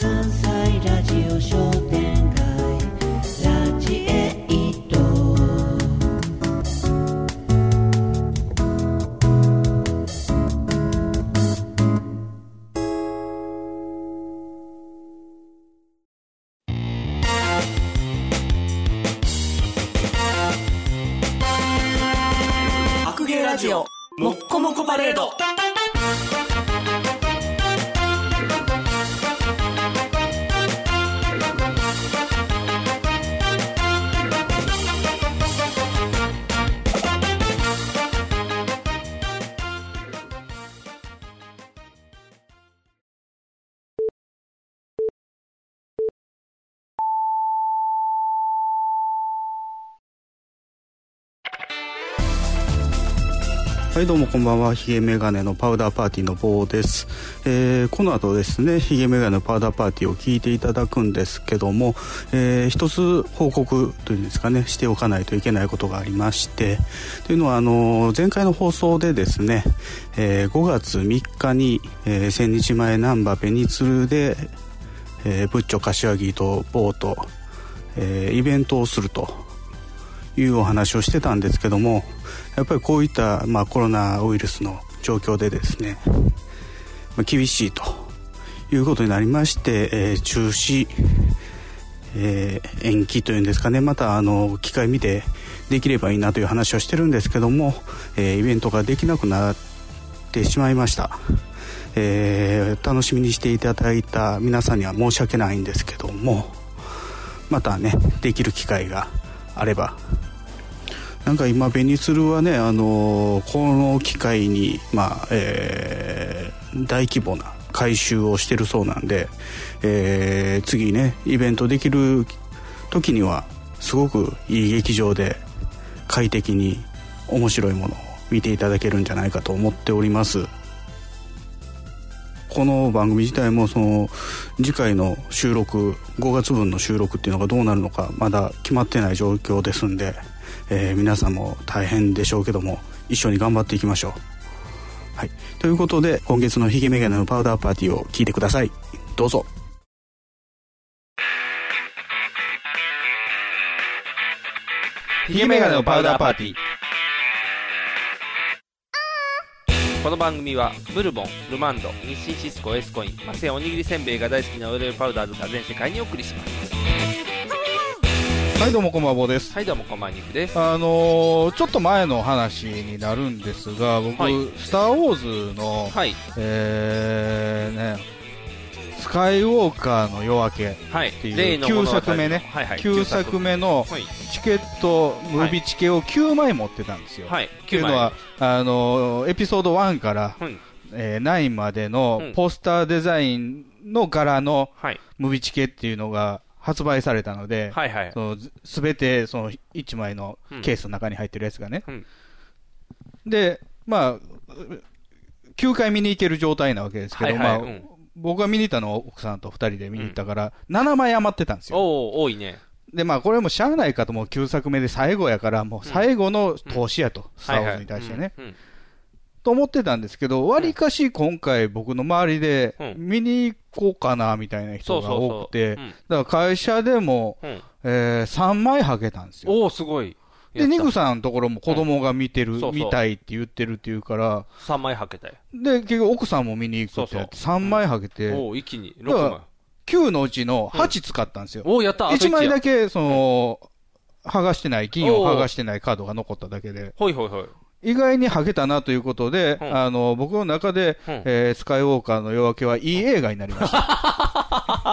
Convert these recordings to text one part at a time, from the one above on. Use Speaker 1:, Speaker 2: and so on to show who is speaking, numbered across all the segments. Speaker 1: 関西ラジオ商店街ラジエイト
Speaker 2: 白芸ラジオもっこもこパレード
Speaker 3: はいどうもこんばんはヒゲメガネのパウダーパーティーの棒です、えーこの後ですねヒゲメガネのパウダーパーティーを聞いていただくんですけども、えー一つ報告というんですかねしておかないといけないことがありましてというのはあの前回の放送でですね、えー5月3日に、えー千日前難波ベニツルで、えー、ブッチョ柏木とボート、えーイベントをするというお話をしてたんですけどもやっぱりこういった、まあ、コロナウイルスの状況でですね、まあ、厳しいということになりまして、えー中止、えー延期というんですかねまたあの機会見てできればいいなという話をしてるんですけども、えーイベントができなくなってしまいました、えー楽しみにしていただいた皆さんには申し訳ないんですけどもまたねできる機会があればなんか今ベニツルはね、あのーこの機会に、まあえー大規模な改修をしてるそうなんで、えー次ねイベントできる時にはすごくいい劇場で快適に面白いものを見ていただけるんじゃないかと思っております。この番組自体もその次回の収録5月分の収録っていうのがどうなるのかまだ決まってない状況ですんで、えー皆さんも大変でしょうけども一緒に頑張っていきましょう。はい、ということで今月のヒゲメガネのパウダーパーティーを聞いてくださいどうぞ
Speaker 4: ヒゲメガネのパウダーパーティー。この番組は、ブルボン、ルマンド、日清シスコ、エスコイン、マセイおにぎりせんべいが大好きなオレオパウダーズが全世界にお送りします。
Speaker 5: はいどうもこんばんは坊です
Speaker 4: はい、どうもこんばんは肉です。
Speaker 5: あのーちょっと前の話になるんですが僕、
Speaker 4: はい
Speaker 5: スター・ウォーズ」の、
Speaker 4: はい、
Speaker 5: えーねスカイウォーカーの夜明け、
Speaker 4: はい
Speaker 5: ってい、う
Speaker 4: 例の物語
Speaker 5: 旧作目ね
Speaker 4: はいはい。
Speaker 5: 9作目の
Speaker 4: はい、
Speaker 5: チケットムービーチケを9枚持ってたんですよ、
Speaker 4: はい、
Speaker 5: っていうのは、あのーエピソード1から、
Speaker 4: はい、
Speaker 5: えー9まで
Speaker 4: う
Speaker 5: の
Speaker 4: ん
Speaker 5: ポスターデザインの柄の
Speaker 4: はい、
Speaker 5: ムービーチケっていうのが発売されたので、
Speaker 4: はい、はい。
Speaker 5: そのずすべてその1枚のケースの中に入ってるやつがね、
Speaker 4: うん
Speaker 5: で、まあ、う9回見に行ける状態なわけですけど、
Speaker 4: はいはい
Speaker 5: まあ
Speaker 4: うん
Speaker 5: 僕が見に行ったのは奥さんと2人で見に行ったから、7枚余ってたんですよ、
Speaker 4: おー、多いね。
Speaker 5: でまあ、これもしゃあないかと、もう9作目で最後やから、もう最後の投資やと、スター・ウォーズに対してね、
Speaker 4: はいはい。うん
Speaker 5: と思ってたんですけど、わりかし今回、僕の周りで
Speaker 4: うん
Speaker 5: 見に行こうかなみたいな
Speaker 4: そ
Speaker 5: 人
Speaker 4: うそう
Speaker 5: が
Speaker 4: そう。
Speaker 5: 多く
Speaker 4: う、
Speaker 5: て
Speaker 4: ん
Speaker 5: だから会社でも、
Speaker 4: うん
Speaker 5: え3枚はけたんですよ。
Speaker 4: おー、すごい。
Speaker 5: で、ニグ
Speaker 4: さ
Speaker 5: さんのところも子供が見てる、
Speaker 4: うんそうそう
Speaker 5: 見たいって言ってるって言うから、
Speaker 4: 3枚はけたよ。
Speaker 5: で、結局奥さんも見に行くって言って、3枚はけて、
Speaker 4: おー、一気に6
Speaker 5: だ
Speaker 4: 枚
Speaker 5: か。9のうちの8使ったんですよ。
Speaker 4: おー、やったあと
Speaker 5: 1
Speaker 4: 一や
Speaker 5: 枚だけ、その、剥がしてない、金を剥がしてないカードが残っただけで、
Speaker 4: ほいほいほ い。
Speaker 5: 意外にはけたなということで、
Speaker 4: うん
Speaker 5: あの、僕の中で、
Speaker 4: うん
Speaker 5: えースカイウォーカーの夜明けはいい映画になり ました。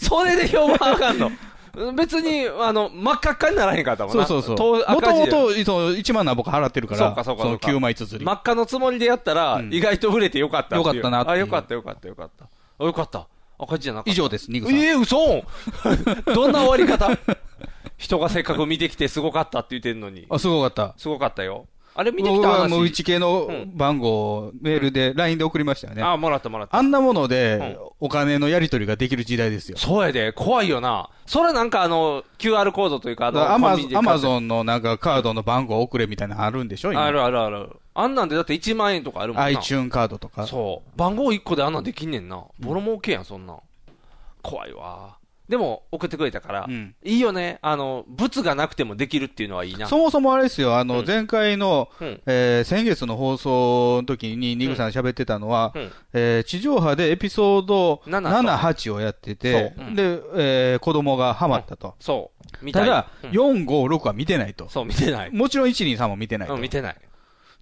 Speaker 4: それで評判あかんの。 別に、あの、真っ赤っかにならへんかったもん
Speaker 5: そう
Speaker 4: な。
Speaker 5: そうそう。
Speaker 4: と
Speaker 5: も
Speaker 4: 赤
Speaker 5: と
Speaker 4: 字
Speaker 5: も
Speaker 4: で
Speaker 5: と、その1万なんぼか払ってるから、
Speaker 4: そうかそうかそ
Speaker 5: その
Speaker 4: うか
Speaker 5: 9枚つづり
Speaker 4: 真。っ赤のつもりでやったら、
Speaker 5: うん
Speaker 4: 意外と売れてよかったっていう
Speaker 5: よかったなっていう
Speaker 4: あ、よかったよかったよかった。あ、よかった。赤字じゃなかった。
Speaker 5: 以上です、ニグさん。
Speaker 4: ええ嘘 どんな終わり方人がせっかく見てきてすごかったって言ってんのに。
Speaker 5: あ、すごかった。
Speaker 4: すごかったよ。あれ見てき
Speaker 5: 僕
Speaker 4: た
Speaker 5: は
Speaker 4: 話。
Speaker 5: もううち系の
Speaker 4: うん
Speaker 5: 番号をメールで、LINE で送りましたよね。
Speaker 4: あ、もらったもらった。
Speaker 5: あんなもので、お金のやり取りができる時代ですよ。
Speaker 4: そうやで、怖いよな。それなんかあの、QR コードというか、あの、
Speaker 5: ア
Speaker 4: コ
Speaker 5: マ
Speaker 4: ンビニで
Speaker 5: ア
Speaker 4: 買っ
Speaker 5: マ
Speaker 4: た
Speaker 5: ゾンのなんかカードの番号送れみたいなのあるんでしょ今
Speaker 4: あるあるある。あんなんでだって1万円とかあるもんな。
Speaker 5: iTune カードとか。
Speaker 4: そう。番号1個であんなんできんねんな。ボロ儲けやん、そんなん。怖いわ。でも、送ってくれたから、
Speaker 5: うん
Speaker 4: いいよね。あの、物がなくてもできるっていうのはいいな。
Speaker 5: そもそもあれですよ、あの、
Speaker 4: うん
Speaker 5: 前回の、
Speaker 4: うん。
Speaker 5: えー先月の放送の時に、ニグさん喋ってたのは、
Speaker 4: うん。
Speaker 5: えー地上波でエピソード
Speaker 4: 7
Speaker 5: 7、8をやってて、
Speaker 4: そううん
Speaker 5: で、えー子供がハマったと。
Speaker 4: そう。見た
Speaker 5: た
Speaker 4: い
Speaker 5: だ、
Speaker 4: うん
Speaker 5: 4、5、6は見てないと。
Speaker 4: そう、見てない。
Speaker 5: もちろん1、2、3も見てないと
Speaker 4: うん、。見てない。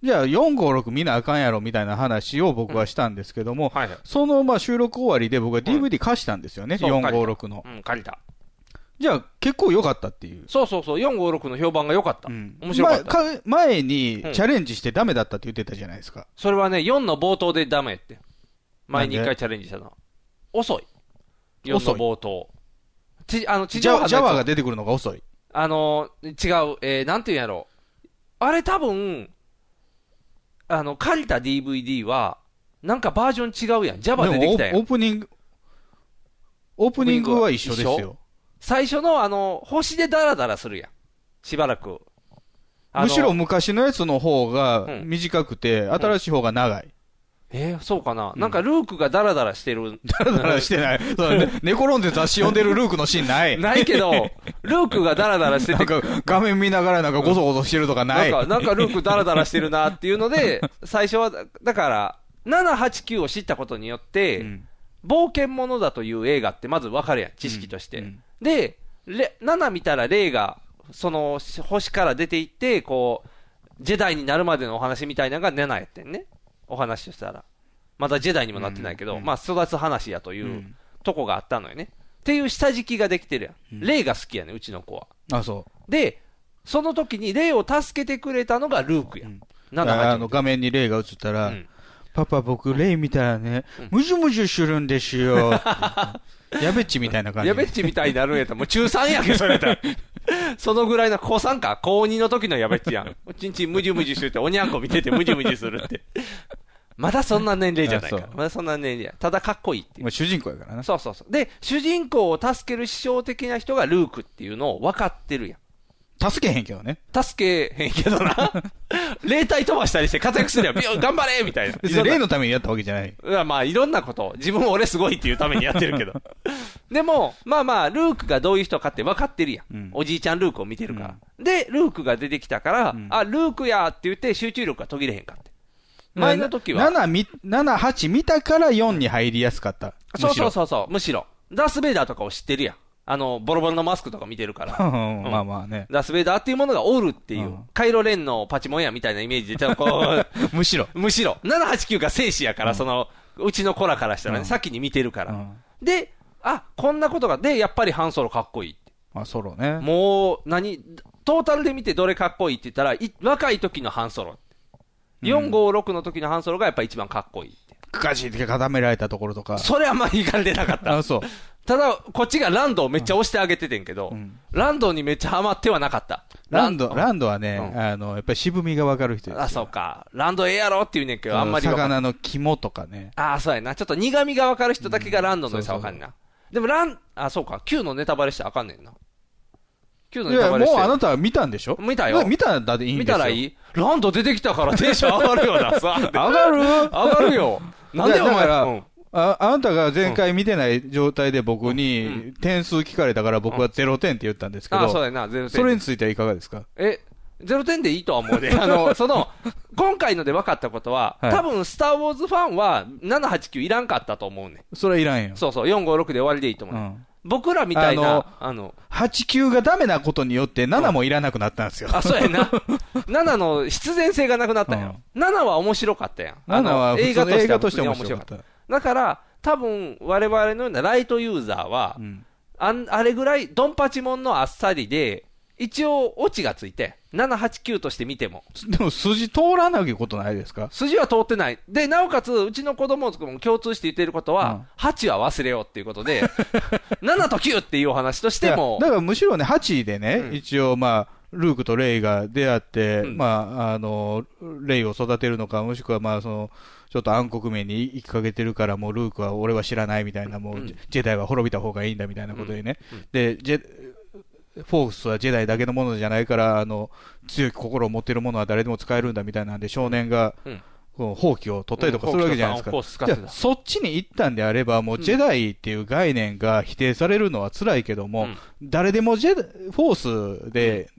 Speaker 5: じゃあ、4、5、6見なあかんやろみたいな話を僕はしたんですけども、
Speaker 4: はいはい。
Speaker 5: そのまあ収録終わりで僕は DVD 貸したんですよね、
Speaker 4: そう
Speaker 5: 4、5、6の。
Speaker 4: うん、借りた。
Speaker 5: じゃあ、結構良かったっていう。
Speaker 4: そうそうそう、456の評判が良かった。
Speaker 5: うん
Speaker 4: 面白かった。
Speaker 5: まか前に
Speaker 4: うん
Speaker 5: チャレンジしてダメだったって言ってたじゃないですか。
Speaker 4: それはね、4の冒頭でダメって。前に
Speaker 5: な
Speaker 4: 1
Speaker 5: んで
Speaker 4: 回チャレンジしたの。遅い。4
Speaker 5: 遅
Speaker 4: の
Speaker 5: い
Speaker 4: 冒頭。ち、あの、地
Speaker 5: ジ
Speaker 4: 上波
Speaker 5: ャワ
Speaker 4: の
Speaker 5: ジャワ
Speaker 4: や
Speaker 5: が出てくるのが遅い。
Speaker 4: つあの、違う、えー、なんて言うんやろう。あれ多分、あの、借りた DVD は、なんかバージョン違うやん。
Speaker 5: でも
Speaker 4: Java 出てきたや
Speaker 5: オー
Speaker 4: ん。
Speaker 5: プニング、オープニングは一緒です
Speaker 4: 一
Speaker 5: よ。
Speaker 4: 最初のあの、星でダラダラするやん。しばらく。あの
Speaker 5: むしろ、昔のやつの方が
Speaker 4: うん
Speaker 5: 短くて、新しい方が長い。
Speaker 4: えー、そうかな。なんかルークがダラダラしてる。
Speaker 5: だらだらして ない。そうね寝転んで雑誌読んでるルークのシーンない。
Speaker 4: ないけ ど、ルークがダラダラして
Speaker 5: な
Speaker 4: て
Speaker 5: ん、か画面見ながらなんかごそごそしてるとかない。
Speaker 4: なんか、なんかルークダラダラしてるなっていうので、 最初は、だから、789を知ったことによって、
Speaker 5: うん
Speaker 4: 冒険者だという映画ってまず分かるやん、知識として。
Speaker 5: うんうん
Speaker 4: で、レ7見たら霊が、その星から出ていって、こう、ジェダイになるまでのお話みたいなのが7やってんね。お話としたら。まだジェダイにもなってないけど、
Speaker 5: うん
Speaker 4: まあ育つ話やという、
Speaker 5: うん
Speaker 4: とこがあったのよね。っていう下敷きができてるやん。霊が好きやね、うちの子は。
Speaker 5: あ、そう。
Speaker 4: で、その時に霊を助けてくれたのがルークや。なんだ
Speaker 5: あの画面に霊が映ったら、
Speaker 4: うん
Speaker 5: パパ、僕、霊見たらね、むじゅむじゅしてるんで すよ。やべっちみたいな感じ。
Speaker 4: やべっちみたいになるんやったら、もう中3やん け、それやったらそのぐらいの高3か、高2の時のやべっちやん。おちんちんむじゅむじゅしてて、おにゃんこ見ててむじゅむじゅする って。まだそんな年齢じゃないか
Speaker 5: あ
Speaker 4: ら。
Speaker 5: そう
Speaker 4: まだそんな年齢や。ただかっこいいっていう
Speaker 5: まあ主人公やからな。
Speaker 4: そうそうそう。で、主人公を助ける師匠的な人がルークっていうのを分かってるやん。
Speaker 5: 助けへんけどね。
Speaker 4: 助けへんけどな。 霊体飛ばしたりして活躍するやん。ビヨン頑張れみたいな。
Speaker 5: 別に霊のためにやったわけじゃない。
Speaker 4: いやまあ、いろんなこと。自分俺すごいっていうためにやってる けど。でも、まあまあ、ルークがどういう人かって分かってるやん。
Speaker 5: うん
Speaker 4: おじいちゃんルークを見てるから。で、ルークが出てきたから、
Speaker 5: ん
Speaker 4: あ、ルークやーって言って集中力が途切れへんかって。前の時は。
Speaker 5: 7み、7、8見たから4に入りやすかった。
Speaker 4: そうそうそうそう、むしろ。ダース・ベイダーとかを知ってるやん。あの、ボロボロのマスクとか見てるから。
Speaker 5: うんまあまあね。
Speaker 4: ダース・ベイダーっていうものがおるっていう、
Speaker 5: うん
Speaker 4: カイロ・レンのパチモンやみたいなイメージで、ちょっとこう、
Speaker 5: むしろ。
Speaker 4: むしろ、789が生死やから、その、うちの子らからしたらね、
Speaker 5: うん
Speaker 4: 先に見てるから。
Speaker 5: うん
Speaker 4: で、あ、こんなことが、で、やっぱりハンソロかっこいいって。
Speaker 5: まあソロね。
Speaker 4: もう、何、トータルで見てどれかっこいいって言ったら、い若い時のハンソロ。4、5、6の時のハンソロがやっぱ一番かっこいいって。
Speaker 5: ガチって固められたところとか。
Speaker 4: それはあんまりいかれてなか った。
Speaker 5: あ、そう。
Speaker 4: ただ、こっちがランドをめっちゃ押してあげててんけど、
Speaker 5: うん
Speaker 4: ランドにめっちゃハマってはなかった。
Speaker 5: ランド、
Speaker 4: ン
Speaker 5: ランドはね、
Speaker 4: うん
Speaker 5: あの、やっぱり渋みがわかる人ですよ。
Speaker 4: あ、そうか。ランドええやろって言うねんけ
Speaker 5: うん。
Speaker 4: ど、あんまりわかん
Speaker 5: 魚の肝とかね。
Speaker 4: ああ、そうやな。ちょっと苦味が分かる人だけがランドの良さ分かんな。でもラン、あ、そうか。9のネタバレしたらあかんねんな。9の
Speaker 5: い
Speaker 4: ネタ
Speaker 5: や、
Speaker 4: バレし
Speaker 5: も
Speaker 4: て。
Speaker 5: うあなたは見たんでしょ
Speaker 4: 見たよ
Speaker 5: 見たんだっていいんです
Speaker 4: 見
Speaker 5: よ。
Speaker 4: たらいいランド出てきたからテンション上がるよな、さ。上
Speaker 5: 上がる
Speaker 4: がるよ。なんでお
Speaker 5: いや
Speaker 4: 前
Speaker 5: だから
Speaker 4: うん
Speaker 5: あ、あなたが前回見てない状態で僕に点数聞かれたから僕は0点って言ったんですけ
Speaker 4: ああ、そう
Speaker 5: ど、
Speaker 4: やな、ゼロ点。
Speaker 5: それについてはいかがですか
Speaker 4: え、ゼロ点でいいとは思う で。あの、その、 今回ので分かったことは、
Speaker 5: はい
Speaker 4: 多分、スター・ウォーズファンは、789いらんかったと思うね。
Speaker 5: それはいらんよ。
Speaker 4: そうそう、456で終わりでいいと思う、
Speaker 5: う
Speaker 4: ね
Speaker 5: ん
Speaker 4: 僕らみたいな、あの
Speaker 5: 89がダメなことによって7もいらなくなったんですよ。
Speaker 4: あ、そうや な。7の必然性がなくなったんやろ。7は面白かったやん。あ
Speaker 5: 7
Speaker 4: の
Speaker 5: は
Speaker 4: 映画としては
Speaker 5: 映画として
Speaker 4: 普通に
Speaker 5: 面白かった。
Speaker 4: た。だから、多分、我々のようなライトユーザーは、
Speaker 5: うん
Speaker 4: あんあれぐらい、ドンパチモンのあっさりで、一応、オチがついて、789として見ても、
Speaker 5: でも数字通らないことないですか
Speaker 4: 筋は通ってない。で、なおかつ、うちの子供も共通して言ってることは、8は忘れようっていうことで、7と9っていうお話としても
Speaker 5: いや、だからむしろね、8でね、
Speaker 4: うん
Speaker 5: 一応まあ、ルークとレイが出会って、
Speaker 4: うん
Speaker 5: まあ、あの、レイを育てるのか、もしくはまあ、その、ちょっと暗黒面に行きかけてるから、もうルークは俺は知らないみたいな、もう、
Speaker 4: うん
Speaker 5: ジェジェダイは滅びた方がいいんだみたいなことでね。
Speaker 4: うんうん
Speaker 5: で、ジェ、フォースはジェダイだけのものじゃないから、あの、強い心を持ってるものは誰でも使えるんだみたいなんで、少年が、
Speaker 4: うん
Speaker 5: この放棄を取ったりとかするわけじゃないです
Speaker 4: うん放棄
Speaker 5: か。
Speaker 4: と
Speaker 5: じ
Speaker 4: か
Speaker 5: ゃあそっちに行ったんであれば、もうジェダイっていう概念が否定されるのは辛いけども、
Speaker 4: うん
Speaker 5: 誰でもジェダフォースで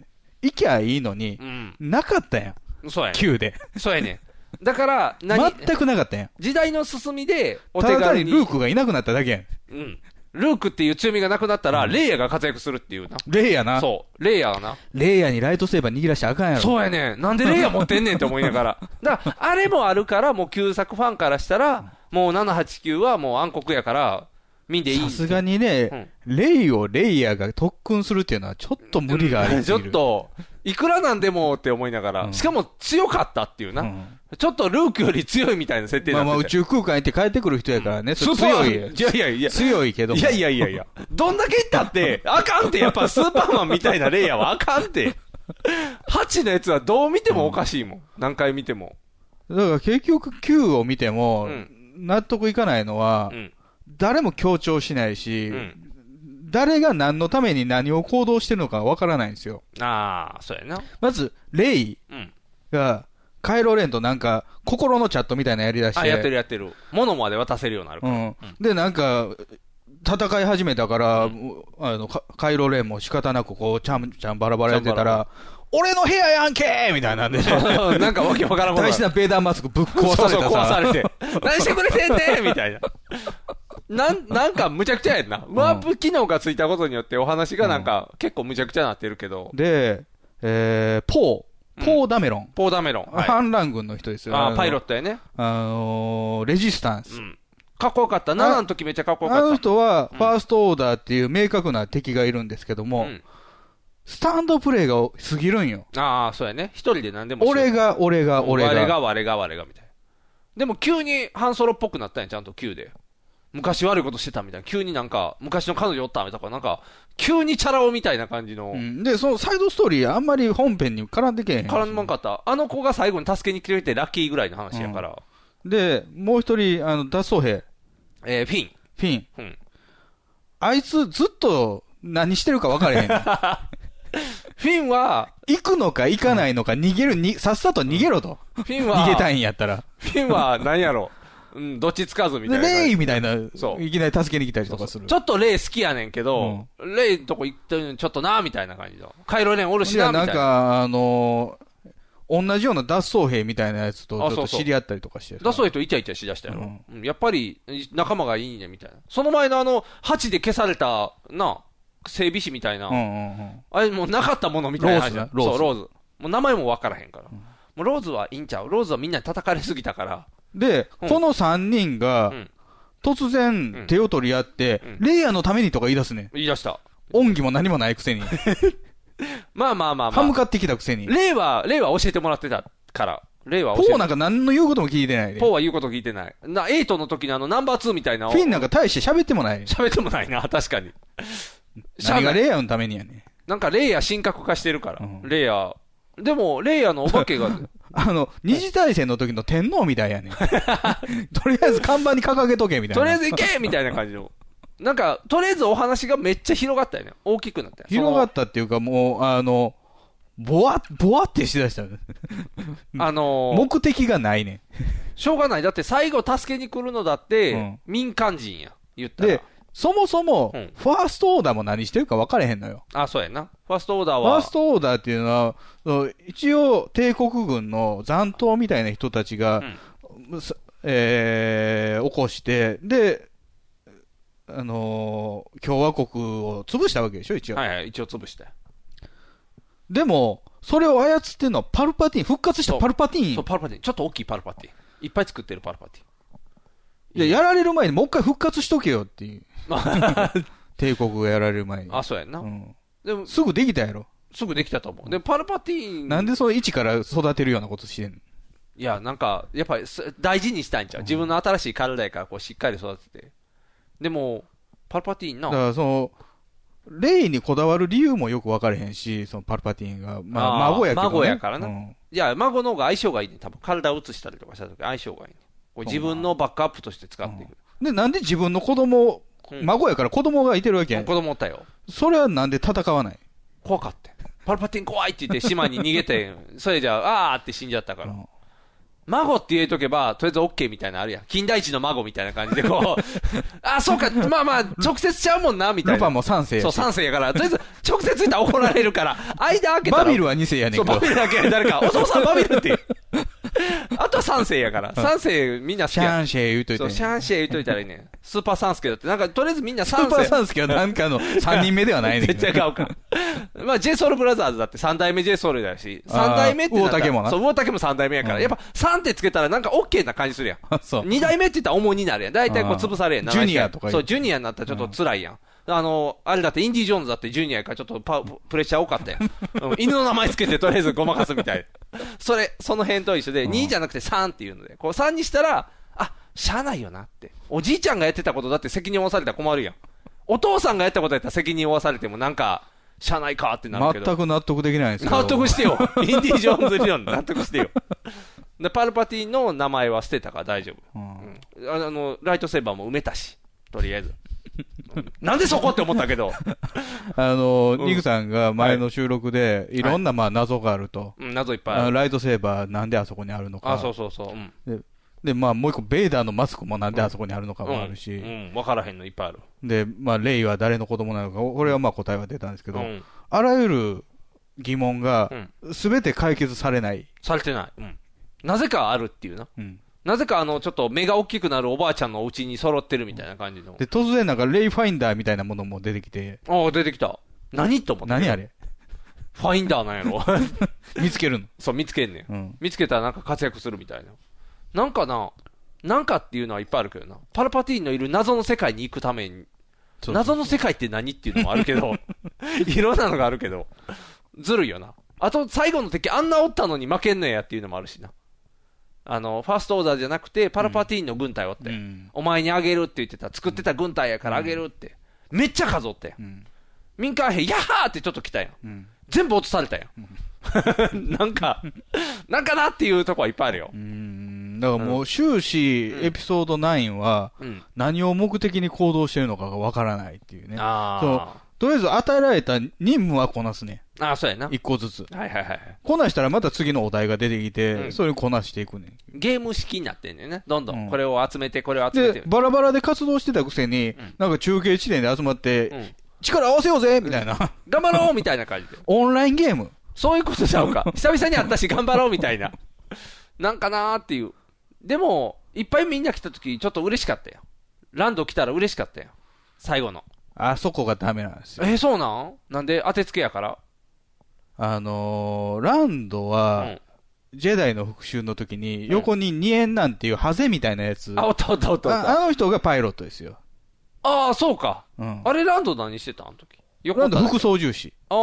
Speaker 5: 行きゃいいのに、
Speaker 4: うん。
Speaker 5: なかったやん、
Speaker 4: そうやね
Speaker 5: Q で。
Speaker 4: ん。そうやねん。だから、何、
Speaker 5: 全くなかったやん。
Speaker 4: 時代の進みで、お
Speaker 5: た
Speaker 4: 手
Speaker 5: だ単
Speaker 4: 軽に。
Speaker 5: にルークがいなくなっただけやん。
Speaker 4: うん。ルークっていう強みがなくなったら、レイヤが活躍するっていうな。
Speaker 5: レイヤな。
Speaker 4: そう。レイヤがな。
Speaker 5: レイヤにライトセーバー握らしてあかんやろ。
Speaker 4: そうやねん。なんでレイヤ持ってんねんって思いなが ら。だから、あれもあるから、もう旧作ファンからしたら、もう789はもう暗黒やから、見んでいい。
Speaker 5: さすがにね、レイをレイヤーが特訓するっていうのはちょっと無理がありす
Speaker 4: ちょ
Speaker 5: ぎ
Speaker 4: っ
Speaker 5: る。
Speaker 4: と、いくらなんでもって思いなが
Speaker 5: う
Speaker 4: ら、
Speaker 5: ん
Speaker 4: しかも強かったっていう
Speaker 5: う
Speaker 4: な。
Speaker 5: ん
Speaker 4: ちょっとルークより強いみたいな設定に
Speaker 5: ま
Speaker 4: な
Speaker 5: あ
Speaker 4: って
Speaker 5: まあ
Speaker 4: て
Speaker 5: 宇宙空間行って帰ってくる人やからね、それ
Speaker 4: スーパ
Speaker 5: 強
Speaker 4: ー
Speaker 5: い。
Speaker 4: いやいやいや。
Speaker 5: 強いけども
Speaker 4: いやいやいやいや。どんだけいったって、あかんって、やっぱスーパーマンみたいなレイヤーはあかんって。ハチのやつはどう見てもおかしいもん。何回見ても。
Speaker 5: だから結局 Q を見ても
Speaker 4: う、
Speaker 5: 納得いかないのは
Speaker 4: う、ん。
Speaker 5: 誰も強調しないし
Speaker 4: う、ん。
Speaker 5: 誰が何のために何を行動してるのかわからないんですよ。
Speaker 4: ああ、そうやな。
Speaker 5: まず、レイ
Speaker 4: うん。
Speaker 5: が、カイロレンとなんか、心のチャットみたいなのやりだして。
Speaker 4: あ、やってるやってる。物まで渡せるようになるか
Speaker 5: う
Speaker 4: ら。
Speaker 5: ん、で、なんか、戦い始めたから、あのかカイロレンも仕方なくこう、ちゃんちゃんバラバラやってた
Speaker 4: ちゃんバラ
Speaker 5: ら、俺の部屋やんけみたいなんで、
Speaker 4: なんかわけわからんこと
Speaker 5: 大事なベーダーマスクぶっ壊されたさ。
Speaker 4: そうそう壊されて。何してくれてんねんみ たいな。なん、なんか無茶苦茶やんな。ワープ機能がついたことによってお話がなんか結構無茶苦茶になってるけど。
Speaker 5: で、えー、ポー、ポーダメロン。
Speaker 4: ポーダメロン。はい
Speaker 5: 反乱軍の人ですよ。
Speaker 4: あ
Speaker 5: の
Speaker 4: ーパイロットやね。
Speaker 5: あのーレジスタン
Speaker 4: う
Speaker 5: ス。
Speaker 4: ん。かっこよかった。7の時めっちゃかっこよ
Speaker 5: あ
Speaker 4: か
Speaker 5: の
Speaker 4: った。
Speaker 5: 人は、
Speaker 4: ん
Speaker 5: ファーストオーダーっていう明確な敵がいるんですけども、
Speaker 4: うん
Speaker 5: スタンドプレーが過ぎるんよ。
Speaker 4: ああ、そうやね。一人で何でもしよう
Speaker 5: 俺、が、俺が、俺
Speaker 4: 我
Speaker 5: が。
Speaker 4: が、我が、我が、みたいな。でも急に半ソロっぽくなったんや、ちゃんと9で。昔悪いことしてたみたいな。急になんか、昔の彼女おったみたいな。なんか、急にチャラ男みたいな感じの。
Speaker 5: うんで、そのサイドストーリー、あんまり本編に絡んでけえへん。
Speaker 4: 絡まんかった。あの子が最後に助けに来てくれてラッキーぐらいの話やから。
Speaker 5: で、もう一人、あの、脱走兵、
Speaker 4: えー、フィン。
Speaker 5: フィン。
Speaker 4: うん。
Speaker 5: あいつ、ずっと、何してるか分か らへん。
Speaker 4: フィンは、
Speaker 5: 行くのか行かないのか、逃げる、に、さっさと逃げろと。
Speaker 4: フィンは、
Speaker 5: 逃げたいんやったら。
Speaker 4: フィンは何やろ。うん、どっちつかずみた
Speaker 5: で、
Speaker 4: いな。
Speaker 5: レイみたいな、
Speaker 4: そう
Speaker 5: いきなり助けに来たりとかする。
Speaker 4: ちょっとレイ好きやねんけど、レイのとこ行ってるのにちょっとな、みたいな感じの。カイロレンおるし
Speaker 5: じゃ
Speaker 4: な、
Speaker 5: あ
Speaker 4: みた
Speaker 5: ないん
Speaker 4: な。
Speaker 5: か、あのー同じような脱走兵みたいなやつと、ちょ
Speaker 4: あ
Speaker 5: っ
Speaker 4: そ
Speaker 5: と
Speaker 4: うそう
Speaker 5: 知り合ったりとかしてさ
Speaker 4: だそういう人イチャイチャしだしたやろ。うんやっぱり、仲間がいいね、みたいな。その前のあの、鉢で消された、な、整備士みたいな。
Speaker 5: うんうんうん。
Speaker 4: あれもうなかったものみたいな話だ
Speaker 5: ローズ
Speaker 4: そ
Speaker 5: な
Speaker 4: う、
Speaker 5: ロ
Speaker 4: ローズ。もう名前もわからへんから。もうローズはいいんちゃうローズはみんなに叩かれすぎたから。
Speaker 5: で、
Speaker 4: うん
Speaker 5: この三人が
Speaker 4: うん、
Speaker 5: 突然、手を取り合って、
Speaker 4: うん
Speaker 5: レイヤーのためにとか言い出すね。
Speaker 4: 言い出した。
Speaker 5: 恩義も何もないくせに。
Speaker 4: まあまあまあ
Speaker 5: 歯向
Speaker 4: まあ。
Speaker 5: かってきたくせに。
Speaker 4: 例は、例は教えてもらってたから。例は
Speaker 5: ポ
Speaker 4: 教えて
Speaker 5: ーなんか何の言うことも聞いてないで。
Speaker 4: ポー
Speaker 5: フ
Speaker 4: は言うこと聞いてない。な、エイトの時のあのナンバー2みたいな。
Speaker 5: ィンなんか大して喋ってもない。
Speaker 4: 喋ってもないな、確かに。しゃあ
Speaker 5: 何
Speaker 4: な
Speaker 5: が
Speaker 4: い
Speaker 5: レイヤーのためにやね。
Speaker 4: なんかレイヤー神格化してるから。
Speaker 5: うん
Speaker 4: レイヤー。でも、レイヤーのお化け が、
Speaker 5: あの、二次大戦の時の天皇みたいや ね。とりあえず看板に掲げとけみたいな。
Speaker 4: とりあえず行けみたいな感じの。なんか、とりあえずお話がめっちゃ広がったよね。大きくなったよ
Speaker 5: 広がったっていうかもう、あの、ぼわ、ぼわってしだした。
Speaker 4: そのあのー
Speaker 5: 目的がないね。
Speaker 4: しょうがない。だって最後助けに来るのだって、
Speaker 5: うん
Speaker 4: 民間人や。言ったら
Speaker 5: で。、そもそも
Speaker 4: うん、
Speaker 5: ファーストオーダーも何してるか分かれへんのよ。
Speaker 4: あ、そうやな。ファーストオーダー
Speaker 5: ファ
Speaker 4: は。
Speaker 5: ーストオーダーっていうのは、その一応、帝国軍の残党みたいな人たちが、さえー起こして、で、あのー共和国を潰したわけでしょ、一応。
Speaker 4: はいはい、一応潰したよ。
Speaker 5: でも、それを操ってんのはパルパティーン、復活したパルパティ
Speaker 4: そう、
Speaker 5: ーン。
Speaker 4: パルパティン。ちょっと大きいパルパティン。いっぱい作ってるパルパティン。
Speaker 5: いや、やられる前にもう一回復活しとけよっていう。帝国がやられる前に。
Speaker 4: あ、そうやんな。
Speaker 5: うん
Speaker 4: でも、
Speaker 5: すぐできたやろ。
Speaker 4: すぐできたと思う。で、パルパティン。
Speaker 5: なんでその位置から育てるようなことしてんの
Speaker 4: いや、なんか、やっぱりす大事にしたいんちゃう。自分の新しい体やから、こう、しっかり育てて。でも、パルパティン
Speaker 5: だ
Speaker 4: な。
Speaker 5: からその、レイにこだわる理由もよく分かれへんし、そのパルパティーンが、まあ、
Speaker 4: あー
Speaker 5: 孫やけど、ね。
Speaker 4: 孫やからな
Speaker 5: うん
Speaker 4: いや、孫の方が相性がいいね。多分、体を移したりとかした時相性がいいね。こう自分のバックアップとして使っていく。
Speaker 5: で、なんで自分の子供を、
Speaker 4: うん
Speaker 5: 孫やから子供がいてるわけやん
Speaker 4: 子。供おったよ。
Speaker 5: それはなんで戦わない
Speaker 4: 怖 かったよパルパティン怖いって言って島に逃げて、それじゃあ、あーって死んじゃったから。
Speaker 5: うん
Speaker 4: 孫って言えとけば、とりあえず OK みたいなのあるやん。金田一の孫みたいな感じでこう、 あ、そうか、まあまあ、直接ちゃうもんな、みたいな。
Speaker 5: ルパンも三世やし
Speaker 4: そう、3世やから。とりあえず、直接言ったら怒られるから、間開けたら。
Speaker 5: バビルは2世やねん
Speaker 4: そう、
Speaker 5: け
Speaker 4: バ
Speaker 5: ど
Speaker 4: ビ。ルだけ誰 か、お父さんバビルっていう。あとは3世やから。3世みんな好き
Speaker 5: シ
Speaker 4: や
Speaker 5: ャンシェ言うといて
Speaker 4: そう、
Speaker 5: ね。
Speaker 4: シ
Speaker 5: スー
Speaker 4: ャンシェ言うといたらいいねん。スーパーサンスケだって。なんか、とりあえずみんなサン
Speaker 5: パー
Speaker 4: セ。
Speaker 5: サンスケはなんかの3人目ではないねんけ
Speaker 4: 絶
Speaker 5: ど
Speaker 4: 対。買う か。まあ、j ソ o ルブラザーズだって3代目 j ソ o ルだし、3代目ってなった
Speaker 5: あー魚竹もな
Speaker 4: そう、魚竹も3代目やから。
Speaker 5: うん
Speaker 4: やっぱ3ってつけたらなんか OK な感じするやん。
Speaker 5: あそう
Speaker 4: 2代目って言ったら重になるやん。大体こう潰されやん。
Speaker 5: あー
Speaker 4: 長い
Speaker 5: ジュニアとかいう
Speaker 4: そう、ジュニアになったらちょっと辛いやん。あの、あれだってインディ・ジョーンズだってジュニアやからちょっとパプレッシャー多かったやん、 うん犬の名前つけてとりあえずごまかすみたいな。 それ、その辺と一緒で、2じゃなくて3っていうので、こう3にしたら、あ、しゃあないよなって。おじいちゃんがやってたことだって責任を負わされたら困るやん。お父さんがやったことやったら責任を負わされてもなんか、しゃあないかってなるけど。
Speaker 5: 全く納得できないんですけど。
Speaker 4: 納得 してよ。インディ・ジョーンズ理論 納得してよ。で、パルパティの名前は捨てたから大丈夫。
Speaker 5: うん
Speaker 4: うんあのあの、ライトセーバーも埋めたし、とりあえず。うん なんでそこって思ったけど、
Speaker 5: あの、
Speaker 4: うん
Speaker 5: ニグさんが前の収録で、いろんなまあ謎があると。
Speaker 4: うん、謎いっぱい
Speaker 5: あ
Speaker 4: あ
Speaker 5: の
Speaker 4: る。
Speaker 5: ライトセーバーなんであそこにあるのか。
Speaker 4: あ、そうそうそう。うん。
Speaker 5: で、まあもう一個、ベイダーのマスクもなんであそこにあるのかもある
Speaker 4: うん
Speaker 5: し。、
Speaker 4: うんわからへんのいっぱいある。
Speaker 5: で、まあ、レイは誰の子供なのか、これはまあ答えは出たんですけ
Speaker 4: う
Speaker 5: ど、
Speaker 4: ん。
Speaker 5: あらゆる疑問が
Speaker 4: うん、
Speaker 5: すべて解決されない。
Speaker 4: されてない。うん。なぜかあるっていうな。
Speaker 5: うん
Speaker 4: なぜかあの、ちょっと目が大きくなるおばあちゃんのお家に揃ってるみたいな感じの。
Speaker 5: で、突然なんか、レイファインダーみたいなものも出てきて、
Speaker 4: ああ、出てきた。何と思った
Speaker 5: 何あれ
Speaker 4: ファインダーなんや ろ
Speaker 5: 見つけるの。
Speaker 4: そう、見つけんねん。
Speaker 5: うん
Speaker 4: 見つけたらなんか活躍するみたいな。なんかな、なんかっていうのはいっぱいあるけどな。パルパティーンのいる謎の世界に行くために、
Speaker 5: そ う
Speaker 4: 謎の世界って何っていうのもあるけ ど、いろんなのがあるけど、ずるいよな。あと、最後の敵あんなおったのに負けんのやっていうのもあるしな。あの、ファーストオーダーじゃなくて、パルパティーンの軍隊おって、
Speaker 5: うん
Speaker 4: お前にあげるって言ってた、作ってた軍隊やからあげるって。めっちゃ数おったやん。
Speaker 5: ん
Speaker 4: 民間兵、やっはーってちょっと来たやん。
Speaker 5: うん
Speaker 4: 全部落とされたやん。 なんか、なんかなっていうとこはいっぱいあるよ
Speaker 5: う。んだからもう終始、エピソード9は
Speaker 4: うん、
Speaker 5: 何を目的に行動してるのかがわからないっていうね。
Speaker 4: あ
Speaker 5: そう
Speaker 4: ー
Speaker 5: とりあえず与えられた任務はこなすね。
Speaker 4: ああ、そうやな。はい
Speaker 5: 一個ずつ。
Speaker 4: はいはい。
Speaker 5: こなしたらまた次のお題が出てきて、
Speaker 4: うん
Speaker 5: それをこなしていくね。
Speaker 4: ゲーム式になってんねんね。どんど
Speaker 5: うん
Speaker 4: ん。これを集めて、これを集めて
Speaker 5: で、。バラバラで活動してたくせに、なんか中継地点で集まって、
Speaker 4: うん
Speaker 5: 力合わせようぜみたいな。
Speaker 4: 頑張ろうみたいな感じで。
Speaker 5: オンラインゲーム。
Speaker 4: そういうことちゃうか。 久々に会ったし、頑張ろうみたいな。なんかなーっていう。でも、いっぱいみんな来た時、ちょっと嬉しかったよ。ランド来たら嬉しかったよ。最後の。
Speaker 5: あそこがダメなんですよ。
Speaker 4: えー、そうなんなんで当てつけやから。
Speaker 5: あのー、ランド
Speaker 4: う
Speaker 5: は
Speaker 4: ん、。
Speaker 5: ジェダイの復讐の時に、横に二円なんていうハゼみたいなやつ。
Speaker 4: あ、おったおったおったおった。
Speaker 5: ああの人がパイロットですよ。
Speaker 4: ああ、そうか。
Speaker 5: うん。
Speaker 4: あれ、ランド何してたあの時。横
Speaker 5: ラン
Speaker 4: 田
Speaker 5: ド
Speaker 4: だっけ
Speaker 5: 副操縦士。
Speaker 4: ああ、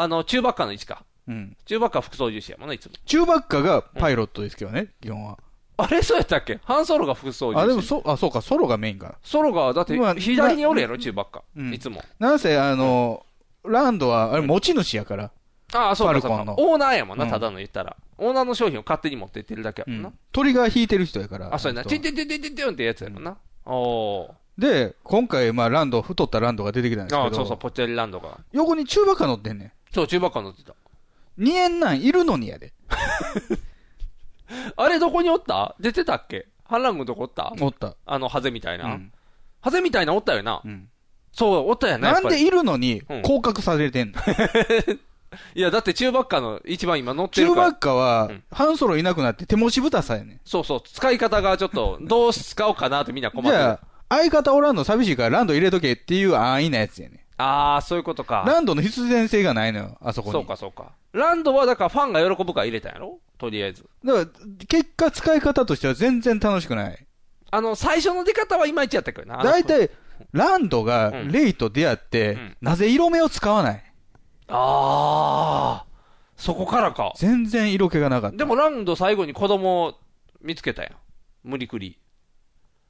Speaker 4: あの、中ばっかの位置か。
Speaker 5: うん。
Speaker 4: 中ばっか副操縦士やもんな、いつも。
Speaker 5: 中ばっかがパイロットですけどね、基本は。
Speaker 4: あれ、そうやったっけハンソロが副操縦士。
Speaker 5: あ、でも、そ、あ、そうか、ソロがメインか
Speaker 4: ソロが、だって
Speaker 5: まあ、
Speaker 4: 左におるやろ、中ばっか。
Speaker 5: うん
Speaker 4: いつも。
Speaker 5: な。なんせ、あの、ランドは、あれ、持ち主やから。
Speaker 4: ああ、そうか、そう
Speaker 5: ファルコン
Speaker 4: か
Speaker 5: の。
Speaker 4: オーナーやもんな、
Speaker 5: うん
Speaker 4: ただの言ったら。オーナーの商品を勝手に持ってってるだけやもんな。
Speaker 5: 鳥が引いてる人やから。
Speaker 4: あ、そうやな。
Speaker 5: の
Speaker 4: チ
Speaker 5: 人
Speaker 4: ンチンチンチンチンチンってやつやもんな。おー。
Speaker 5: で、今回、まあ、ランド、太ったランドが出てきたんですけど。
Speaker 4: ああ、そうそう、ポッチャリランドが。
Speaker 5: 横に中ばっか乗ってんね
Speaker 4: そう、中ばっか乗ってた。
Speaker 5: ん。二円なんいるのにやで。
Speaker 4: あれ、どこにおった出てたっけ反乱軍どこおった
Speaker 5: おった。
Speaker 4: あの、ハゼみたいうな。
Speaker 5: ん
Speaker 4: ハゼみたいなおったよな
Speaker 5: う。ん
Speaker 4: そう、おったやな。や
Speaker 5: な
Speaker 4: っぱ
Speaker 5: ん
Speaker 4: り
Speaker 5: でいるのに
Speaker 4: うん、
Speaker 5: 降格され てんの
Speaker 4: いや、だって中ばっかの一番今乗って
Speaker 5: 中
Speaker 4: るか
Speaker 5: ば
Speaker 4: ら
Speaker 5: っ。かは
Speaker 4: うん、
Speaker 5: ハンソロいなくなって手持ち豚さやねん。
Speaker 4: そうそう、使い方がちょっ と、どう使おうかなってみんな困っ
Speaker 5: じ
Speaker 4: てる。
Speaker 5: ゃあ、相方おらんの寂しいからランド入れとけっていう安易なやつやねん。
Speaker 4: ああ、そういうことか。
Speaker 5: ランドの必然性がないのよ、あそこに。
Speaker 4: そうか、そうか。ランドはだからファンが喜ぶから入れたんやろとりあえず。
Speaker 5: だから、結果使い方としては全然楽しくない。
Speaker 4: あの、最初の出方はいまいちやったけどな。あの
Speaker 5: 大体、ランドが
Speaker 4: うん
Speaker 5: レイと出会って、
Speaker 4: うん
Speaker 5: なぜ色目を使わない
Speaker 4: ああ、そこからか。
Speaker 5: 全然色気がなかっ
Speaker 4: でもランド最後に子供を見つけたやん。無理くり。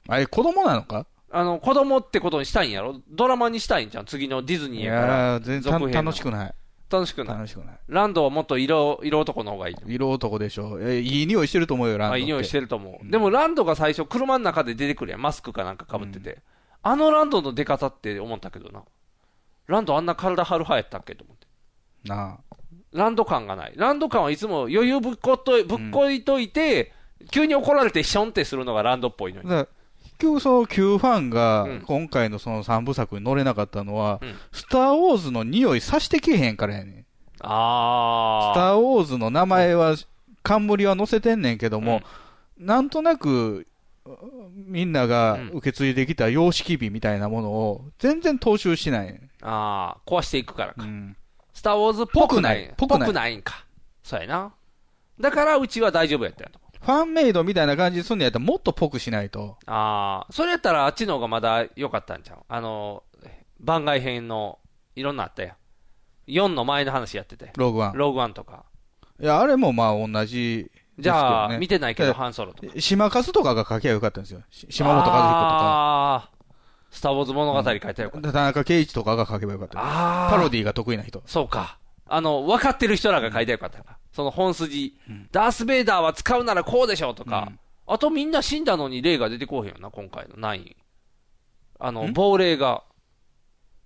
Speaker 5: た。あれ、子供なのか
Speaker 4: あの、子供ってことにしたいんやろドラマにしたいんじゃん。次のディズニ
Speaker 5: い
Speaker 4: ーやから。
Speaker 5: やー、全
Speaker 4: 続編
Speaker 5: 然
Speaker 4: の
Speaker 5: 楽しくない。
Speaker 4: 楽しくない。
Speaker 5: 楽しくない。
Speaker 4: ランドはもっと色、色男の方がいい。
Speaker 5: 色男でしょ。えいい匂いしてると思うよ、ランド
Speaker 4: あ
Speaker 5: っ
Speaker 4: い
Speaker 5: て。
Speaker 4: い匂いしてると思う、でもランドが最初、車の中で出てくるやん、マスクかなんかかぶってて、あのランドの出方って思ったけどな、ランドあんな体張る派やったっけと思って、
Speaker 5: なあ。
Speaker 4: ランド感がない、ランド感はいつも余裕ぶっこといぶっこいといて、急に怒られてションってするのがランドっぽいの
Speaker 5: だ
Speaker 4: に。
Speaker 5: から結局、その Q ファンが
Speaker 4: うん
Speaker 5: 今回のその3部作に乗れなかったのは、
Speaker 4: うん
Speaker 5: スター・ウォーズの匂いさしてけへんからやねん。ス
Speaker 4: あ
Speaker 5: ター・ウォーズの名前は、冠は載せてんねんけど
Speaker 4: ー。
Speaker 5: も、なんとなく、みんなが受け継いできた様式美みたいなものを全然踏襲しない。
Speaker 4: ああ、壊していくから
Speaker 5: う
Speaker 4: か。
Speaker 5: ん
Speaker 4: スター・ウォーズっぽくない。
Speaker 5: ぽくないぽくない
Speaker 4: ないんか。そうやな。だから、うちは大丈夫やったんやと。
Speaker 5: ファンメイドみたいな感じにするんのやったらもっとぽくしないと。
Speaker 4: ああ、それやったらあっちの方がまだ良かったんちゃうあの、番外編の、いろんなあったやん。4の前の話やってて。
Speaker 5: ローグワン。
Speaker 4: ローグワンとか。
Speaker 5: いや、あれもまあ同じ、
Speaker 4: じゃあ、
Speaker 5: ですけどね
Speaker 4: 見てないけ
Speaker 5: え
Speaker 4: ど、
Speaker 5: え
Speaker 4: ハンソロとか。
Speaker 5: 島数とかが書きゃよかったんですよ。し島本和彦とか。
Speaker 4: ああ、スター・ウォーズ物語書いたらよかった。
Speaker 5: 田中圭一とかが書けばよかった。
Speaker 4: ああ、
Speaker 5: パロディが得意な人。
Speaker 4: そうか。あの、分かってる人らが書いたらよかったから。その本筋、ダース・ベイダーは使うならこうでしょうとか、
Speaker 5: うん
Speaker 4: あとみんな死んだのに霊が出てこうへんよな、今回の9。あの、亡霊が。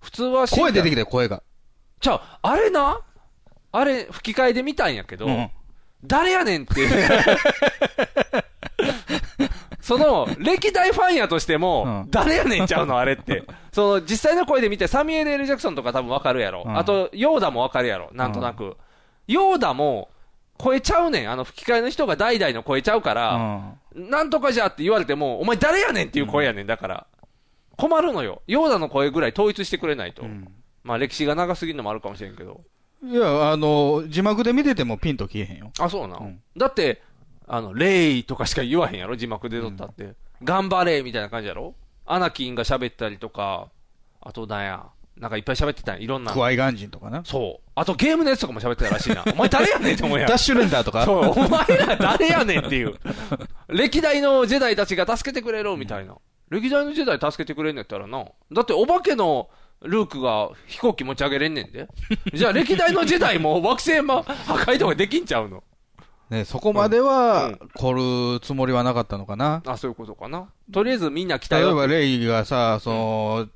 Speaker 4: 普通は死んだ
Speaker 5: 声出てきたよ、声が。
Speaker 4: じゃあ、あれな、あれ、吹き替えで見たんやけど、
Speaker 5: うん
Speaker 4: 誰やねんっていう。その、歴代ファンやとしても、
Speaker 5: うん
Speaker 4: 誰やねんちゃうの、あれって。その、実際の声で見て、サミュエル・ L ・ジャクソンとか多分わかるやろ。
Speaker 5: うん
Speaker 4: あと、ヨーダもわかるやろ、なんとなく。ヨーダも、声ちゃうねん。あの、吹き替えの人が代々の声ちゃうか
Speaker 5: う
Speaker 4: ら、
Speaker 5: ん
Speaker 4: なんとかじゃって言われても、お前誰やねんっていう声やねん、だから。困るのよ。ヨーダの声ぐらい統一してくれないと。まあ歴史が長すぎるのもあるかもしれんけど。
Speaker 5: いや、あの、字幕で見ててもピンと消えへんよ。
Speaker 4: あ、そうな。
Speaker 5: うん
Speaker 4: だって、あの、レイとかしか言わへんやろ字幕で撮ったって。頑張れみたいな感じやろアナキンが喋ったりとか、あとなんや、なんかいっぱい喋ってたんやいろんな
Speaker 5: ク。ワイガン人とかな。
Speaker 4: そう。あとゲームのやつとかも喋ってたらしいな。お前誰やねんって思うや
Speaker 5: ダ
Speaker 4: ん
Speaker 5: ッ。シュレンダーとか。
Speaker 4: そう、お前ら誰やねんっていう。歴代のジェダイたちが助けてくれろみたいな。歴代のジェダイ助けてくれんのやったらな。だってお化けのルークが飛行機持ち上げれんねんで。じゃあ歴代のジェダイも惑星ま破壊とかできんちゃうの。
Speaker 5: ね、そこまでは、凝るつもりはなかったのかな。
Speaker 4: あ、そういうことかな。とりあえずみんな来た
Speaker 5: 例え
Speaker 4: よ。
Speaker 5: ば、レイがさ、その、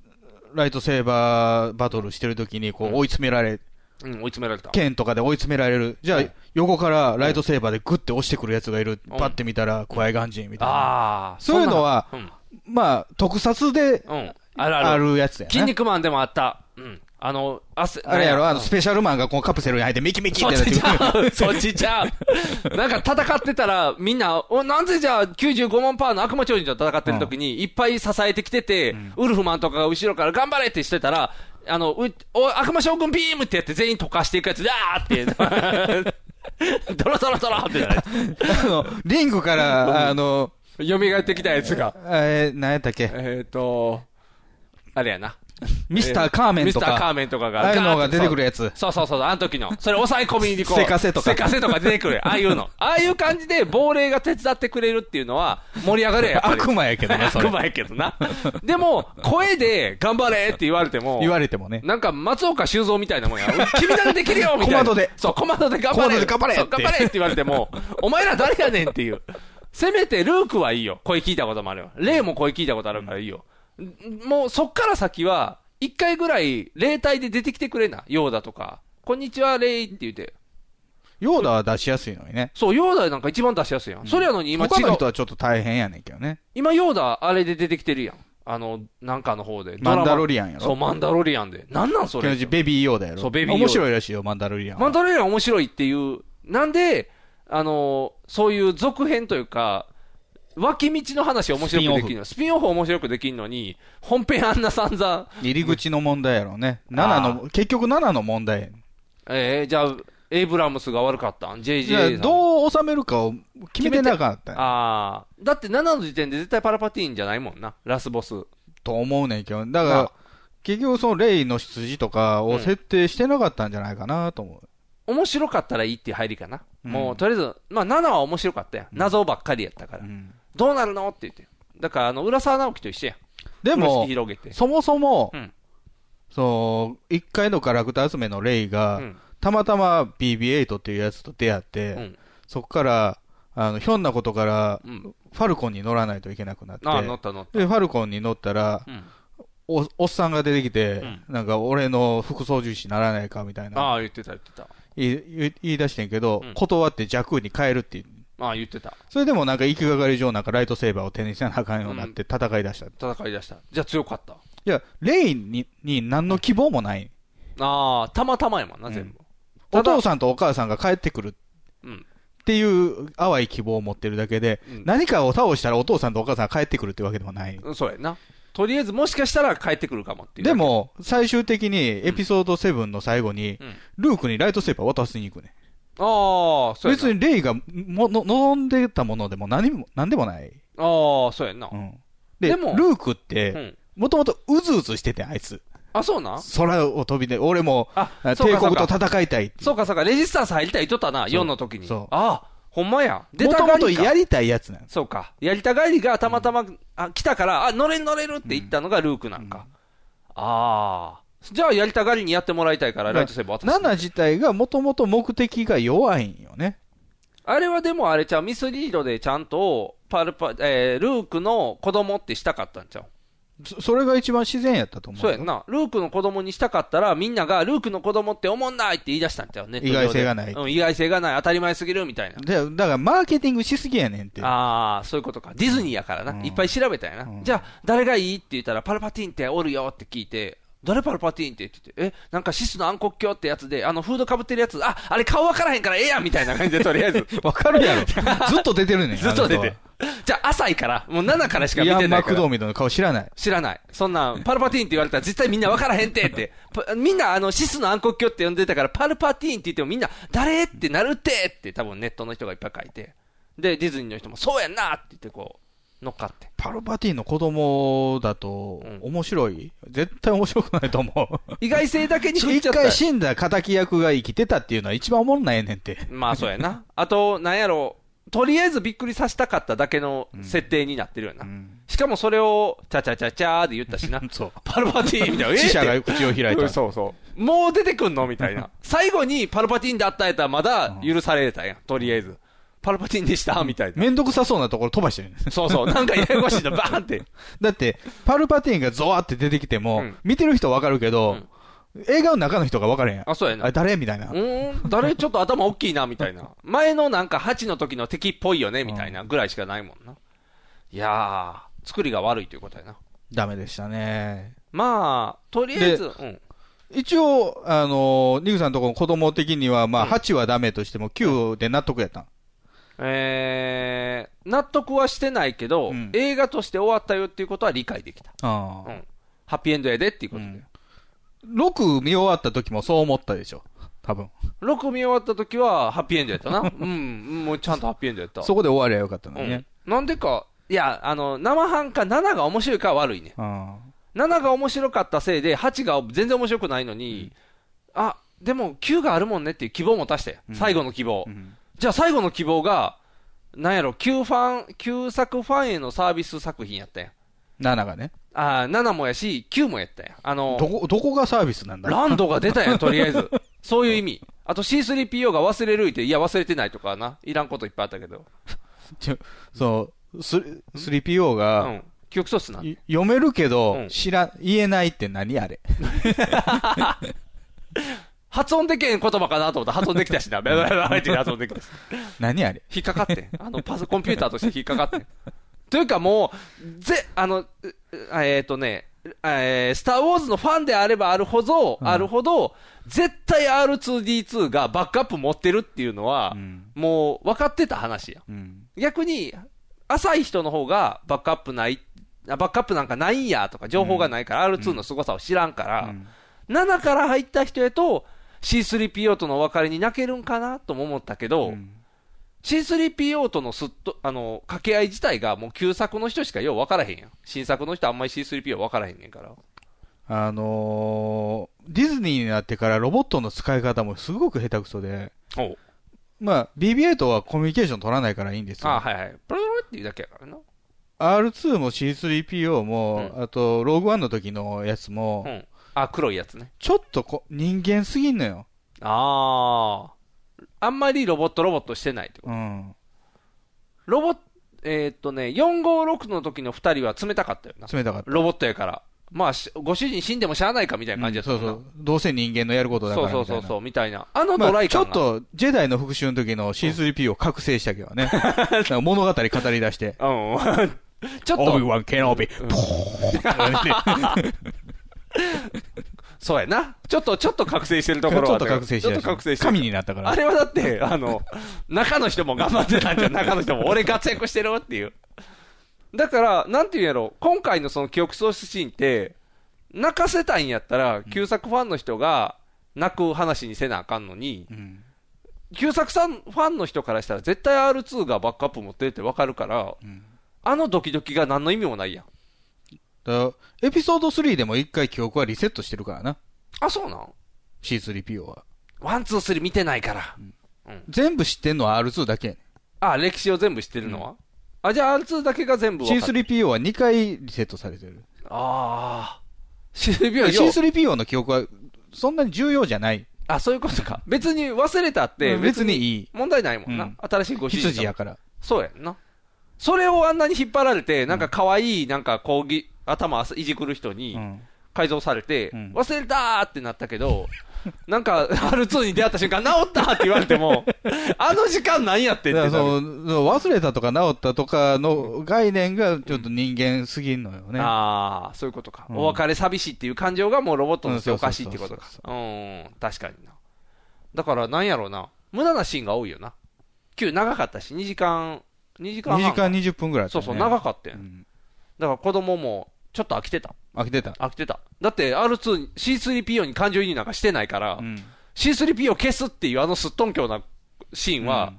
Speaker 5: ライトセーバーバトルしてる時に、こ
Speaker 4: う
Speaker 5: う、
Speaker 4: ん
Speaker 5: 追い詰められ、
Speaker 4: うん、追い詰められた。
Speaker 5: 剣とかで追い詰められる。じゃあ
Speaker 4: うん、
Speaker 5: 横からライトセーバーでグッて押してくるやつがいる。
Speaker 4: うん
Speaker 5: パッて見たら、クワイガン人みたいな。
Speaker 4: ああ。
Speaker 5: そういうのは
Speaker 4: そんな、
Speaker 5: まあ、特撮で
Speaker 4: うん。うん。あるあ
Speaker 5: あ
Speaker 4: る。
Speaker 5: るやつや
Speaker 4: 筋
Speaker 5: な。
Speaker 4: 肉マンでもあった。うん。あの、汗、
Speaker 5: あれやろ、あ
Speaker 4: う
Speaker 5: の、
Speaker 4: ん
Speaker 5: スペシャルマンがこうカプセルに入ってミキミキ
Speaker 4: そ
Speaker 5: っ
Speaker 4: って
Speaker 5: なっ
Speaker 4: ち
Speaker 5: てる
Speaker 4: ちゃう、そっちちゃう。なんか戦ってたら、みんな、お、なんでじゃあ95万パーの悪魔超人と戦ってる時に、いっぱい支えてきてて、ウルフマンとかが後ろから頑張れってしてたら、あの、うお悪魔将軍ビームってやって全員溶かしていくやつ、だ ーって、ドロドロドロってなる。
Speaker 5: あの、リングから、あの、
Speaker 4: 蘇ってきたやつが。
Speaker 5: えー、何やったっけ
Speaker 4: えっ、ー、と、あれやな。
Speaker 5: ミスターカーメンと
Speaker 4: ミスターカ
Speaker 5: か
Speaker 4: ー、メンとかが。
Speaker 5: ああいうのが
Speaker 4: ガーッ
Speaker 5: 出てくるやつ。
Speaker 4: そうそうそうそう、あの時の。それ抑え込みにこう。
Speaker 5: せかせとか
Speaker 4: せかせとか出てく る。ああいうの。ああいう感じで亡霊が手伝ってくれるっていうのは盛り上がるやんやっぱり。
Speaker 5: 悪魔やけどね、そ
Speaker 4: 悪
Speaker 5: れ。
Speaker 4: 魔やけどな。でも、声で頑張れって言われても。
Speaker 5: 言われてもね。
Speaker 4: なんか松岡修造みたいな もんや。君ならできるよみたいな。
Speaker 5: コマドで
Speaker 4: そう、コマドで頑張
Speaker 5: コマ
Speaker 4: れ。
Speaker 5: ドで頑張れ
Speaker 4: そう頑張れって言われても、お前ら誰やねんっていう。せめてルークはいいよ。声聞いたこともあるよ。霊も声聞いたことあるからいいよ。んもうそっから先は、一回ぐらい霊体で出てきてくれな。ヨーダとか。こんにちは、霊って言って。
Speaker 5: ヨーダは出しやすいのにね。
Speaker 4: そう、ヨーダなんか一番出しやすいやん。それやのに今違
Speaker 5: 他の
Speaker 4: う
Speaker 5: 人。はちょっと大変やねんけどね。
Speaker 4: 今ヨーダあれで出てきてるやん。あの、なんかの方で。
Speaker 5: マンダロ
Speaker 4: リ
Speaker 5: リアンや
Speaker 4: アン。そう、
Speaker 5: ろ。
Speaker 4: マンダロリアンで。なんなんそれ
Speaker 5: ケ。ンジベビーヨーダやろ。
Speaker 4: そうベビーヨーダ
Speaker 5: 面白いらしいよ、マンダロリアンは。
Speaker 4: マンダロリアン面白いっていう、なんで、あのーそういう続編というか、脇道の話を面白くできるの。スピンオフ面白くできるのに、本編あんな散々、
Speaker 5: 入り口の問題やろうね。7の、結局7の問題やねん
Speaker 4: えー、じゃあ、エイブラムスが悪かったん ?JJ
Speaker 5: じゃ
Speaker 4: さ
Speaker 5: あ
Speaker 4: ん。
Speaker 5: どう収めるかを決めてなかったんや
Speaker 4: ああ。だって7の時点で絶対パラパティーンじゃないもんな。ラスボス。
Speaker 5: と思うねんけど。だ
Speaker 4: あ
Speaker 5: から
Speaker 4: あ、
Speaker 5: 結局そのレイの出自とか
Speaker 4: う
Speaker 5: を
Speaker 4: ん
Speaker 5: 設定してなかったんじゃないかなと思う。
Speaker 4: 面白かったらいいっていう入りかな。
Speaker 5: うん
Speaker 4: もう、とりあえず、まあ7は面白かったやん。謎ばっかりやったから。
Speaker 5: うん
Speaker 4: どうなるのって言って。だから、あの、浦沢直樹と一緒やん。
Speaker 5: で
Speaker 4: 風呂
Speaker 5: も
Speaker 4: 敷、広げて。
Speaker 5: そもそも、
Speaker 4: うん
Speaker 5: そう、一回のガラクタ集めのレイが、
Speaker 4: うん
Speaker 5: たまたま BB8 っていうやつと出会って、
Speaker 4: うん。
Speaker 5: そこから、あの、ひょんなことから、
Speaker 4: うん。
Speaker 5: ファルコンに乗らないといけなくなって、
Speaker 4: ああ、乗った乗った。
Speaker 5: で、ファルコンに乗ったら、
Speaker 4: うん。
Speaker 5: おおっさんが出てきて、
Speaker 4: うん
Speaker 5: なんか俺の副操縦士にならないかみたいな、
Speaker 4: ああ、言ってた言ってた。
Speaker 5: 言い言い言い出してんけど、
Speaker 4: うん
Speaker 5: 断って弱に変えるっていう
Speaker 4: ああ、言ってた。
Speaker 5: それでもなんか行きがかり上なんかライトセーバーを手にせなあかんようになって戦い出した。い
Speaker 4: 戦い出した。じゃあ強かった。
Speaker 5: や、レイにに何の希望もない。
Speaker 4: ああ、たまたまやもんな、全部。
Speaker 5: お
Speaker 4: ただ
Speaker 5: 父さんとお母さんが帰ってくる
Speaker 4: うん。
Speaker 5: っていう淡い希望を持ってるだけで、
Speaker 4: うん
Speaker 5: 何かを倒したらお父さんとお母さんが帰ってくるってわけでもない。
Speaker 4: うん、そうやな。とりあえず、もしかしたら帰ってくるかもっていう。
Speaker 5: で、も、最終的にエピソード7の最後に、
Speaker 4: うん。
Speaker 5: ルークにライトセーバー渡しに行くね。
Speaker 4: ああ、そうやな。
Speaker 5: 別にレイがもの望んでたものでも何も、何でもない。
Speaker 4: ああ、そうやんな。
Speaker 5: う。
Speaker 4: うん
Speaker 5: で、
Speaker 4: でも
Speaker 5: ルークっ
Speaker 4: ん。
Speaker 5: て、もともとうずうずしてて、あいつ。
Speaker 4: あ、そうな。
Speaker 5: 空を飛びで、俺も、
Speaker 4: あ、
Speaker 5: あ
Speaker 4: そう
Speaker 5: 帝
Speaker 4: かそうか
Speaker 5: 国と戦いたいって。
Speaker 4: そうかそうか、レジスタンス入りたい人だな、4の時に。
Speaker 5: そう
Speaker 4: ああ、ほんまや。出
Speaker 5: も
Speaker 4: た
Speaker 5: と
Speaker 4: が
Speaker 5: も
Speaker 4: り
Speaker 5: と
Speaker 4: か
Speaker 5: やりたいやつなんです。
Speaker 4: そうか。やりたがりがたまたま、あ、来たから、あ、乗れる乗れるって言ったのがルークなんか。ああ。じゃあ、やりたがりにやってもらいたいから、ライトセーブ渡す。
Speaker 5: 7自体がもともと目的が弱いんよね。
Speaker 4: あれはでもあれちゃう、ミスリードでちゃんと、パルパ、えー、ルークの子供ってしたかったんちゃう
Speaker 5: そそれが一番自然やったと思う。
Speaker 4: そうやん。な。ルークの子供にしたかったら、みんながルークの子供っておもんないって言い出したんちゃうね。
Speaker 5: 意外性がない
Speaker 4: うん、意外性がない。当たり前すぎるみたいな。
Speaker 5: で、だからマーケティングしすぎやねんって。
Speaker 4: ああ、そういうことか。ディズニーやからな。
Speaker 5: うん
Speaker 4: いっぱい調べたやな。
Speaker 5: うん
Speaker 4: じゃあ、誰がいいって言ったら、パルパティーンっておるよって聞いて、誰パルパティーンってって言って、え、なんかシスの暗黒鏡ってやつで、あの、フードかぶってるやつ、あ、あれ顔わからへんからええやんみたいな感じで、とりあえず。
Speaker 5: わかるやろ。 ずっと出てるねん。
Speaker 4: ずっと出
Speaker 5: あの
Speaker 4: て
Speaker 5: 人。
Speaker 4: じゃあ、浅いから、もう7からしか
Speaker 5: は。
Speaker 4: 見
Speaker 5: イア
Speaker 4: て
Speaker 5: ン・
Speaker 4: な
Speaker 5: マ
Speaker 4: いか
Speaker 5: クドー
Speaker 4: ら。
Speaker 5: ミルの顔知らない。
Speaker 4: 知らない。そんなん、パルパティーンって言われたら絶対みんなわからへんて って。パみんなあの、シスの暗黒鏡って呼んでたから、パルパティーンって言ってもみんな、誰ってなるってって多分ネットの人がいっぱい書いて。で、ディズニーの人も、そうやんなって言ってこう、乗っかって。
Speaker 5: パルパティの子供だと
Speaker 4: うん
Speaker 5: 面白い、絶対面白くないと 思う。
Speaker 4: 意外性だけに食っち
Speaker 5: 一
Speaker 4: ゃった
Speaker 5: 回。死んだ敵役が生きてたっていうのは一番おもんないねんって。
Speaker 4: まあそうやな。あと、なんやろ、とりあえずびっくりさせたかっただけの設定になってるよな。
Speaker 5: うん。
Speaker 4: しかもそれを、チャチャチャチャーで言ったしな
Speaker 5: そう。
Speaker 4: パルパティーンみたい な。
Speaker 5: 死者
Speaker 4: えー
Speaker 5: が
Speaker 4: って
Speaker 5: 口を開いた。
Speaker 4: そうそう。もう出てくんのみたいな。最後にパルパティーンだったやったらまだ許されたやん。とりあえず。パルパティーンでしたみた いな。
Speaker 5: めんどくさそうなところ飛ばしてるね
Speaker 4: そうそう。なんかややこしいな、バーンって。
Speaker 5: だって、パルパティンがゾワって出てきても、
Speaker 4: うん
Speaker 5: 見てる人わかるけど、映画の中の人がわからへん。
Speaker 4: あ、そうやな
Speaker 5: あ、。誰みたいな。
Speaker 4: うーん、誰ちょっと頭大きいな、みたいな。前のなんか8の時の敵っぽいよね、みたいなぐらいしかないもんな。いやー、作りが悪いということやな。
Speaker 5: ダメでしたね。
Speaker 4: まあ、とりあえず、うん。
Speaker 5: 一応、あのーニグさんのとこの子供的には、まあ、
Speaker 4: うん
Speaker 5: 8はダメとしても9で納得やったん。
Speaker 4: えー、納得はしてないけど、
Speaker 5: うん
Speaker 4: 映画として終わったよっていうことは理解できた。
Speaker 5: あ
Speaker 4: う
Speaker 5: あ
Speaker 4: ん。ハッピーエンドやでっていうことで。
Speaker 5: うん6見終わった時もそう思ったでしょ。多分。
Speaker 4: 6見終わった時はハッピーエンドやったな。うん、もうちゃんとハッピーエンドやった。
Speaker 5: そこで終わりゃよかったの
Speaker 4: う
Speaker 5: に
Speaker 4: ん
Speaker 5: ね。。
Speaker 4: なんでか、いや、あの、生半可7が面白いか悪いね。
Speaker 5: あ
Speaker 4: 7が面白かったせいで、8が全然面白くないのに、あ、でも9があるもんねっていう希望も足して、
Speaker 5: うん
Speaker 4: 最後の希望。
Speaker 5: あうん
Speaker 4: じゃあ最後の希望が、なんやろ、9ファン、9作ファンへのサービス作品やったやん。
Speaker 5: 7がね。
Speaker 4: あー7もやし、9もやったやん。あの
Speaker 5: ど、こ、どこがサービスなんだ
Speaker 4: ランドが出たやん、とりあえず。そういう意味。あと C3PO が忘れるいて、いや忘れてないとかな。いらんこといっぱいあったけど。
Speaker 5: ちょそう、ス 3PO
Speaker 4: う
Speaker 5: が、
Speaker 4: ん。記憶喪失なん
Speaker 5: い読めるけど、
Speaker 4: うん
Speaker 5: 知らん、言えないって何あれ。
Speaker 4: 発音でけへん言葉かなと思ったら発音できたしな。ベラベラベラって発音できたし。
Speaker 5: 何あれ。
Speaker 4: 引っかかってん。あの、パソコンピューターとして引っかかってん。というかもう、ぜ、あの、ううえっ、とね、えースター・ウォーズのファンであればあるほど、
Speaker 5: うん
Speaker 4: あるほど、絶対 R2D2 がバックアップ持ってるっていうのは、
Speaker 5: うん
Speaker 4: もう分かってた話や。
Speaker 5: うん。
Speaker 4: 逆に、浅い人の方がバックアップない、あバックアップなんかないんやとか、情報がないから、R2 の凄さを知らんから、
Speaker 5: うん
Speaker 4: 7から入った人やと、C3PO とのお別れに泣けるんかなとも思ったけど、C3PO とのすっと、あの、掛け合い自体がもう旧作の人しかよう分からへんやん。新作の人あんまり C3PO 分からへんねんから。
Speaker 5: あのーディズニーになってからロボットの使い方もすごく下手くそで、
Speaker 4: お
Speaker 5: まあ、BB8 はコミュニケーション取らないからいいんですよ。
Speaker 4: あはいはい。プルルルっていうだけやからな。
Speaker 5: R2 も C3PO も、
Speaker 4: うん
Speaker 5: あと、ローグワンの時のやつも、
Speaker 4: うん。あ、黒いやつね。
Speaker 5: ちょっとこ人間すぎんのよ。
Speaker 4: ああ。あんまりロボットロボットしてないってこ
Speaker 5: うん。
Speaker 4: と。ロボット、えーっとね、456の時の2人は冷たかったよな。
Speaker 5: 冷たかった。
Speaker 4: ロボットやから。まあ、しご主人死んでもしゃあないかみたいな感じだった
Speaker 5: そうそう。どうせ人間のやることだから
Speaker 4: そう
Speaker 5: みたい
Speaker 4: そ
Speaker 5: な。
Speaker 4: うそうそう、みたいな。あの
Speaker 5: ま
Speaker 4: ドラ
Speaker 5: あ、
Speaker 4: イ
Speaker 5: ちょ
Speaker 4: 感が、
Speaker 5: っと、ジェダイの復讐の時の C3P を覚醒したけどね。 なんか物語語り出して。
Speaker 4: うん ちょっ
Speaker 5: オビ
Speaker 4: と、
Speaker 5: ワン・ケノビ、ポー ン って
Speaker 4: そうやな。ちょっと、ちょっと覚醒してると
Speaker 5: ち
Speaker 4: ころ
Speaker 5: ょ
Speaker 4: は
Speaker 5: っと覚醒し
Speaker 4: ちょっと覚
Speaker 5: た
Speaker 4: 醒
Speaker 5: し。
Speaker 4: してる
Speaker 5: 神になったから
Speaker 4: あ。れはだって、 あの、中の人も頑張ってたんじゃん、中の人も。俺活躍してるっていう。だから、なんていうんやろ、今回のその記憶喪失シーンって、泣かせたいんやったら、旧作ファンの人が泣く話にせなあかんのに、
Speaker 5: うん
Speaker 4: 旧作さんファンの人からしたら、絶対 R2 がバックアップ持ってるってわかるから、
Speaker 5: ん
Speaker 4: あのドキドキが何の意味もないやん。
Speaker 5: だからエピソード3でも一回記憶はリセットしてるからな。
Speaker 4: あ、そうなん
Speaker 5: C3PO は。
Speaker 4: ワン、ツー、スリー見てないから。
Speaker 5: 全部知ってんのは R2 だけやね
Speaker 4: あ、歴史を全部知ってるのは、あ、じゃあ R2 だけが全部
Speaker 5: ん。
Speaker 4: わかる。
Speaker 5: C3PO は2回リセットされてる。
Speaker 4: ああ。C3PO よう
Speaker 5: C3PO の記憶はそんなに重要じゃない。
Speaker 4: あ、そういうことか。別に忘れたって、
Speaker 5: うん別にいい
Speaker 4: 問題ないもんな。
Speaker 5: うん
Speaker 4: 新しいご主人様
Speaker 5: 羊やから。
Speaker 4: そうやんな。それをあんなに引っ張られて、なんか可愛い、なんか講義、頭いじくる人
Speaker 5: う
Speaker 4: に
Speaker 5: ん
Speaker 4: 改造されて、
Speaker 5: うん
Speaker 4: 忘れたーってなったけど、なんか R2 に出会った瞬間、治ったーって言われて も、あの時間何やってっ
Speaker 5: だか
Speaker 4: て
Speaker 5: ら
Speaker 4: なる。
Speaker 5: その忘れたとか治ったとかの概念がちょっと人間すぎんのよね。
Speaker 4: ああ、そういうことか、
Speaker 5: うん
Speaker 4: お別れ寂しいっていう感情がもうロボットのせいおかしいってことか
Speaker 5: うんそう。
Speaker 4: うんうん、確かにな。だから、なんやろうな。無駄なシーンが多いよな。9長かったし、2時間、2時間
Speaker 5: 2
Speaker 4: 半。
Speaker 5: 時間20分ぐらいだった
Speaker 4: そう
Speaker 5: よね、
Speaker 4: そう、長かったやん。
Speaker 5: うん
Speaker 4: だから子供も、ちょっと飽きてた。
Speaker 5: 飽きてた。
Speaker 4: 飽きてた。だって、R2 に、C3PO に感情移入なんかしてないから、
Speaker 5: うん
Speaker 4: C3PO 消すっていうあのすっとんきょうなシーンは、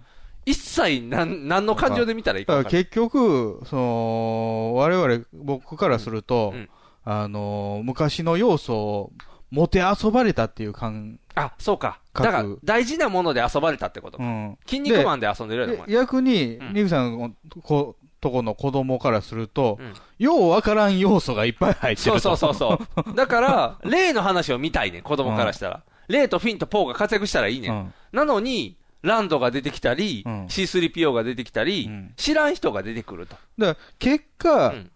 Speaker 4: 一切なん、何の感情で見たらいいか
Speaker 5: だか
Speaker 4: 分
Speaker 5: ら
Speaker 4: かんない
Speaker 5: 結局、その、我々、僕からすると、
Speaker 4: うん
Speaker 5: あのー、昔の要素を、もてあそばれたっていう感、
Speaker 4: あ、そうか。だ
Speaker 5: 各
Speaker 4: から、大事なもので遊ばれたってことか。
Speaker 5: ん。
Speaker 4: 筋肉マンで遊んでるやろ、お
Speaker 5: で
Speaker 4: 前。
Speaker 5: 逆に
Speaker 4: う、ん
Speaker 5: リグさんのことこの子供からすると、
Speaker 4: うん
Speaker 5: ようわからん要素がいっぱい入って
Speaker 4: そう
Speaker 5: ると。
Speaker 4: そうそうそう。だから、例の話を見たいね、子供からしたら。例とフィンとポーが活躍したらいいね。
Speaker 5: うん
Speaker 4: なのに、ランドが出てきたり、
Speaker 5: うん
Speaker 4: C3PO が出てきたり、
Speaker 5: うん
Speaker 4: 知らん人が出てくると。
Speaker 5: だから結果、
Speaker 4: うん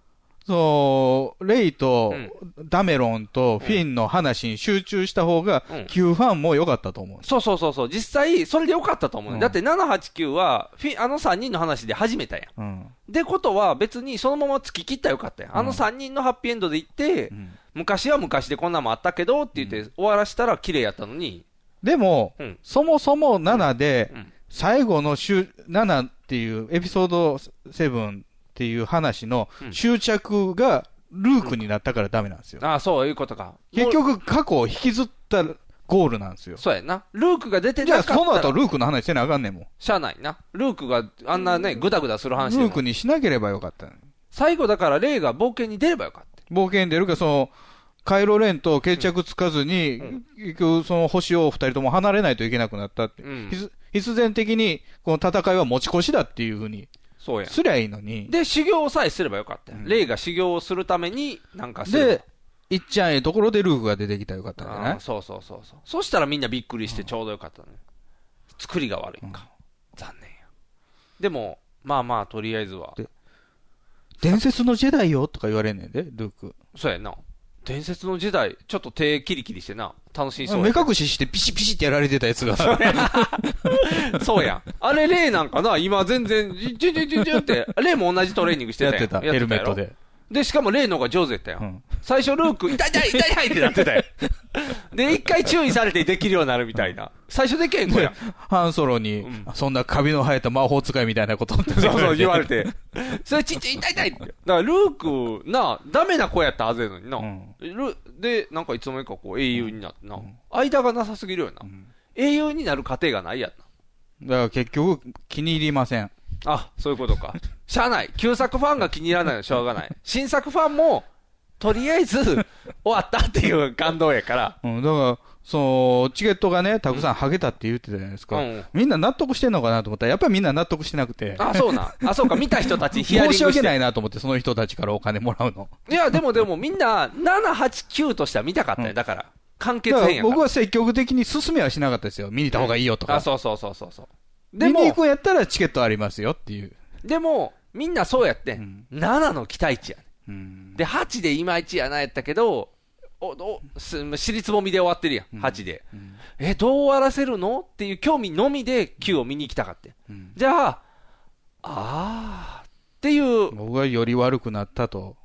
Speaker 5: そのレイと
Speaker 4: うん
Speaker 5: ダメロンとフィンの話に集中した方が
Speaker 4: うん、
Speaker 5: 旧ファンも良かったと思う。
Speaker 4: そうそうそうそう。実際、それでよかったと思う、ね
Speaker 5: うん
Speaker 4: だって789は、フィンあの3人の話で始めたやん。
Speaker 5: うん。
Speaker 4: ってことは、別にそのまま突き切ったらよかったやん。あの
Speaker 5: うん
Speaker 4: 3人のハッピーエンドで行って、
Speaker 5: うん
Speaker 4: 昔は昔でこんなんもあったけどって言って終わらしたら綺麗やったのに、
Speaker 5: でも、
Speaker 4: うん
Speaker 5: そもそも7で、
Speaker 4: うん
Speaker 5: 最後の終7っていう、エピソード7っていう話の
Speaker 4: うん
Speaker 5: 終着がルークになったからダメなんですよ。
Speaker 4: ああ、そういうことか。
Speaker 5: 結局、過去を引きずったゴールなんですよ。
Speaker 4: そうやな。ルークが出て
Speaker 5: じゃ
Speaker 4: なか
Speaker 5: あ、
Speaker 4: ったら。
Speaker 5: その後、ルークの話してなあかんねんもん。
Speaker 4: しゃあないな。ルークがあんなね、ぐだぐだする話で
Speaker 5: ル
Speaker 4: も
Speaker 5: ークにしなければよかったのに。
Speaker 4: 最後だからレイが冒険に出ればよかった。
Speaker 5: 冒険に出るか、その、カイロレンと決着つかずに、結局、その星を二人とも離れないといけなくなったって。
Speaker 4: うん
Speaker 5: 必必然的に、この戦いは持ち越しだっていうふうに、
Speaker 4: そうや
Speaker 5: すりゃいいのに。
Speaker 4: で、修行さえすればよかったやん。
Speaker 5: うん
Speaker 4: レイが修行をするために、なんかすれば
Speaker 5: で、いっちゃんええところでルークが出てきたらよかったんじゃな
Speaker 4: あ
Speaker 5: い
Speaker 4: ーそうそうそうそう。そしたらみんなびっくりしてちょうどよかったね。作りが悪いんか。残念や。でも、まあまあ、とりあえずは。
Speaker 5: で伝説のジェダイよとか言われんねんで、ルーク。
Speaker 4: そうやな。伝説の時代、ちょっと手キリキリしてな。楽しいそう
Speaker 5: 目
Speaker 4: や。
Speaker 5: 隠ししてピシピシってやられてたや つがさ、
Speaker 4: そうやん。あれ、レイなんかな、今全然、ジュンジュンジュンジュンジュンって、レイも同じトレーニングしてた
Speaker 5: や
Speaker 4: や
Speaker 5: っ
Speaker 4: ん
Speaker 5: てた、
Speaker 4: や
Speaker 5: ヘルメ
Speaker 4: や
Speaker 5: ッ
Speaker 4: ろ
Speaker 5: トで。
Speaker 4: で、しかも例の方が上手やったよ。
Speaker 5: うん
Speaker 4: 最初、ルーク、痛い痛い痛い痛いってなって たよ。で、一回注意されてできるようになるみたいな。最初でけえんこやん。
Speaker 5: ハンソロに、
Speaker 4: ん
Speaker 5: そんなカビの生えた魔法使いみたいなことって
Speaker 4: そうそう、言われ て。それちっちゃい痛い痛いって。だから、ルーク、なあ、ダメな子やったはずやのにな。
Speaker 5: うん
Speaker 4: ルで、なんかいつの間にかこう、英雄になってな。間がなさすぎるよな。英雄になる過程がないやんな。
Speaker 5: だから結局、気に入りません。
Speaker 4: あ、そういうことか。しゃあない。旧作ファンが気に入らないのはしょうがない。新作ファンも、とりあえず、終わったっていう感動やから。
Speaker 5: うん、だから、その、チケットがね、たくさんハゲたって言ってたじゃないですか。
Speaker 4: うん
Speaker 5: みんな納得してんのかなと思ったら、やっぱりみんな納得してなくて。
Speaker 4: あ、そうなん。あ、そうか。見た人たちヒアリン
Speaker 5: 申
Speaker 4: グ
Speaker 5: し
Speaker 4: して。
Speaker 5: 訳ないなと思って、その人たちからお金もらうの。
Speaker 4: いや、でもでもみんな、7、8、9としては見たかったよ。だから、完結
Speaker 5: だか
Speaker 4: 編
Speaker 5: ら
Speaker 4: やから。
Speaker 5: 僕は積極的に進めはしなかったですよ。見に行った方がいいよとか。
Speaker 4: あ、そうそうそうそうそう。で
Speaker 5: でも、見に行
Speaker 4: も
Speaker 5: く、んやったらチケットありますよっていう。
Speaker 4: でも、みんなそうやってん、7の期待値やね。
Speaker 5: うん。
Speaker 4: で、8でいまいちやなやったけど、おおす尻つぼみで終わってるやん、8で。え、どう終わらせるのっていう興味のみで9を見に行きたかって。
Speaker 5: うん
Speaker 4: じゃあ、あーっていう、
Speaker 5: 僕はより悪くなったと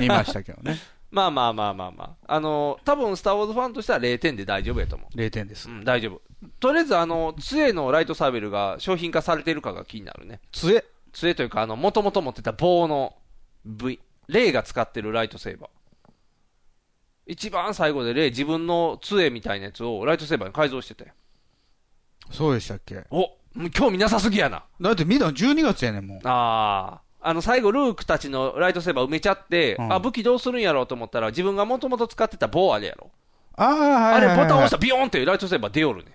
Speaker 5: 見ましたけど ね。
Speaker 4: まあまあまあまあまあ、あの多分スター・ウォーズファンとしては0点で大丈夫やと思う。
Speaker 5: 0点です
Speaker 4: う。ん、大丈夫。とりあえず、あの、杖のライトサーベルが商品化されているかが気になるね。
Speaker 5: 杖
Speaker 4: 杖というか、あの、もともと持ってた棒の部位。レイが使ってるライトセーバー。一番最後でレイ自分の杖みたいなやつをライトセーバーに改造してたよ。
Speaker 5: そうでしたっけ
Speaker 4: おもう興味なさすぎやな。
Speaker 5: だって見たの12月やねん、もう。
Speaker 4: ああ。あの、最後、ルークたちのライトセーバー埋めちゃって、
Speaker 5: うん
Speaker 4: あ、武器どうするんやろうと思ったら、自分がもともと使ってた棒あれやろ。
Speaker 5: ああ、はい
Speaker 4: あ
Speaker 5: はい
Speaker 4: れ、
Speaker 5: はいはい。
Speaker 4: ボタン押したらビヨーンってライトセーバー出よるね。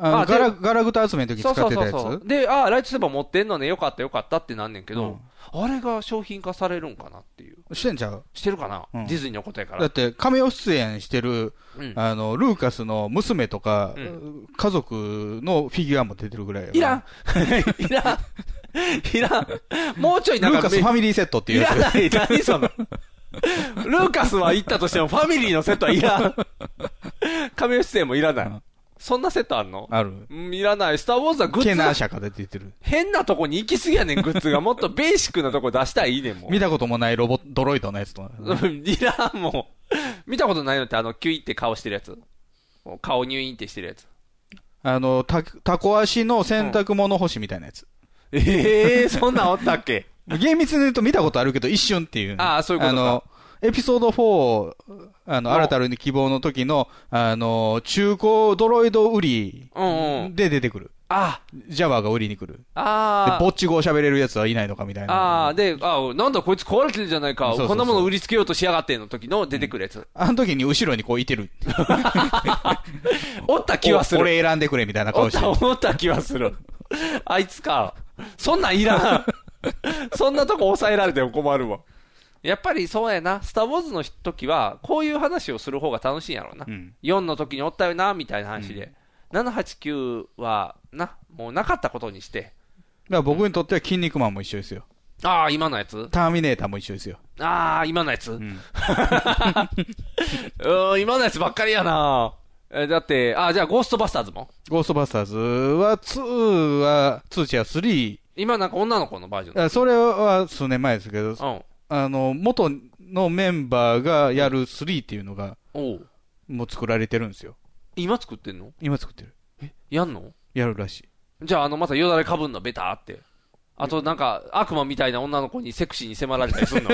Speaker 5: あの
Speaker 4: あで
Speaker 5: ガラガラクタ集めの時使
Speaker 4: そうそう
Speaker 5: ってた
Speaker 4: そうそ
Speaker 5: やつ
Speaker 4: う。で、ああ、ライトセーバー持ってんのね、よかったよかったってなんねんけど、あれが商品化されるんかなっていう。
Speaker 5: してんちゃう
Speaker 4: してるかな、
Speaker 5: うん
Speaker 4: ディズニーのことやか
Speaker 5: だっ
Speaker 4: ら。
Speaker 5: て、カメオ出演してる、
Speaker 4: うん
Speaker 5: あの、ルーカスの娘とか、
Speaker 4: う
Speaker 5: 家族のフィギュアも出てるぐらいよ
Speaker 4: いらん いらんいらんもうちょい
Speaker 5: ル
Speaker 4: なん
Speaker 5: ー
Speaker 4: か
Speaker 5: カスファミリーセットってい
Speaker 4: いう
Speaker 5: や
Speaker 4: ら
Speaker 5: つ。
Speaker 4: ない、何その。ルーカスは行ったとしても、ファミリーのセットはいらん。亀吉生もいらない。
Speaker 5: うん
Speaker 4: そんなセットあんの
Speaker 5: ある。
Speaker 4: うんいらない。スター・ウォーズはグッ
Speaker 5: ケ
Speaker 4: ズ
Speaker 5: ナー
Speaker 4: が
Speaker 5: シャカで出てる。
Speaker 4: 変なとこに行き過ぎやねん、グッズが。もっとベーシックなとこ出したらいいねん、もう。
Speaker 5: 見たこともないロボット、ドロイドのやつとか。
Speaker 4: うんいらん、もう。見たことないのって、あの、キュイって顔してるやつ。もう顔ニュインってしてるやつ。
Speaker 5: あの、た、タコ足の洗濯物干しみたいなやつ。
Speaker 4: ええそんなんおったっけ
Speaker 5: 厳密に言うと見たことあるけど、一瞬っていう。
Speaker 4: あーそういうことか
Speaker 5: の、エピソード4、あの、
Speaker 4: お
Speaker 5: 新たなる希望の時の、あの、中古ドロイド売り
Speaker 4: うんうん。
Speaker 5: で出てくる。
Speaker 4: あ、
Speaker 5: ジャバーが売りに来る。で
Speaker 4: あ、
Speaker 5: ぼっち語を喋れるやつはいないのかみたい
Speaker 4: ああ、
Speaker 5: な。
Speaker 4: で、ああ、なんだこいつ壊れてるじゃないか。
Speaker 5: そうそうそう
Speaker 4: こんなもの売りつけようとしやがっての時の出てくるやつ。
Speaker 5: あの時に後ろにこういてる。
Speaker 4: おった気はす
Speaker 5: お
Speaker 4: る。
Speaker 5: 俺選んでくれみたいな
Speaker 4: お
Speaker 5: 顔
Speaker 4: っ
Speaker 5: して
Speaker 4: た、。おった気はす る。あいつか。そんなんいら ん。そんなとこ抑えられても困るわ。やっぱりそうやな。スター・ウォーズの時は、こういう話をする方が楽しいんやろうな。
Speaker 5: うん
Speaker 4: 4の時におったよな、みたいな話で。789は、な、もうなかったことにして。
Speaker 5: だから僕にとっては筋肉マンも一緒ですよ。
Speaker 4: ああ、今のやつ
Speaker 5: ターミネーターも一緒ですよ。
Speaker 4: ああ、今のやつ、
Speaker 5: ん
Speaker 4: うーん今のやつばっかりやな。えだって、あーじゃあ、ゴーストバスターズも
Speaker 5: ゴーストバスターズは、2は、2チア3、
Speaker 4: 今なんか女の子のバージョン。
Speaker 5: あそれは数年前ですけ
Speaker 4: う
Speaker 5: ど、
Speaker 4: ん。
Speaker 5: あの、元のメンバーがやる3っていうのが、
Speaker 4: おう
Speaker 5: もう作られてるんですよ。
Speaker 4: 今作ってんの
Speaker 5: 今作ってる。
Speaker 4: やんの
Speaker 5: やるらしい。
Speaker 4: じゃあ、あの、またよだれかぶんの、ベターって。あと、なんか、悪魔みたいな女の子にセクシーに迫られたりす んの。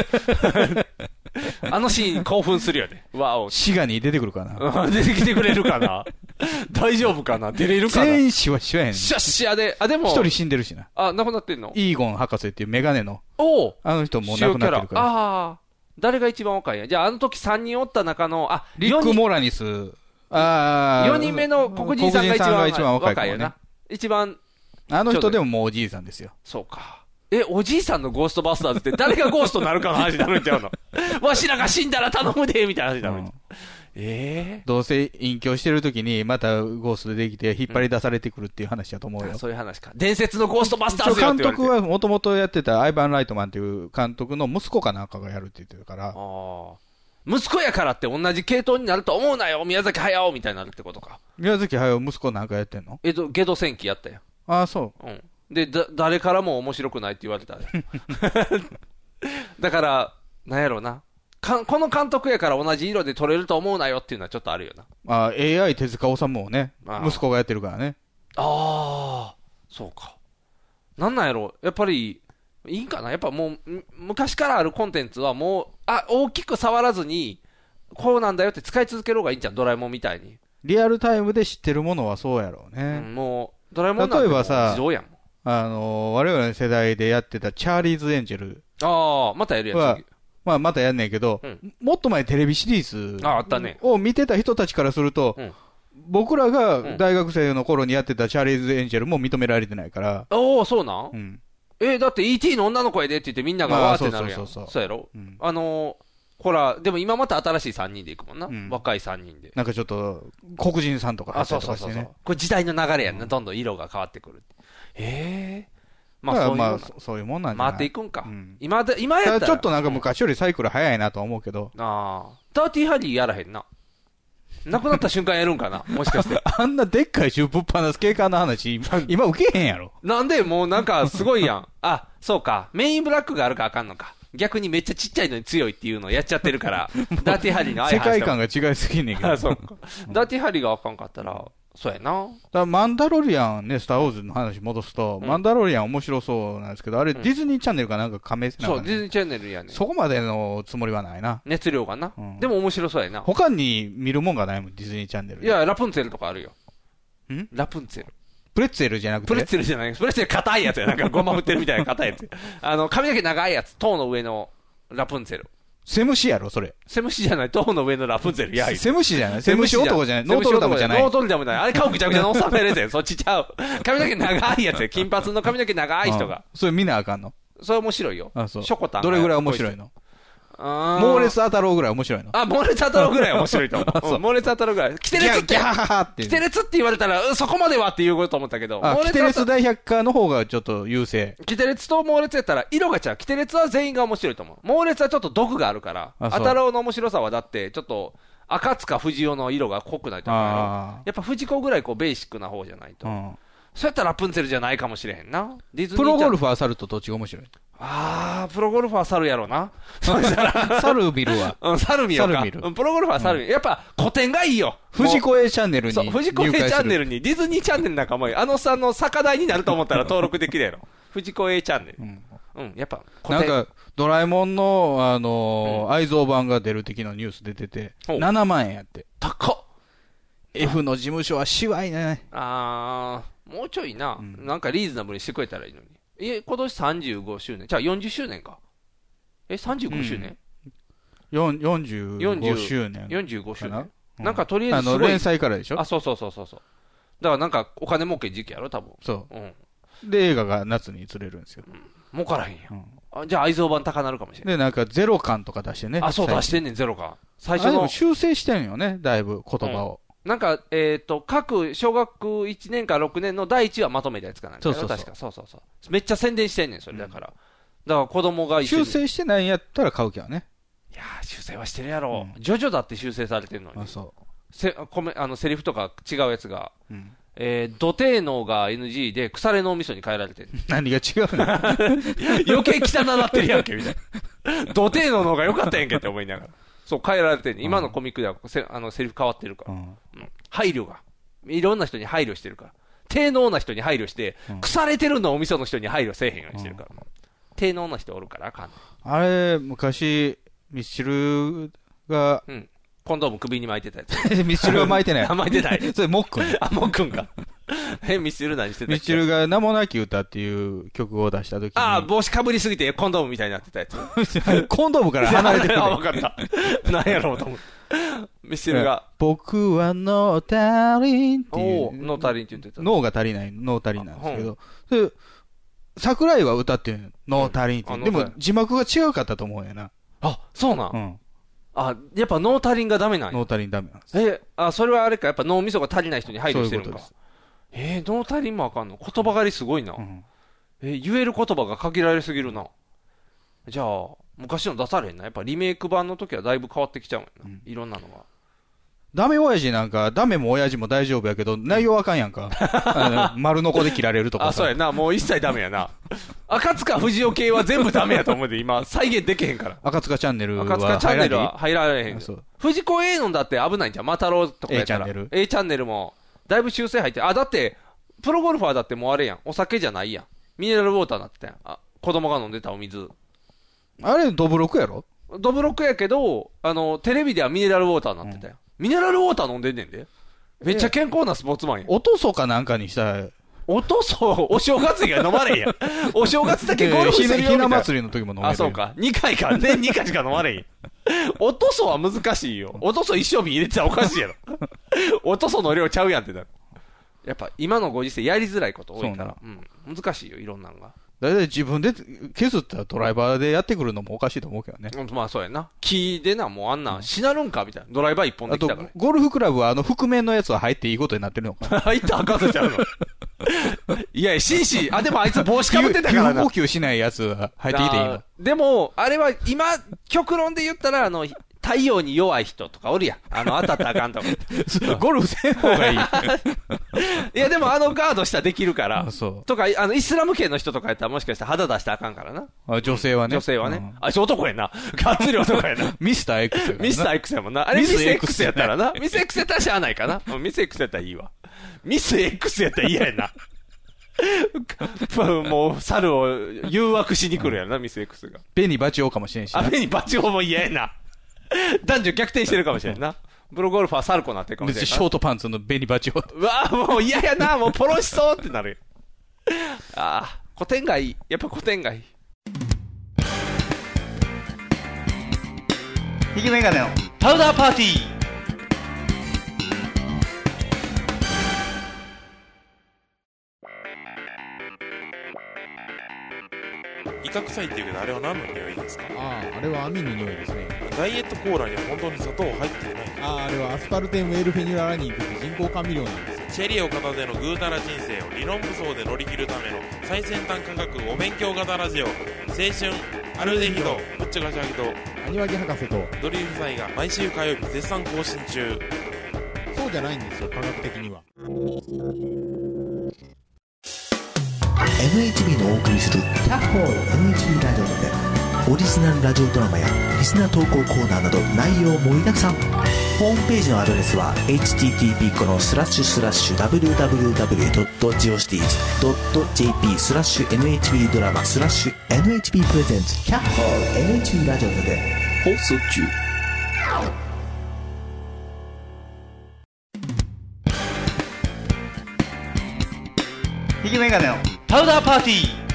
Speaker 4: あのシーン興奮するよね。わお。
Speaker 5: シガニー出てくるかな。
Speaker 4: うん出てきてくれるかな大丈夫かな出れるかな
Speaker 5: 全員死は一緒やねん。一
Speaker 4: シャッシャで。あ、でも、
Speaker 5: 人死んでるしな。
Speaker 4: あ、亡くなってんの
Speaker 5: イーゴン博士っていうメガネの、
Speaker 4: おお
Speaker 5: あの人もう亡くなってるから。
Speaker 4: ああ。誰が一番若いんや。じゃあ、あの時3人おった中の、あ、
Speaker 5: リッ
Speaker 4: 4
Speaker 5: ク・
Speaker 4: 人
Speaker 5: モラニス、あー
Speaker 4: 四人目の黒人さんが一番
Speaker 5: 黒
Speaker 4: 若い
Speaker 5: 人さんが一番若
Speaker 4: よ
Speaker 5: いかもね
Speaker 4: な。一番、
Speaker 5: あの人でももうおじいさんですよ。
Speaker 4: そうか。え、おじいさんのゴーストバスターズって誰がゴーストになるかの話になるんちゃう のわしらが死んだら頼むで、みたいな話になるんちゃうえ
Speaker 5: どうせ隠居してる時に、またゴーストでできて、引っ張り出されてくるっていう話だと思う
Speaker 4: え
Speaker 5: よ。
Speaker 4: そういう話か。伝説のゴーストバスタ
Speaker 5: 一
Speaker 4: ー
Speaker 5: 応
Speaker 4: ズよっ
Speaker 5: 監
Speaker 4: て言われて
Speaker 5: 督はもともとやってたアイバン・ライトマンっていう監督の息子かなんかがやるって言ってるから、
Speaker 4: ああ。息子やからって同じ系統になると思うなよ、宮崎駿みたいになるってことか。
Speaker 5: 宮崎駿息子なんかやってんの
Speaker 4: えっと、ゲド戦記やったよ。
Speaker 5: ああ、そ
Speaker 4: うん。で、だ、誰からも面白くないって言われた。 だから、なんやろうな。かんこの監督やから同じ色で撮れると思うなよっていうのはちょっとあるよな。
Speaker 5: う。ああ、AI 手塚治虫をね
Speaker 4: あ、あ
Speaker 5: 息子がやってるからね。
Speaker 4: ああ、そうか。なんなんやろやっぱり、いいんかなやっぱもう、む昔からあるコンテンツはもう、あ、大きく触らずに、こうなんだよって使い続ける方がいいんじゃん、ドラえもんみたいに。
Speaker 5: リアルタイムで知ってるものはそうやろう
Speaker 4: う
Speaker 5: ね。
Speaker 4: ん、もう、ドラえもんなんて
Speaker 5: 例
Speaker 4: も
Speaker 5: えば
Speaker 4: う
Speaker 5: さ
Speaker 4: 自動やん。
Speaker 5: あのー、我々の世代でやってたチャーリーズ・エンジェル
Speaker 4: ああ、またやるや
Speaker 5: は
Speaker 4: つ。、
Speaker 5: まあまたやんねんけど、
Speaker 4: うん
Speaker 5: もっと前テレビシリーズ
Speaker 4: ああったね
Speaker 5: を見てた人たちからすると、
Speaker 4: うん
Speaker 5: 僕らが大学生の頃にやってたチャーリーズ・エンジェルも認められてないから、
Speaker 4: おお、そうなん、
Speaker 5: うん。
Speaker 4: え、だって ET の女の子やでって言ってみんなが
Speaker 5: まあ
Speaker 4: わーってなるやん。
Speaker 5: そ
Speaker 4: そうう
Speaker 5: そうそうそう
Speaker 4: やろ、
Speaker 5: うん
Speaker 4: あのー、ほら、でも今また新しい3人で行くもんな。
Speaker 5: うん
Speaker 4: 若い3人で。
Speaker 5: なんかちょっと、黒人さんとか入
Speaker 4: あ、
Speaker 5: った
Speaker 4: そう
Speaker 5: りと
Speaker 4: そうそう
Speaker 5: かして
Speaker 4: そう
Speaker 5: ね。。
Speaker 4: これ時代の流れやんな。どんどん色が変わってくるって。ええ
Speaker 5: ま
Speaker 4: ま
Speaker 5: あ、
Speaker 4: あ
Speaker 5: だか
Speaker 4: そういうも
Speaker 5: らまあ
Speaker 4: んな
Speaker 5: そそういうもんなんじゃ
Speaker 4: 回
Speaker 5: ない
Speaker 4: っていくんか
Speaker 5: うん。
Speaker 4: 今だ、今や
Speaker 5: た
Speaker 4: った
Speaker 5: だ
Speaker 4: ら。
Speaker 5: ちょっとなんか昔よりサイクル早いなとは思うけど、
Speaker 4: ああ。ダーティーハリーやらへんな。なくなった瞬間やるん かなもしかして。
Speaker 5: あんなでっかい銃ぶっ放す警官 の話、今受けへんやろ。
Speaker 4: なんで、もうなんかすごいや ん。あ、そうか。メインブラックがあるからあかんのか。逆にめっちゃちっちゃいのに強いっていうのをやっちゃってる から、ダーティーハリーの相
Speaker 5: 世
Speaker 4: 反し
Speaker 5: 界
Speaker 4: た
Speaker 5: 観が違いすぎんねんけど。
Speaker 4: あ、そうか。ダーティーハリーがあかんかったら、そうやな。
Speaker 5: だからマンダロリアンね、スター・ウォーズの話戻すと、
Speaker 4: うん
Speaker 5: マンダロリアン面白そうなんですけど、あれ、
Speaker 4: うん
Speaker 5: ディズニーチャンネルかなんか加盟なん
Speaker 4: そう、
Speaker 5: か
Speaker 4: ディズ
Speaker 5: ね、
Speaker 4: ニーチャンネルやねん。
Speaker 5: そこまでのつもりはないな。
Speaker 4: 熱量がな
Speaker 5: う。ん
Speaker 4: でも面白そうやな。
Speaker 5: 他に見るもんがないもん、ディズニーチャンネル
Speaker 4: い
Speaker 5: で。
Speaker 4: や、ラプンツェルとかあるよ。
Speaker 5: ん
Speaker 4: ラプンツェル。
Speaker 5: プレッツェルじゃなく
Speaker 4: プレッ
Speaker 5: て、
Speaker 4: ツェルじゃない。プレッツェル硬いやつや。なんかゴマ振ってるみたいな硬いや つ。あの、髪の毛長いやつ。塔の上のラプンツェル。
Speaker 5: セムシやろ、それ。
Speaker 4: セムシじゃない。塔の上のラプンツェル。いや、
Speaker 5: セムシじゃないセムシ男じゃないノートルダムじゃない
Speaker 4: ノートルダムじゃない。あれ顔ぐちゃぐちゃのおっさんがいるやつや。そっちちゃう。髪の毛長いや つや。金髪の髪の毛長い人が。
Speaker 5: うんそれ見なあかんの。
Speaker 4: それ面白いよ。
Speaker 5: あ、そう。
Speaker 4: ショコタン。
Speaker 5: どれぐらい面白い
Speaker 4: の
Speaker 5: の
Speaker 4: 猛
Speaker 5: 猛烈当たろうぐらい面白いの。
Speaker 4: あ、猛烈当たるぐらい面白いと思
Speaker 5: あそう
Speaker 4: ううん。猛烈当たるぐらい。キテレツっ
Speaker 5: ギ
Speaker 4: て
Speaker 5: ャ、ハハって。
Speaker 4: キテレツって言われたら、うんそこまではって言うと思ったけど、
Speaker 5: あ、キテレ
Speaker 4: 当
Speaker 5: ツ
Speaker 4: た
Speaker 5: 大百科の方がちょっと優勢。
Speaker 4: キテレツと猛烈やったら、色が違う。キテレツは全員が面白いと思う。猛烈はちょっと毒があるから、
Speaker 5: あ
Speaker 4: 当
Speaker 5: そう
Speaker 4: たろうの面白さはだって、ちょっと、赤塚不二夫の色が濃くないと思うよ
Speaker 5: あー
Speaker 4: やっぱ藤子ぐらいこうベーシックな方じゃないと。
Speaker 5: うん。
Speaker 4: そうやったらラプンツェルじゃないかもしれへんな。ディズニー
Speaker 5: プロゴル
Speaker 4: フ。
Speaker 5: ファー猿とどっちが面白い
Speaker 4: ああ、プロゴルファー猿やろうな。
Speaker 5: 猿見るわ。
Speaker 4: うん、猿見よう
Speaker 5: 猿
Speaker 4: か。
Speaker 5: 見る
Speaker 4: うんプロゴルファー猿見る。やっぱ古典がいいよ。
Speaker 5: 藤子 A チャンネルに
Speaker 4: そ
Speaker 5: 入
Speaker 4: う、
Speaker 5: 会
Speaker 4: 藤
Speaker 5: する。
Speaker 4: 子 A チャンネルに、ディズニーチャンネルなんかもうあのさんの酒台になると思ったら登録できるやろ。藤子 A チャンネル
Speaker 5: う。ん。
Speaker 4: うん、やっぱ、
Speaker 5: なん
Speaker 4: 古典、
Speaker 5: か、ドラえもんの、あのー、愛蔵版が出る的なニュース出てて、
Speaker 4: ほう
Speaker 5: 7万円やって。
Speaker 4: 高っ
Speaker 5: F の事務所はしわいね。
Speaker 4: あー、もうちょいな、
Speaker 5: ん
Speaker 4: なんかリーズナブルにしてくれたらいいのに。え、今年35周年。じゃあ40周年か。え、35周年、
Speaker 5: よん45周年。
Speaker 4: ?45 周
Speaker 5: かな
Speaker 4: 年。なんかとりあえ
Speaker 5: あ
Speaker 4: ずす
Speaker 5: の、
Speaker 4: ごい
Speaker 5: 連載からでしょ
Speaker 4: あ、そうそうそうそうそう。だからなんかお金儲け時期やろ、多分。
Speaker 5: そ
Speaker 4: うん。
Speaker 5: う。で、映画が夏に釣れるんですよ。
Speaker 4: 儲からへんや
Speaker 5: うん
Speaker 4: ん。あじゃあ愛蔵版高なるかもしれない。
Speaker 5: で、なんか、ゼロ感とか出してね。。
Speaker 4: あ、そう出しててんねん、ゼロか。最初
Speaker 5: 最初
Speaker 4: の
Speaker 5: の。修正してんよね、だいぶ、言葉を。
Speaker 4: なんか、えっ、と、各小学1年か6年の第1話まとめたやつかなんか
Speaker 5: そ
Speaker 4: やろ。
Speaker 5: うそうそう
Speaker 4: 確か。そうそうそう。めっちゃ宣伝してんねん、それだから。だから子供が一緒
Speaker 5: 修
Speaker 4: に。い
Speaker 5: 正してないんやったら買う気はね。
Speaker 4: やー、修正はしてるやろ。
Speaker 5: う
Speaker 4: ジョジョだって修正されてるの
Speaker 5: あ、
Speaker 4: に。
Speaker 5: そ
Speaker 4: せコメあのセリフとか違うやつが。
Speaker 5: う。うん
Speaker 4: えー、土手能が NG で腐れ脳みそに変えられてる。
Speaker 5: 何が違うの
Speaker 4: 余計汚なってるやんけ、みたい な。土手能の方が良かったやんけって思いながら。そう、変えられてる。今のコミックではせあのセリフ変わってるから
Speaker 5: う。ん
Speaker 4: うん配慮が。いろんな人に配慮してるから。低能な人に配慮して、腐れてるのお店の人に配慮せえへんようにしてるから。低能な人おるからあかん。
Speaker 5: あれ、昔、ミスチルが、
Speaker 4: うん。コンドーム首に巻いてたやつ。
Speaker 5: ミスチルは巻いてない。
Speaker 4: あ 巻いてない。
Speaker 5: それ、モックン。
Speaker 4: あ、もっくんが。え、ミスチル何してたっけ
Speaker 5: ミスチルが名もなき歌っていう曲を出した時に。
Speaker 4: ああ、帽子かぶりすぎてコンドームみたいになってたやつ。
Speaker 5: コンドームから離れてくれ
Speaker 4: あ、。わかった。何やろうと思う。ミスチルが、
Speaker 5: 僕はノータリンってい
Speaker 4: おお、
Speaker 5: う。
Speaker 4: ノータリンって言ってた。
Speaker 5: 脳が足りない、脳足りなんですけど。で、桜井は歌ってるの。脳足りんっていう。
Speaker 4: うんあノー
Speaker 5: でも
Speaker 4: タリ、
Speaker 5: 字幕が違うかったと思うんやな。
Speaker 4: あ、そうな。
Speaker 5: うんん。
Speaker 4: あ、やっぱノータリンがダメなんや
Speaker 5: 脳足りんダメなんです。
Speaker 4: え、あ、それはあれか、やっぱ脳みそが足りない人に配慮してる
Speaker 5: そ
Speaker 4: の
Speaker 5: ういうこ
Speaker 4: か
Speaker 5: と。
Speaker 4: えー、脳足りんもあかんの言葉狩りすごいな。
Speaker 5: うん
Speaker 4: えー、言える言葉が限られすぎるな。じゃあ、昔の出されへんな。やっぱリメイク版の時はだいぶ変わってきちゃうんやな。いろんなのが。
Speaker 5: ダメ親父なんか、ダメも親父も大丈夫やけど、内容あかんや んか。あの丸のこで切られるとかさ。
Speaker 4: あ、そうやな。もう一切ダメやな。 赤塚不二夫系は全部ダメやと思うで、今、 再現できへんから。
Speaker 5: 赤塚チャンネルは入ら
Speaker 4: 赤
Speaker 5: ない。
Speaker 4: 塚チャンネルは入られへん
Speaker 5: あそう。
Speaker 4: 藤子 A のだって危ないんじゃん。マタロウとかやったら。
Speaker 5: A チャンネル
Speaker 4: A チャンネルも、だいぶ修正入って。あ、だって、プロゴルファーだってもうあれやん。お酒じゃないやん。ミネラルウォーターになってたやん。あ、子供が飲んでたお水。
Speaker 5: あれ、ドブロクやろ
Speaker 4: ドブロックやけど、あの、テレビではミネラルウォーターになってたよ。ミネラルウォーター飲んでんねんで。めっちゃ健康なスポーツマンや。
Speaker 5: おとそかなんかにしたら、
Speaker 4: おとそう、お正月以外飲まれへんやん。お正月だけゴルフするよみ
Speaker 5: で
Speaker 4: た
Speaker 5: ひ
Speaker 4: いな。
Speaker 5: な祭りの時も飲める
Speaker 4: あ、そう。か。2回 か。年2回しか飲まれへん。おとそは難しいよ。おとそ一生日入れてたらおかし いやろ。おとその量ちゃうやんってなる。やっぱ今のご時世やりづらいこと多いから。うん。難しいよ、いろんなのが。
Speaker 5: だいたい自分で削ったドライバーでやってくるのもおかしいと思うけどね。
Speaker 4: うんまあそうやな。木でな、もうあんなんしなるんかみたいな。ドライバー一本
Speaker 5: あ
Speaker 4: でき
Speaker 5: と
Speaker 4: たから。、
Speaker 5: ゴルフクラブはあの覆面のやつは入っていいことになってるのか。
Speaker 4: 入ったらあかんのちゃうの。いや、紳士、あ、でもあいつ帽子かぶってたから
Speaker 5: 急
Speaker 4: な
Speaker 5: 呼。吸しないやつ入ってきていいの
Speaker 4: あーでも、あれは今、極論で言ったら、あの、太陽に弱い人とかおるやん。 あの、当たったらあかんとか。
Speaker 5: ゴルフせん方がい い。
Speaker 4: いや、でもあのガードしたらできるから
Speaker 5: あ。そう
Speaker 4: とか、あの、イスラム系の人とかやったらもしかしたら肌出したらあかんからな。
Speaker 5: あ女性はね。
Speaker 4: 女性はね。
Speaker 5: うん
Speaker 4: あ、いつ男やな。ガッツリ男や な。
Speaker 5: ミスター X やからな
Speaker 4: ミスター X やもんな。あれミ
Speaker 5: ミス
Speaker 4: ス X
Speaker 5: X
Speaker 4: やったらな。ミス X やったらしゃあないかな。うんミス X やったらいいわ。ミス X やったら嫌や な。もう、猿を誘惑しに来るやろな、ミス X が。
Speaker 5: ペニバチオかもしれんしな。
Speaker 4: 雨にバチオも嫌やな。男女逆転してるかもしれんな。プロゴルファー猿子なってるかもし
Speaker 5: 別
Speaker 4: れん
Speaker 5: に
Speaker 4: な
Speaker 5: ショートパンツのベニバチオ。
Speaker 4: うわあ、もう嫌やな、もうポロしそうってなるよ。ああ、古典がいい。やっぱ古典がいい。
Speaker 5: ひげメガネの。
Speaker 4: パウダーパーティー
Speaker 6: 威嚇臭いっていうけどあれは何の匂いですか
Speaker 7: あああれは網の匂いですね
Speaker 6: ダイエットコーラには本当に砂糖入っていない
Speaker 7: あああれはアスパルテンウェールフェニララニンという人工甘味料なんですよ
Speaker 6: チェリーを片手のぐうたら人生を理論武装で乗り切るための最先端科学お勉強型ラジオ青春アルデヒドぶっちゃかしゃぎと
Speaker 7: アニワギ博士と
Speaker 6: ドリー夫妻が毎週火曜日絶賛更新中
Speaker 7: そうじゃないんですよ科学的には
Speaker 8: NHB のお送りする「キャッホール NHB ラジオ」でオリジナルラジオドラマやリスナー投稿コーナーなど内容盛りだくさんホームページのアドレスは http このスラッシュスラッシュ www.geocities.jp スラッシュ NHB ドラマスラッシュ NHB プレゼンツキャッホール NHB ラジオで
Speaker 5: ひげメガネの。
Speaker 4: パウダーパーティー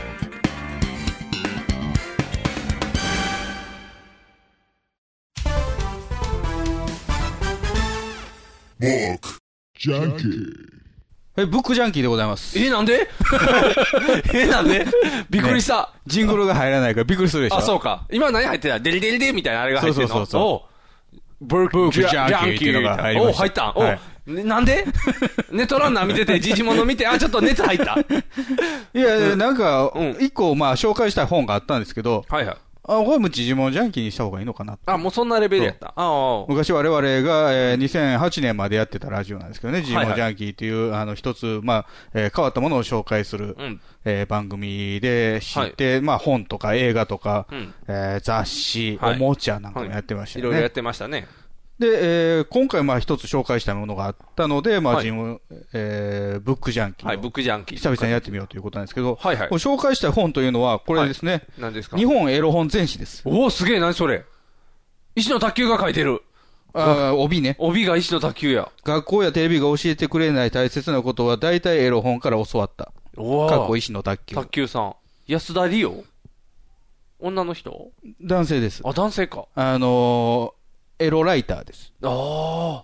Speaker 5: はい、ブックジャンキーでございます。
Speaker 4: え、なんで え、なんでびっくりした。
Speaker 5: ジングルが入らないからびっくりするでしょ。
Speaker 4: あ、そうか。今何入ってたデリデリデリみたいなあれが入ってるの
Speaker 5: そうそうそうそう
Speaker 4: おブ
Speaker 5: ブ
Speaker 4: ー
Speaker 5: ークジャンキーっていうのが入りました
Speaker 4: お入ったん。お、
Speaker 5: は
Speaker 4: ね
Speaker 5: い
Speaker 4: なんで ネットランナー見てて、時事物見て、あ、ちょっと熱入 った。
Speaker 5: いやいや、なんか
Speaker 4: うん、
Speaker 5: 一個、まあ、紹介したい本があったんですけど、
Speaker 4: はいはい。
Speaker 5: あ、これもジジモンジャンキーにした方がいいのかな。
Speaker 4: あ、もうそんなレベルやった。ああ。
Speaker 5: 昔我々が、えー2008年までやってたラジオなんですけどね、ジジモンジャンキーっていう、あの、一つ、まあ、えー変わったものを紹介する、
Speaker 4: うん。
Speaker 5: えー番組で知って、まあ、本とか映画とか、
Speaker 4: うん
Speaker 5: えー雑誌、
Speaker 4: はい
Speaker 5: おもちゃなんかもやってました
Speaker 4: い
Speaker 5: よ
Speaker 4: ろい
Speaker 5: ね。
Speaker 4: ろやってましたね。
Speaker 5: で、えー今回、まあ、一つ紹介したいものがあったので、まあ、
Speaker 4: はい
Speaker 5: ジム、えーブックジャンキーを、
Speaker 4: はい、ブックジャンキー。
Speaker 5: 久々にやってみようということなんですけど、
Speaker 4: はいはい
Speaker 5: これ紹介したい本というのは、これですね、
Speaker 4: 何ですか
Speaker 5: 日本エロ本全史です。
Speaker 4: おお、すげえ、何それ。石の卓球が書いてる。
Speaker 5: あー帯ね。
Speaker 4: 帯が石の卓球や。
Speaker 5: 学校やテレビが教えてくれない大切なことは、大体エロ本から教わった。
Speaker 4: お
Speaker 5: かっこ
Speaker 4: い
Speaker 5: 医師の卓球。
Speaker 4: 卓球さん。安田理央女の人
Speaker 5: 男性です。あ、
Speaker 4: あ、男性か。
Speaker 5: のーエロライターです。
Speaker 4: ああ。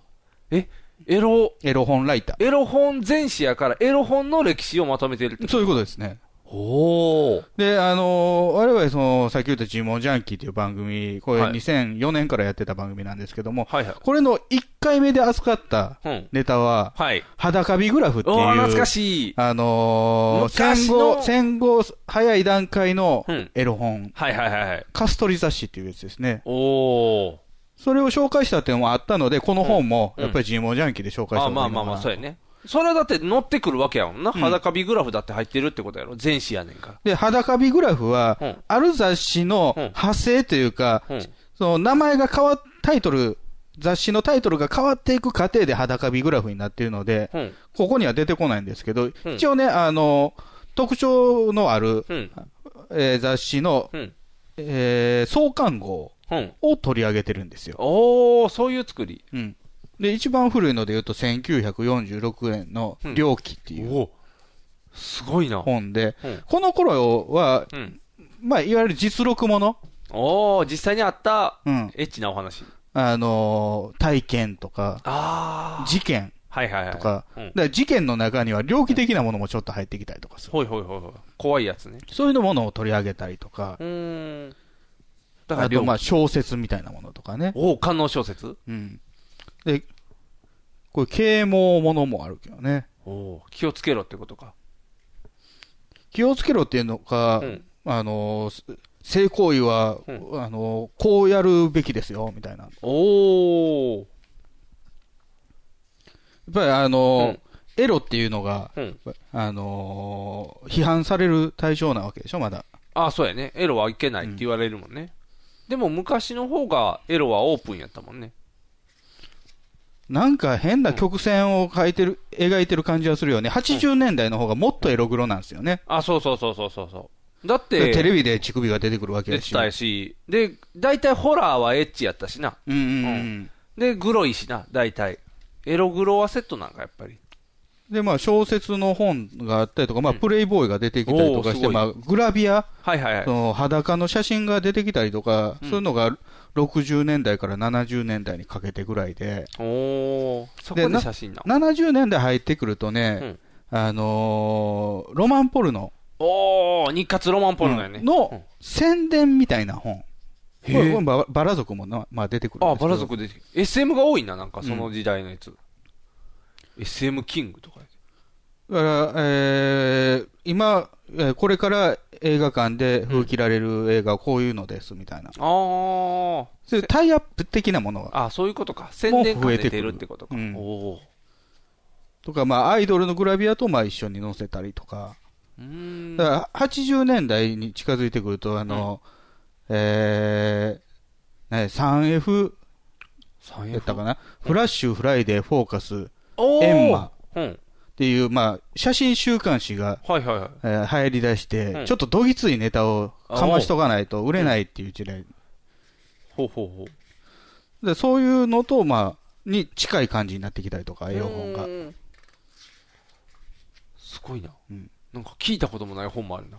Speaker 4: え、エロ、
Speaker 5: エロ本ライタ
Speaker 4: エロ本全史やから、エロ本の歴史をまとめてるって
Speaker 5: ー。。そういうことですね。
Speaker 4: おお。
Speaker 5: で、あのー我々、その、さっき言ったジモンジャンキーという番組、これ
Speaker 4: はい
Speaker 5: 2004年からやってた番組なんですけども、
Speaker 4: はいはい。
Speaker 5: これの1回目で扱った
Speaker 4: うん
Speaker 5: ネタは、
Speaker 4: はい。
Speaker 5: 裸ビグラフっていう、
Speaker 4: おお、懐かしい。
Speaker 5: あのー
Speaker 4: 昔
Speaker 5: 戦
Speaker 4: の
Speaker 5: 後、戦後、早い段階の
Speaker 4: うん
Speaker 5: エロ本、
Speaker 4: はいはいはいはい。
Speaker 5: カストリ雑誌っていうやつですね。
Speaker 4: おお。
Speaker 5: それを紹介したっていうのもあったので、この本も、
Speaker 4: うん
Speaker 5: やっぱりジモンジャンキーで紹介し
Speaker 4: あ
Speaker 5: た
Speaker 4: あまあまあまあ、そうやね。それはだって乗ってくるわけやもんな。裸ビグラフだって入ってるってことやろ。全史やねんから。
Speaker 5: で、裸ビグラフは、
Speaker 4: うん
Speaker 5: ある雑誌の
Speaker 4: うん
Speaker 5: 派生というか、
Speaker 4: うん
Speaker 5: その名前が変わっ、タイトル、雑誌のタイトルが変わっていく過程で裸ビグラフになっているので、
Speaker 4: うん。
Speaker 5: ここには出てこないんですけど、
Speaker 4: うん
Speaker 5: 一応ね、あの、特徴のある、
Speaker 4: うん。
Speaker 5: えー雑誌の、
Speaker 4: うん。
Speaker 5: えー創刊号
Speaker 4: うん。
Speaker 5: を取り上げてるんですよ。
Speaker 4: おお、そういう作り。
Speaker 5: うん。で、一番古いので言うと、1946年の
Speaker 4: うん
Speaker 5: 猟奇っていう
Speaker 4: おすごいな。
Speaker 5: 本で、
Speaker 4: うん
Speaker 5: この頃は、
Speaker 4: うん。
Speaker 5: まあ、いわゆる実録もの、
Speaker 4: おお、実際にあった、
Speaker 5: うん
Speaker 4: エッチなお話。
Speaker 5: あのー体験とか、
Speaker 4: ああ。
Speaker 5: 事件
Speaker 4: はいはいはい。
Speaker 5: とか、
Speaker 4: うん
Speaker 5: だから事件の中には猟奇的なものもちょっと入ってきたりとかする。
Speaker 4: ほいほいほいほい。怖いやつね。
Speaker 5: そういうのものを取り上げたりとか
Speaker 4: う、ーん。だから
Speaker 5: あと、
Speaker 4: 量
Speaker 5: まあ、小説みたいなものとかね。
Speaker 4: おお、観音小説
Speaker 5: うん。で、これ、啓蒙ものもあるけどね。
Speaker 4: おお、気をつけろってことか。
Speaker 5: 気をつけろっていうのか、
Speaker 4: うん
Speaker 5: あのす性行為は、
Speaker 4: う
Speaker 5: あのこうやるべきですよみたいな、やっ
Speaker 4: おー。
Speaker 5: ぱりあの、
Speaker 4: う
Speaker 5: エロっていうのが、
Speaker 4: うん。
Speaker 5: あの批判される対象なわけでしょ、まだ。
Speaker 4: あ、そうやね。エロはいけないって言われるもんね。でも昔の方がエロはオープンやったもんね。
Speaker 5: なんか変な曲線を描いてる、描いてる感じはするよね、80年代の方がもっとエロ黒なんですよね、
Speaker 4: あ、そうそうそうそうそうそう。だって、
Speaker 5: でテレビで乳首が出てくるわけ
Speaker 4: 出
Speaker 5: や
Speaker 4: て
Speaker 5: し、
Speaker 4: たし、で、大体ホラーはエッチやったしな。
Speaker 5: うんうんうん
Speaker 4: で、グロいしな、大体。エログロはセットなんか、やっぱり。
Speaker 5: でまあ、小説の本があったりとか、まあ、プレイボーイが出てきたりとかして、
Speaker 4: おーすごい
Speaker 5: まあ、グラビア、
Speaker 4: はいはい
Speaker 5: そ
Speaker 4: はい。
Speaker 5: の裸の写真が出てきたりとか、
Speaker 4: うん
Speaker 5: そういうのが60年代から70年代にかけてぐらいで、
Speaker 4: おー、そこ
Speaker 5: でな
Speaker 4: で写真な。
Speaker 5: 70年代入ってくるとね、あのーロマンポルノ
Speaker 4: おー、日活ロマンポルノやね。
Speaker 5: の宣伝みたいな本、
Speaker 4: へ
Speaker 5: これこれ
Speaker 4: ー。
Speaker 5: バラバラ族もな、まあ、出てくるん
Speaker 4: あ、
Speaker 5: ですけ
Speaker 4: バ
Speaker 5: ど
Speaker 4: ラ族出てきた SM が多いな、なんか、その時代のやつ。SM キングとか。
Speaker 5: だから、えー今、えーこれから映画館で封切られる映画はこういうのですみたいな、
Speaker 4: あー。
Speaker 5: そういうタイアップ的なものが
Speaker 4: あ、そういうことか。宣伝
Speaker 5: もう増
Speaker 4: 感
Speaker 5: え
Speaker 4: 出
Speaker 5: てくる
Speaker 4: てるってことか。
Speaker 5: うん
Speaker 4: おー。
Speaker 5: とか、まあ、アイドルのグラビアとまあ一緒に載せたりとか、
Speaker 4: うーん。
Speaker 5: だから80年代に近づいてくると、あの、えーね 3F
Speaker 4: 三
Speaker 5: やったか
Speaker 4: な。
Speaker 5: な、フラッシュ、フライデー、フォーカスっ
Speaker 4: おー。
Speaker 5: エンマ
Speaker 4: うん。
Speaker 5: ていう、まあ、写真週刊誌が、
Speaker 4: はいはいはい。
Speaker 5: えー流行り出して、
Speaker 4: うん
Speaker 5: ちょっとどぎついネタをかましとかないと売れないっていう時代、
Speaker 4: ほうほうほう。
Speaker 5: でそういうのと、まあ、に近い感じになってきたりとか、絵本が
Speaker 4: う。んすごいな、
Speaker 5: うん
Speaker 4: なんか聞いたこともない本もあるな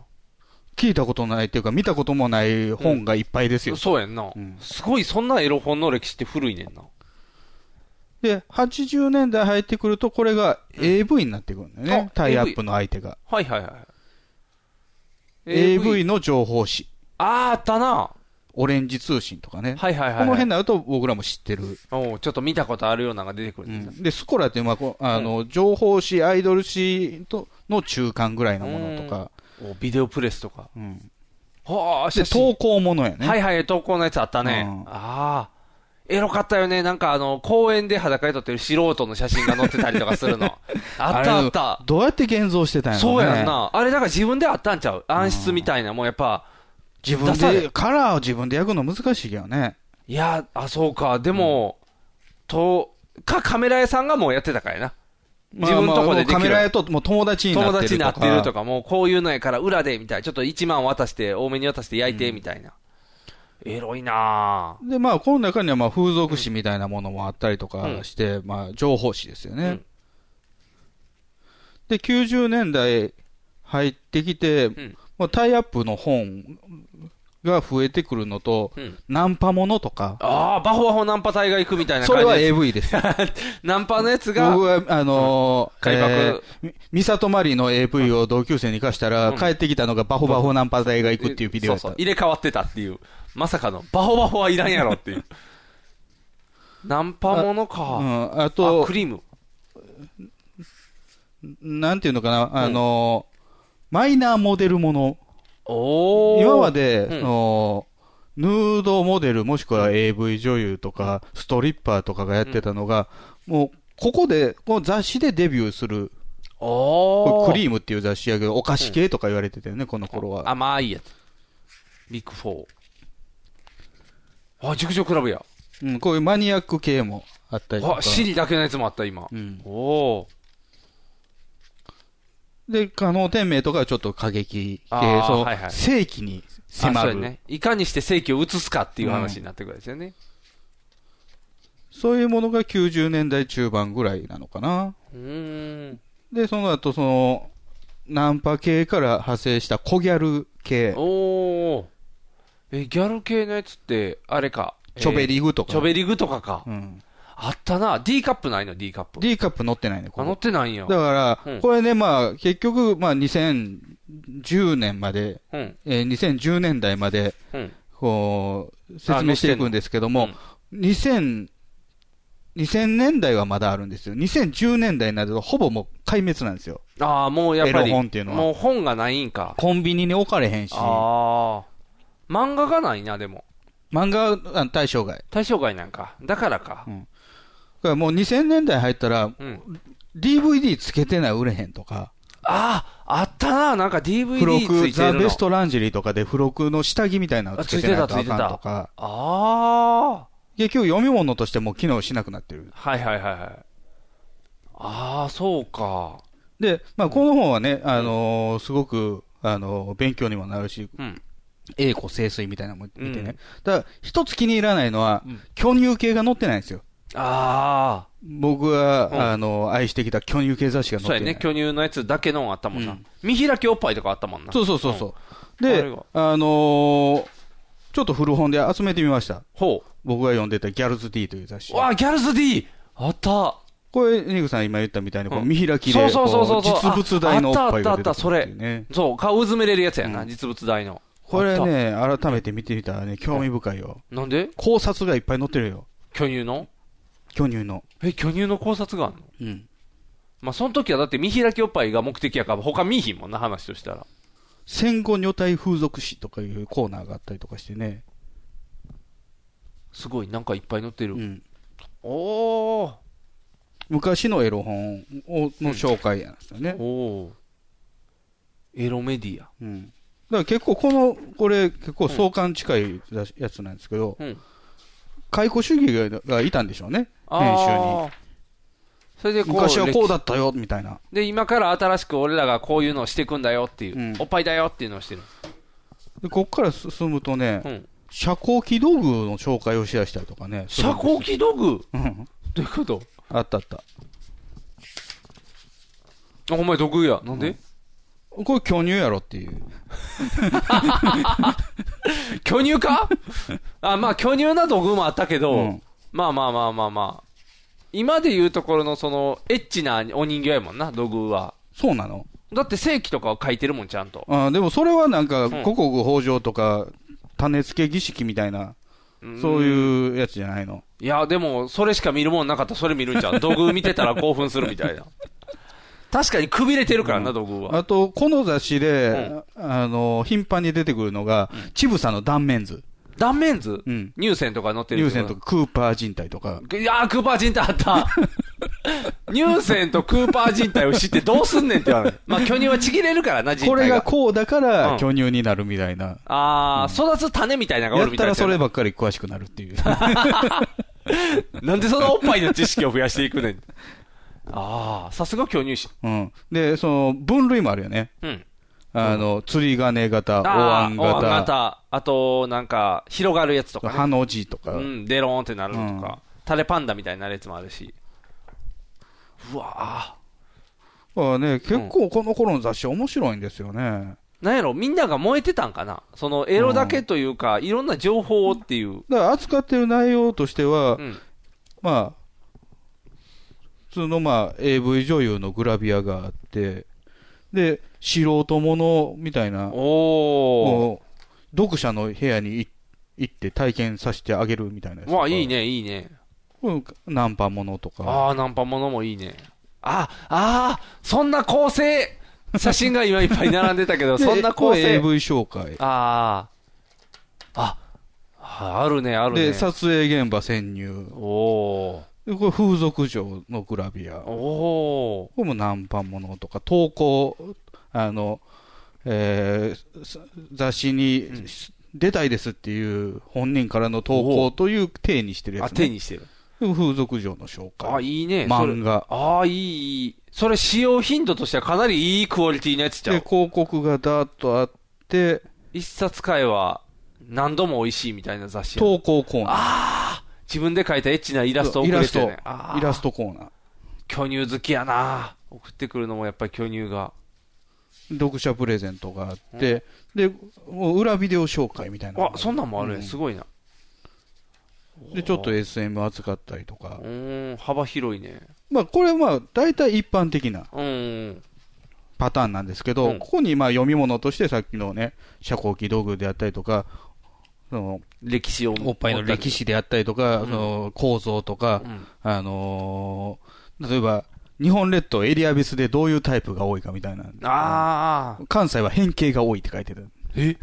Speaker 5: 聞いたことないっていうか、見たこともない本がいっぱいですよ。
Speaker 4: そうやんな、
Speaker 5: うん
Speaker 4: すごいそんなエロ本の歴史って古いねんな
Speaker 5: で、80年代入ってくると、これが AV になってくるんだよね、
Speaker 4: あ
Speaker 5: タイアップの相手が。
Speaker 4: はいはいはい
Speaker 5: AV の情報誌、
Speaker 4: あああったな
Speaker 5: オレンジ通信とかね、
Speaker 4: はいはいはい、はい、
Speaker 5: この辺になると僕らも知ってる、
Speaker 4: おうちょっと見たことあるようなのが出てくる、んだ、
Speaker 5: でスコラっていうのはこうあの、情報誌、アイドル誌との中間ぐらいのものとか、
Speaker 4: おビデオプレスとか
Speaker 5: うん
Speaker 4: はあ写
Speaker 5: で
Speaker 4: 真
Speaker 5: 投稿ものやね、
Speaker 4: はいはい投稿のやつあったね、
Speaker 5: うん
Speaker 4: ああエロかったよねなんかあの公園で裸で撮ってる素人の写真が載ってたりとかする のあったあった
Speaker 5: どうやって現像してたんやろ
Speaker 4: そう
Speaker 5: ね、
Speaker 4: やんな。あれ、だから自分であったんちゃう暗室みたいな、もうやっぱ。
Speaker 5: 自分
Speaker 4: 出され
Speaker 5: で、カラーを自分で焼くの難しいけどね、
Speaker 4: いや、あ、そうか。でも、と、か、カメラ屋さんがもうやってたからやな。自分のとこでできる
Speaker 5: まあまあもうカメラやともう友達にな
Speaker 4: 友
Speaker 5: ってる
Speaker 4: 達
Speaker 5: と
Speaker 4: に
Speaker 5: か
Speaker 4: なってるとか、もうこういうのやから裏で、みたいな。ちょっと1万渡して、多めに渡して焼いて、みたいな。エロいなぁ
Speaker 5: で、まあ、この中にはまあ風俗誌みたいなものもあったりとかして、まあ、情報誌ですよね。
Speaker 4: うん
Speaker 5: で、90年代入ってきて、
Speaker 4: ん
Speaker 5: まあ、タイアップの本が増えてくるのと、
Speaker 4: うん
Speaker 5: ナンパものとか、
Speaker 4: ああ、バホバホナンパ隊が行くみたいな
Speaker 5: そ
Speaker 4: 感
Speaker 5: れ
Speaker 4: じ
Speaker 5: は
Speaker 4: で。
Speaker 5: AV です。
Speaker 4: ナンパのやつが
Speaker 5: 僕、は、あのー
Speaker 4: うん海
Speaker 5: え
Speaker 4: 爆
Speaker 5: ーみ三郷マリの AV を同級生に貸したら、
Speaker 4: うん
Speaker 5: 帰ってきたのがバホバホナンパ隊が行くっていうビデ
Speaker 4: そ
Speaker 5: オや
Speaker 4: う
Speaker 5: った。
Speaker 4: そう、入れ替わってたっていう。まさかの、バホバホはいらんやろって いう。ナンパもの
Speaker 5: う
Speaker 4: か。
Speaker 5: ん、あ
Speaker 4: あ、
Speaker 5: と
Speaker 4: ク、リーム。
Speaker 5: なんていうのかな、あのーマイナーモデルもの。
Speaker 4: おー。
Speaker 5: 今まで、
Speaker 4: うん
Speaker 5: そのヌードモデルもしくは AV 女優とか、ストリッパーとかがやってたのが、もうここで、この雑誌でデビューする、
Speaker 4: お
Speaker 5: こ
Speaker 4: ー。
Speaker 5: れクリームっていう雑誌やけど、お菓子系とか言われてたよね、この頃は。
Speaker 4: 甘いやつ。ビッグフォー。あ、熟女クラブや。
Speaker 5: うん、こういうマニアック系もあったりとか
Speaker 4: あ、。シリだけのやつもあった、今
Speaker 5: う。ん、
Speaker 4: おー。
Speaker 5: で、可能天命とかはちょっと過激系、そ
Speaker 4: あー
Speaker 5: の、
Speaker 4: はいはい
Speaker 5: 正規に
Speaker 4: あ
Speaker 5: 迫
Speaker 4: そう
Speaker 5: る
Speaker 4: やね。いかにして正規を移すかっていう話になってくるんですよね。
Speaker 5: そういうものが90年代中盤ぐらいなのかな。
Speaker 4: うーん。
Speaker 5: で、その後、その、ナンパ系から派生した小ギャル系。
Speaker 4: おー。え、ギャル系のやつって、あれか。
Speaker 5: チョベ
Speaker 4: グ
Speaker 5: リグとか。
Speaker 4: チョベリグとかか
Speaker 5: う。ん。
Speaker 4: あったな。D カップないの ?D カップ。
Speaker 5: D カップ乗ってないね、
Speaker 4: あ、
Speaker 5: こ
Speaker 4: 乗っ
Speaker 5: こ。
Speaker 4: てないんや
Speaker 5: だ。か
Speaker 4: うん
Speaker 5: ら、これね、まあ、結局、まあ、2010年まで、
Speaker 4: うん。
Speaker 5: えー2010年代まで、
Speaker 4: うん。
Speaker 5: こう、説明していくんですけど
Speaker 4: あ
Speaker 5: も
Speaker 4: 乗っ、
Speaker 5: 2010 2000年代はまだあるんですよ。2010年代になるとほぼもう壊滅なんですよ。
Speaker 4: ああ、もうやっぱ
Speaker 5: エ
Speaker 4: り、
Speaker 5: ロ本っていうのは
Speaker 4: もう本がないんか。
Speaker 5: コンビニに置かれへんし、
Speaker 4: ああ。漫画がないな、でも。
Speaker 5: 漫画あの対象外。だ
Speaker 4: 対象外なんか。だからか。
Speaker 5: からもう2000年代入ったら、
Speaker 4: うん。
Speaker 5: DVD つけてない売れへんとか、
Speaker 4: ああ、あったな、なんか DVD
Speaker 5: 付
Speaker 4: つ
Speaker 5: 録、
Speaker 4: いて
Speaker 5: ザ・
Speaker 4: るの。
Speaker 5: ベストランジェリーとかで付録の下着みたいなの
Speaker 4: あ
Speaker 5: つ
Speaker 4: つ
Speaker 5: け
Speaker 4: い
Speaker 5: て
Speaker 4: て
Speaker 5: ない
Speaker 4: た、
Speaker 5: と
Speaker 4: つい
Speaker 5: あ
Speaker 4: て
Speaker 5: かんと
Speaker 4: た。
Speaker 5: か
Speaker 4: あ、あ。
Speaker 5: 結局読み物としても機能しなくなってる。
Speaker 4: はいはいはいはい。ああ、そうか。
Speaker 5: で、まあ、この本はね、あのーすごく、あのー勉強にもなるし、
Speaker 4: うん。
Speaker 5: 栄枯盛衰みたいなのも見て
Speaker 4: う
Speaker 5: ね。
Speaker 4: ん
Speaker 5: ただ、一つ気に入らないのは、巨乳系が載ってないんですよ。
Speaker 4: ああ。
Speaker 5: 僕が、
Speaker 4: うん
Speaker 5: あのー愛してきた巨乳系雑誌が載っ
Speaker 4: そうや
Speaker 5: てない。
Speaker 4: ね、巨乳のやつだけのあったもんな。
Speaker 5: うん
Speaker 4: 見開きおっぱいとかあったもんな。
Speaker 5: そうそうそうそう。
Speaker 4: あれ
Speaker 5: で
Speaker 4: が、
Speaker 5: あのーちょっと古本で集めてみました。
Speaker 4: ほ
Speaker 5: 僕が読んでたギャルズ D という雑誌
Speaker 4: う。。わあ、ギャルズ D! あった。
Speaker 5: これ、ニグさん今言ったみたいに、こ
Speaker 4: う
Speaker 5: うん見開き
Speaker 4: そ
Speaker 5: で、
Speaker 4: うそうそうそう
Speaker 5: こう実物大のおっぱいが出てくるっていう
Speaker 4: ああったあったあ
Speaker 5: ね。
Speaker 4: そう、顔うずめれるやつやな、
Speaker 5: うん
Speaker 4: 実物大の。
Speaker 5: これ
Speaker 4: あっ
Speaker 5: ね、改めて見てみたらね、興味深いよ。
Speaker 4: た。なんで
Speaker 5: 考察がいっぱい載ってるよ。
Speaker 4: 巨乳の
Speaker 5: 巨乳の。
Speaker 4: え、巨乳の考察があるの
Speaker 5: うん。
Speaker 4: まあ、その時はだって見開きおっぱいが目的やから、他見いひんもんな、話としたら。
Speaker 5: 戦後女体風俗誌とかいうコーナーがあったりとかしてね。
Speaker 4: すごい、なんかいっぱい載ってる。
Speaker 5: うん。
Speaker 4: おー。
Speaker 5: 昔のエロ本をの紹介なんですよね。
Speaker 4: おー。エロメディア。
Speaker 5: うん。だから結構この、これ結構相関近いやつやつなんですけど、
Speaker 4: うん。
Speaker 5: 解雇主義ががいたんでしょうね。
Speaker 4: あ
Speaker 5: 編集に。
Speaker 4: ー。それでこう、
Speaker 5: 昔はこうだったよ、みたいな。
Speaker 4: で、今から新しく俺らがこういうのをしていくんだよっていう、
Speaker 5: うん
Speaker 4: おっぱいだよっていうのをしてる。
Speaker 5: で、こっから進むとね、
Speaker 4: うん。
Speaker 5: 遮光器道具の紹介をしだしたりとかね。
Speaker 4: 遮光器道具
Speaker 5: うん。
Speaker 4: どういうこと
Speaker 5: あったあった。
Speaker 4: あ、お前得意や。なんで、
Speaker 5: これ巨乳やろっていう。
Speaker 4: 巨乳 かあ、まあ巨乳な道具もあったけど、
Speaker 5: うん
Speaker 4: まあまあまあまあまあ。今で言うところのその、エッチなお人形やもんな、道具は。
Speaker 5: そうなの
Speaker 4: だって正規とかを書いてるもん、ちゃんと。
Speaker 5: あーでもそれはなんか、
Speaker 4: ん
Speaker 5: 五穀豊穣とか、種付け儀式みたいな、そういうやつじゃないの。
Speaker 4: いや、でも、それしか見るもんなかったらそれ見るんちゃう。道具見てたら興奮するみた いな。確かにくびれてるからな、道具は。
Speaker 5: あと、この雑誌で、あの、頻繁に出てくるのが、ちぶさの断面図。
Speaker 4: 断面図、
Speaker 5: うん
Speaker 4: 乳腺とか乗ってる
Speaker 5: 乳腺とかクーパー人体とか。
Speaker 4: いやー、クーパー人体あ った。乳腺とクーパー人体を知ってどうすんねんって言 われる。まあ、巨乳はちぎれるからな、人
Speaker 5: これ
Speaker 4: 体
Speaker 5: が
Speaker 4: が。
Speaker 5: こうだから
Speaker 4: うん
Speaker 5: 巨乳になるみたいな。
Speaker 4: あー、育つ種みたいなのがお
Speaker 5: やっ
Speaker 4: るみたいな
Speaker 5: たら
Speaker 4: やつや
Speaker 5: そ
Speaker 4: な。
Speaker 5: ればっかり詳しくなるっ ていう。
Speaker 4: なんでそのおっぱいの知識を増やしていくねん。あー、さすが巨乳師。
Speaker 5: うん。で、その、分類もあるよね。
Speaker 4: うん。
Speaker 5: あの、釣り金型、お
Speaker 4: あ
Speaker 5: 椀
Speaker 4: ー、お椀
Speaker 5: 型、
Speaker 4: 型。あと、なんか、広がるやつとか、ね。
Speaker 5: ハの字とか。
Speaker 4: うん、デローンってなるのとか、タレパンダみたいになるやつもあるし。うわ
Speaker 5: あね、結構この頃の雑誌面白いんですよね。
Speaker 4: ぁ。なんやろ、みんなが燃えてたんかなそのエロだけというか、いろんな情報をっていう。
Speaker 5: だから扱ってる内容としては、
Speaker 4: うん。
Speaker 5: まあ、普通のまあ AV 女優のグラビアがあって、で、素人ものみたいな、
Speaker 4: おー。
Speaker 5: もう読者の部屋にい行って体験させてあげるみたいなやつとか
Speaker 4: わあ、いい。ね、いいね。
Speaker 5: うんナンパものとか。
Speaker 4: ああ、ナンパものもいいね。あ、ああ、そんな構成写真が今いっぱい並んでた けど、
Speaker 5: で
Speaker 4: そんな構
Speaker 5: これ
Speaker 4: 成。
Speaker 5: AV 紹介。
Speaker 4: ああ。あ、あるね、あるね。
Speaker 5: で、撮影現場潜入。
Speaker 4: おー。
Speaker 5: でこれ風俗嬢のグラビア。こ
Speaker 4: おー。
Speaker 5: れもナンパものとか、投稿、あの、えーす雑誌に、出たいですっていう本人からの投稿という体にしてるや
Speaker 4: あ、
Speaker 5: つ、
Speaker 4: 手
Speaker 5: ね。
Speaker 4: にしてる。
Speaker 5: で風俗嬢の紹介。
Speaker 4: あ、いいね。それ
Speaker 5: 漫画。
Speaker 4: ああ、いいいい。それ使用頻度としてはかなりいいクオリティのやつじゃ
Speaker 5: で、
Speaker 4: ん。
Speaker 5: 広告がだーっとあって、
Speaker 4: 一冊買えは何度も美味しいみたいな雑誌やな
Speaker 5: 投稿コーナー。
Speaker 4: 自分で描いたエッチなイラストを
Speaker 5: イ
Speaker 4: 送
Speaker 5: ラ
Speaker 4: れ
Speaker 5: ス
Speaker 4: て
Speaker 5: ト
Speaker 4: ね。あ。ー
Speaker 5: イラストコーナー。
Speaker 4: 巨乳好きやな送ってくるのもやっぱり巨乳が。
Speaker 5: 読者プレゼントがあって、で、もう裏ビデオ紹介みたいなのがあ
Speaker 4: あ
Speaker 5: る。、
Speaker 4: そんなんもある
Speaker 5: う
Speaker 4: ね。すごいな。
Speaker 5: で、ちょっと SM 扱ったりとか
Speaker 4: う。ーん、幅広いね。
Speaker 5: まあ、これは大体一般的な
Speaker 4: うーん。
Speaker 5: パターンなんですけど、
Speaker 4: うん
Speaker 5: ここにまあ読み物としてさっきのね、遮光器道具であったりとか、その
Speaker 4: 歴史を
Speaker 5: おっぱいの歴史であったりとか、その構造とか、
Speaker 4: うん
Speaker 5: あのー例えば、日本列島エリア別でどういうタイプが多いかみたいな。
Speaker 4: ああ
Speaker 5: 関西は変形が多いって書いてた。
Speaker 4: え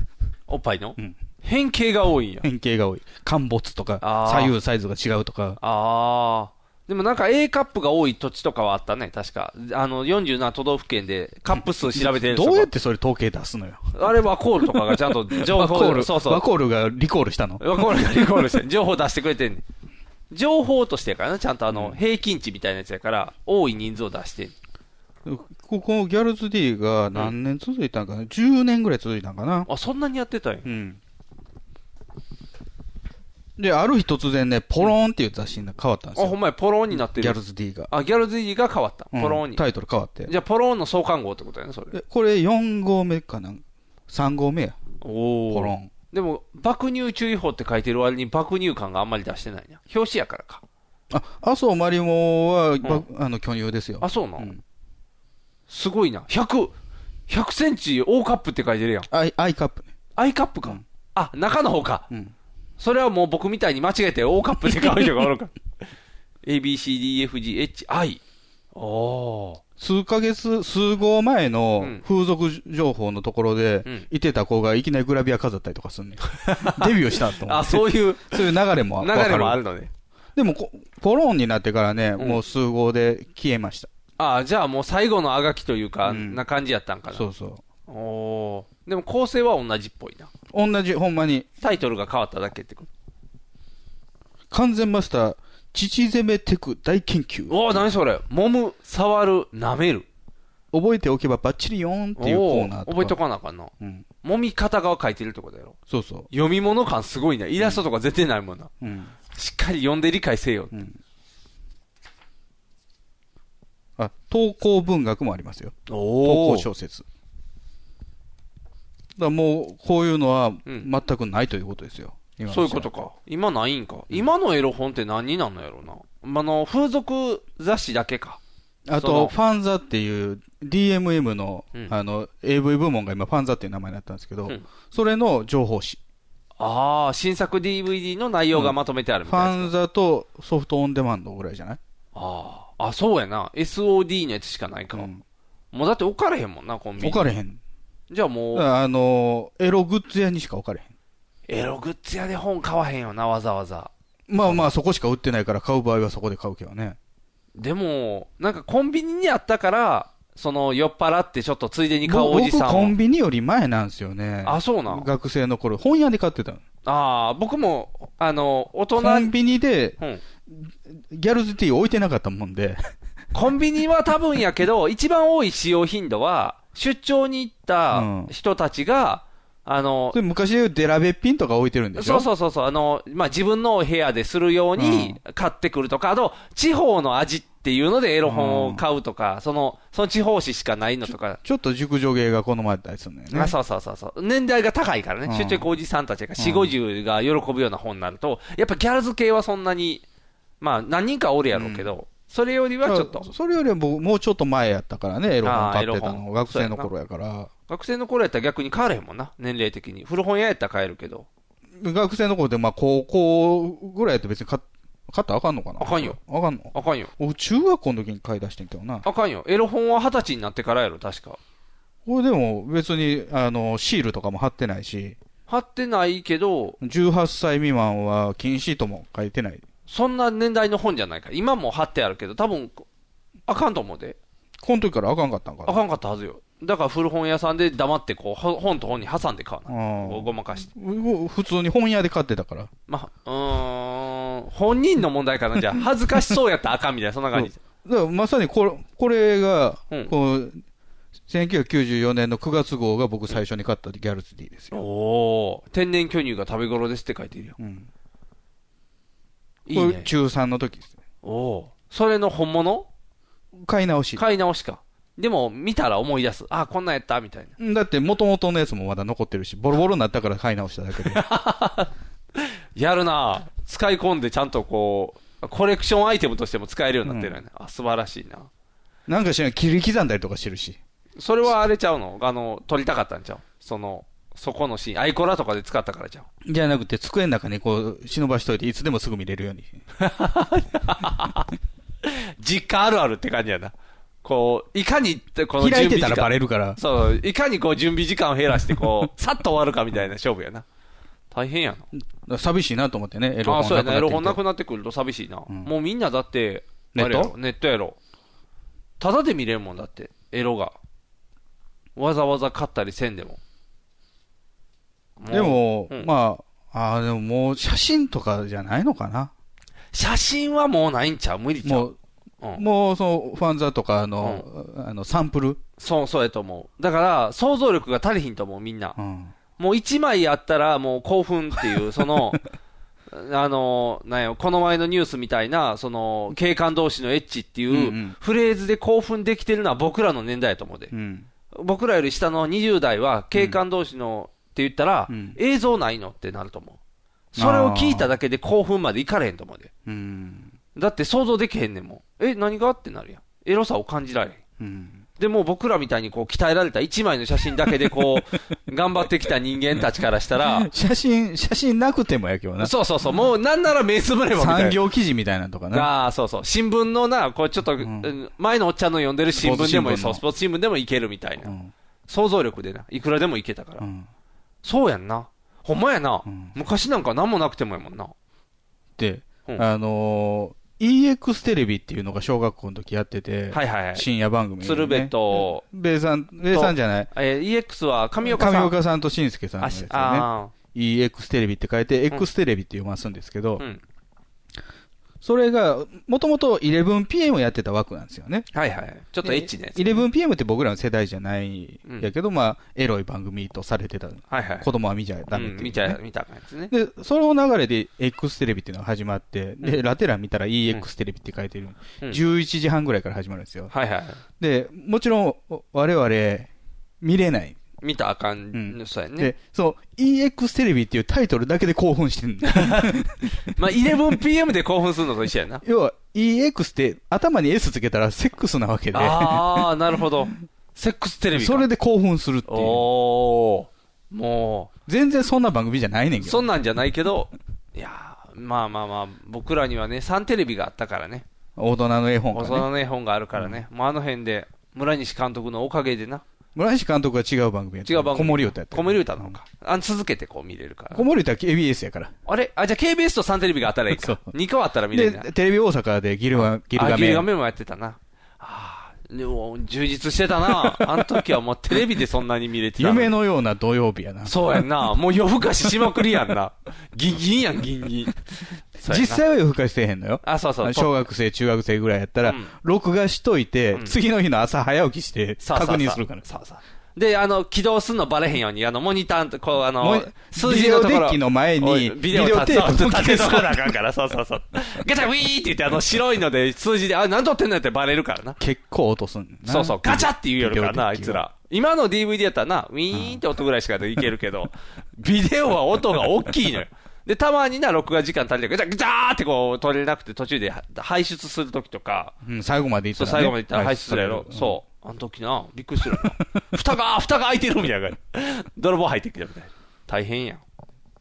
Speaker 4: おっぱいの、
Speaker 5: うん
Speaker 4: 変形が多いんや
Speaker 5: 変形が多い。陥没とか
Speaker 4: あ、ー
Speaker 5: 左右サイズが違うとか。
Speaker 4: ああでもなんか A カップが多い土地とかはあったね確かあの47都道府県でカップ数調べてる人が
Speaker 5: どうやってそれ統計出すのよ。
Speaker 4: あれワコールとかがちゃんと情
Speaker 5: ワ
Speaker 4: 報
Speaker 5: コール、
Speaker 4: そうそう
Speaker 5: ワコールがリコールしたの。
Speaker 4: ワコールがリコールして、情報出してくれてんねん情報としてやからな、ちゃんとあの、平均値みたいなやつやから、多い人数を出してん
Speaker 5: ここのギャルズ D が何年続いたんかな、?10 年ぐらい続いたんかな
Speaker 4: あ、そんなにやってたんや。
Speaker 5: うん。で、ある日突然ね、ポローンっていう雑誌に変わったん
Speaker 4: あ、
Speaker 5: ですよ。
Speaker 4: ほんまや、ポローンになって
Speaker 5: ギャ
Speaker 4: る
Speaker 5: ル。ズ D が。
Speaker 4: あ、ギャルズイが変わった。ポローン
Speaker 5: うん
Speaker 4: に。
Speaker 5: タイトル変わって
Speaker 4: じ。ゃあ、ポローンの相関号ってことやね、それ。
Speaker 5: でこれ4号目かな ?3 号目や。
Speaker 4: お
Speaker 5: ポロ
Speaker 4: ー。
Speaker 5: ン。
Speaker 4: でも、爆乳注意報って書いてる割に爆乳感があんまり出してないな。表紙やからか。
Speaker 5: あ、麻生マリモは、ばあの、巨乳ですよ。
Speaker 4: あ、そうな。
Speaker 5: うんん。
Speaker 4: すごいな。100、100センチ O カップって書いてるやん。
Speaker 5: アイ、アイカップね。
Speaker 4: I カップか。
Speaker 5: うん
Speaker 4: あ、中の方か。
Speaker 5: うん。
Speaker 4: それはもう僕みたいに間違えて O カップで買う人がおるから。ABCDFGHI。おー。
Speaker 5: 数ヶ月、数号前の
Speaker 4: うん
Speaker 5: 風俗情報のところで
Speaker 4: うん、
Speaker 5: いてた子がいきなりグラビア飾ったりとか すんねん。デビューしたと思
Speaker 4: あ、
Speaker 5: って。
Speaker 4: そういう
Speaker 5: そういう流れも
Speaker 4: 流
Speaker 5: わかる。
Speaker 4: れもあるのね。
Speaker 5: でもこ、ポロンになってからね、
Speaker 4: うん
Speaker 5: もう数号で消えました。
Speaker 4: あじゃあもう最後のあがきというか、
Speaker 5: うん
Speaker 4: な感じやったんかな。
Speaker 5: そうそ
Speaker 4: おー。でも構成は同じっぽいな。
Speaker 5: う。同じ、ほんまに、
Speaker 4: タイトルが変わっただけってこと。
Speaker 5: 完全マスター、父攻めテク大研究。
Speaker 4: おー、何それ。揉む、触る、舐める。
Speaker 5: 覚えておけばバッチリよーんっていうコーナー
Speaker 4: おー
Speaker 5: とか。
Speaker 4: 覚えとかなあかんな。
Speaker 5: うん。
Speaker 4: 揉み方が書いてるってことやろ。
Speaker 5: そうそ
Speaker 4: 読み物感すごいな。イラストとか絶対ないもんな。
Speaker 5: う。うん。
Speaker 4: しっかり読んで理解せよ。
Speaker 5: うん。あ、投稿文学もありますよ。投
Speaker 4: お
Speaker 5: 稿小説。だからもう、こういうのは
Speaker 4: ん
Speaker 5: 全くないということですよ。今の
Speaker 4: そういうことか。今ないんか。今のエロ本って何になんのやろうな。まあの、風俗雑誌だけか。
Speaker 5: あ
Speaker 4: その
Speaker 5: と、ファンザっていう DMM の,、
Speaker 4: うん
Speaker 5: あの AV 部門が今、ファンザっていう名前になったんですけど、
Speaker 4: うん
Speaker 5: それの情報誌。
Speaker 4: ああ、新作 DVD の内容がまとめてあるみ
Speaker 5: フ
Speaker 4: たいな
Speaker 5: ァ
Speaker 4: や
Speaker 5: ン
Speaker 4: つ。
Speaker 5: ザとソフトオンデマンドぐらいじゃない、
Speaker 4: ああ、あ、そうやな。SOD のやつしかないか。
Speaker 5: うん
Speaker 4: もうだって置かれへんもんな、コンビニ。
Speaker 5: 置かれへん。
Speaker 4: じゃあ
Speaker 5: だ
Speaker 4: も
Speaker 5: か
Speaker 4: う、
Speaker 5: らあのー、エログッズ屋にしか置かれへん。
Speaker 4: エログッズ屋で本買わへんよな、わざわざ。
Speaker 5: まあまあ、そこしか売ってないから買う場合はそこで買うけどね。
Speaker 4: でも、なんかコンビニにあったから、その、酔っ払ってちょっとついでに買うおじ
Speaker 5: 僕、
Speaker 4: さんを
Speaker 5: コンビニより前なんですよね。
Speaker 4: あ、そうなん。あ
Speaker 5: 学生の頃、本屋で買ってたの。
Speaker 4: あー、僕も、あの、大人、
Speaker 5: コンビニで
Speaker 4: うん。
Speaker 5: ギャルズティー置いてなかったもん で、
Speaker 4: コンビニは多分やけ ど、一番多い使用頻度は、出張に行った人たちが、あの
Speaker 5: そ、れ昔で言うデラベッピンとか置いてるんでし
Speaker 4: そ
Speaker 5: ょ
Speaker 4: うそうそうそう、あの、まあ、自分のお部屋でするように買ってくるとか、あと、地方の味っていうのでエロ本を買うとか、その、その地方紙しかないのとか、
Speaker 5: ちょっと熟女芸が好まれたりするんだよね。
Speaker 4: あそうそうそうそう。年代が高いからね、
Speaker 5: うん
Speaker 4: 出張行くおじさんたちが4、50が喜ぶような本になると、やっぱギャルズ系はそんなに、まあ、何人かおるやろうけど、それよりはちょっと。
Speaker 5: それよりももうちょっと前やったからね、エロ本買ってた
Speaker 4: あーエロ
Speaker 5: の。
Speaker 4: 本
Speaker 5: 学生の頃やから。
Speaker 4: 学生の頃やったら逆に買われへんもんな、年齢的に。古本屋やったら買えるけど。
Speaker 5: 学生の頃で、まあ高校ぐらいやと別に買っ買ったらあかんのかな
Speaker 4: あかんよ。
Speaker 5: あかんの
Speaker 4: あかんよ。
Speaker 5: 俺中学校の時に買い出してんけどな。
Speaker 4: あかんよ。エロ本は二十歳になってからやろ、確か。
Speaker 5: 俺でも別に、あの、シールとかも貼ってないし、
Speaker 4: 貼ってないけど、
Speaker 5: 18歳未満は禁止とも書いてない。
Speaker 4: そんな年代の本じゃないから。今も貼ってあるけど、多分、あかんと思うで。
Speaker 5: この時からあかんかったんかな。
Speaker 4: あかんかったはずよ。だから古本屋さんで黙ってこう、ほ本と本に挟んで買うな。
Speaker 5: うん
Speaker 4: こうごまかして。
Speaker 5: 普通に本屋で買ってたから。
Speaker 4: まあ、うーん、本人の問題かな、じゃあ。恥ずかしそうやったらあかんみたいな、そんな感じ。
Speaker 5: だからまさにこれこれが、
Speaker 4: うん
Speaker 5: こう1994年の9月号が僕最初に買ったギャルズディですよ。
Speaker 4: おー、天然巨乳が食べ頃ですって書いてるよ。
Speaker 5: うん
Speaker 4: いい
Speaker 5: これ
Speaker 4: ね。
Speaker 5: 中3の時ですね。
Speaker 4: おー。それの本物
Speaker 5: 買い直し。
Speaker 4: 買い直しか。でも、見たら思い出す。あ、こんなんやったみたいな。
Speaker 5: だって元々のやつもまだ残ってるし、ボロボロになったから買い直した だけで。
Speaker 4: やるなぁ使い込んでちゃんとこう、コレクションアイテムとしても使えるようになってるよね。あ、素晴らしいな。
Speaker 5: なんかしらん切り刻んだりとかしてるし。
Speaker 4: それはあれちゃうのあの、撮りたかったんちゃうその、そこのシーン。アイコラとかで使ったからじゃん。
Speaker 5: じゃなくて、机の中にこう、忍ばしといて、いつでもすぐ見れるように。
Speaker 4: 実家あるあるって感じやな。こう、いかに、この
Speaker 5: 開いてたら
Speaker 4: 準備時間
Speaker 5: バレるから。
Speaker 4: そう、いかにこう準備時間を減らして、こう、さ っと終わるかみたいな勝負やな。大変やな。
Speaker 5: 寂しいなと思ってね、エロ
Speaker 4: あ、
Speaker 5: 本
Speaker 4: そう
Speaker 5: な
Speaker 4: や
Speaker 5: くな
Speaker 4: な。
Speaker 5: っ
Speaker 4: エ
Speaker 5: てき
Speaker 4: ロ
Speaker 5: て
Speaker 4: 本なくなってくると寂しいな。
Speaker 5: うん
Speaker 4: もうみんなだって、
Speaker 5: ネット
Speaker 4: あれやろネットやろ。ただで見れるもんだって、エロが。わざわざ買ったりせんでも。う
Speaker 5: でも、
Speaker 4: うん
Speaker 5: まあ、あーでももう写真とかじゃないのかな。
Speaker 4: 写真はもうないんちゃう無理ちゃ
Speaker 5: も
Speaker 4: う。
Speaker 5: う、
Speaker 4: うん
Speaker 5: もうそのファンザとかの、あのサンプル、
Speaker 4: そう、そうやと思う。だから、想像力が足りひんと思う、みんな。
Speaker 5: うん
Speaker 4: もう一枚あったらもう興奮っていう、その、 あの、なんや、この前のニュースみたいな、その、警官同士のエッチって
Speaker 5: うん
Speaker 4: いううんフレーズで興奮できてるのは僕らの年代やと思うで
Speaker 5: う。ん
Speaker 4: 僕らより下の20代は警官同士のって言ったら、
Speaker 5: うん
Speaker 4: 映像ないのってなると思う。それを聞いただけで興奮までいかれへんと思うで。
Speaker 5: うん
Speaker 4: だって想像できへんねんもん。え、何がってなるやん。エロさを感じられへん。
Speaker 5: うん
Speaker 4: でもう僕らみたいにこう鍛えられた一枚の写真だけでこ う、頑張ってきた人間たちからしたら、
Speaker 5: 写真、写真なくてもやけどな。
Speaker 4: そうそうそう、もうなんなら目つぶればみたいな。
Speaker 5: 産業記事みたいなのとかな。
Speaker 4: ああ、そうそう。新聞のな、こうちょっと、
Speaker 5: ん
Speaker 4: うん前のおっちゃんの読んでる新聞でもいい、
Speaker 5: ス
Speaker 4: そ
Speaker 5: ポーツ新聞の
Speaker 4: う、スポーツ新聞でもいけるみたいな。
Speaker 5: うん
Speaker 4: 想像力でな、いくらでもいけたから。
Speaker 5: うん
Speaker 4: そうやんな。ほんまやな、
Speaker 5: ん
Speaker 4: 昔なんか何もなくてもやもんな。
Speaker 5: で、
Speaker 4: うん
Speaker 5: あのー EX テレビっていうのが小学校の時やってて、
Speaker 4: はいはいはい。
Speaker 5: 深夜番組、ね。
Speaker 4: 鶴瓶。と、
Speaker 5: 米さん、米さんじゃない。
Speaker 4: えー EX は上
Speaker 5: 上
Speaker 4: 岡さん。
Speaker 5: 岡さんとしんすけさんの
Speaker 4: あ
Speaker 5: やつ
Speaker 4: し
Speaker 5: よね。
Speaker 4: あ
Speaker 5: EX テレビって書いて、X テレビって読ますんですけど、
Speaker 4: ー、うん。
Speaker 5: それが、もともと 11PM をやってた枠なんですよね。
Speaker 4: はいはい。ちょっとエッチなやつ。
Speaker 5: 11PM って僕らの世代じゃないんやけど、まあ、エロい番組とされてた。
Speaker 4: はいはい。
Speaker 5: 子供は見ちゃダメっていう、
Speaker 4: うん、
Speaker 5: ね
Speaker 4: 見た、見た感じね。
Speaker 5: で、その流れで X テレビっていうのが始まって、で、ラテラン見たら EX テレビって書いてる。
Speaker 4: うん
Speaker 5: 11時半ぐらいから始まるんですよ。
Speaker 4: はいはい。
Speaker 5: で、もちろん、我々、見れない。
Speaker 4: 見たらあかん、
Speaker 5: うん
Speaker 4: そうやね。
Speaker 5: で、そう、EX テレビっていうタイトルだけで興奮してる
Speaker 4: まあ、11PM で興奮するのと一緒やな。
Speaker 5: 要は、EX って頭に S つけたらセックスなわけで。
Speaker 4: ああ、なるほど。セックステレビか。
Speaker 5: それで興奮するっていう。
Speaker 4: おー。も
Speaker 5: 全然そんな番組じゃないねん
Speaker 4: う、
Speaker 5: け
Speaker 4: そ
Speaker 5: ど。
Speaker 4: んなんじゃないけど、いやー、まあまあまあ、僕らにはね、サンテレビがあったからね。
Speaker 5: 大人の絵本
Speaker 4: 大
Speaker 5: が
Speaker 4: 人
Speaker 5: ね。
Speaker 4: の絵本があるからね。もうあの辺で、村西監督のおかげでな。
Speaker 5: 村西監督は違う番組やって
Speaker 4: 違
Speaker 5: る
Speaker 4: う番組。
Speaker 5: 子守歌やった。
Speaker 4: 子守歌なのか。あ続けてこう見れるから
Speaker 5: 子。守歌は KBS やから。
Speaker 4: あれあ、じゃあ KBS とサンテレビがあったらいい
Speaker 5: そ
Speaker 4: か
Speaker 5: う。
Speaker 4: 2個あったら見れ
Speaker 5: で
Speaker 4: るな。、
Speaker 5: テレビ大阪でギルガギル
Speaker 4: あ
Speaker 5: ガ
Speaker 4: ギル
Speaker 5: メ
Speaker 4: ガ。メもやってたな。ああ、でも充実してた な。あの時はもうテレビでそんなに見れてた。
Speaker 5: 夢のような土曜日やな。
Speaker 4: そうやんな。もう夜更かししまくりやんな。ギンギンやん、ギンギン。そうやな
Speaker 5: 実際は夜更かしてへんのよ。
Speaker 4: あ、そうそう。
Speaker 5: 小学生、中学生ぐらいやったら
Speaker 4: うん、
Speaker 5: 録画しといて
Speaker 4: う、ん
Speaker 5: 次の日の朝早起きして、
Speaker 4: そうそう
Speaker 5: 確
Speaker 4: そう
Speaker 5: 認するから。
Speaker 4: そうそう。で、あの、起動すんのバレへんように、あの、モニターんと、こう、あ
Speaker 5: も
Speaker 4: の
Speaker 5: う、
Speaker 4: 数字のところ。
Speaker 5: ビデオデッキの前に
Speaker 4: おいビデオ
Speaker 5: ビデオテープ
Speaker 4: 立て
Speaker 5: を
Speaker 4: 立てそうなあかんから、そうそうそう。ガチャウィーって言って、あの、白いので、数字で、あ、何撮ってんのやってバレるからな。
Speaker 5: 結構落とすんだな
Speaker 4: そうそう、ガチャって言うよりかな、あい
Speaker 5: ビデオデッキ
Speaker 4: つ
Speaker 5: は
Speaker 4: ら。今の DVD やったらな、ウィーンって音ぐらいしかでいけるけど、ビデオは音が大きいのよ。で、たまにな、録画時間足りないから、ガチャガチャーってこう、撮れなくて途中で排出するときとか、
Speaker 5: うん、最後までいっ
Speaker 4: そう
Speaker 5: たらね。
Speaker 4: 最後まで言ったら排出するやろ。
Speaker 5: うん
Speaker 4: そう。あの時な、びっくりするよ な。蓋が、蓋が開いてるみたいな。 泥棒入ってきたみたいな。大変やん。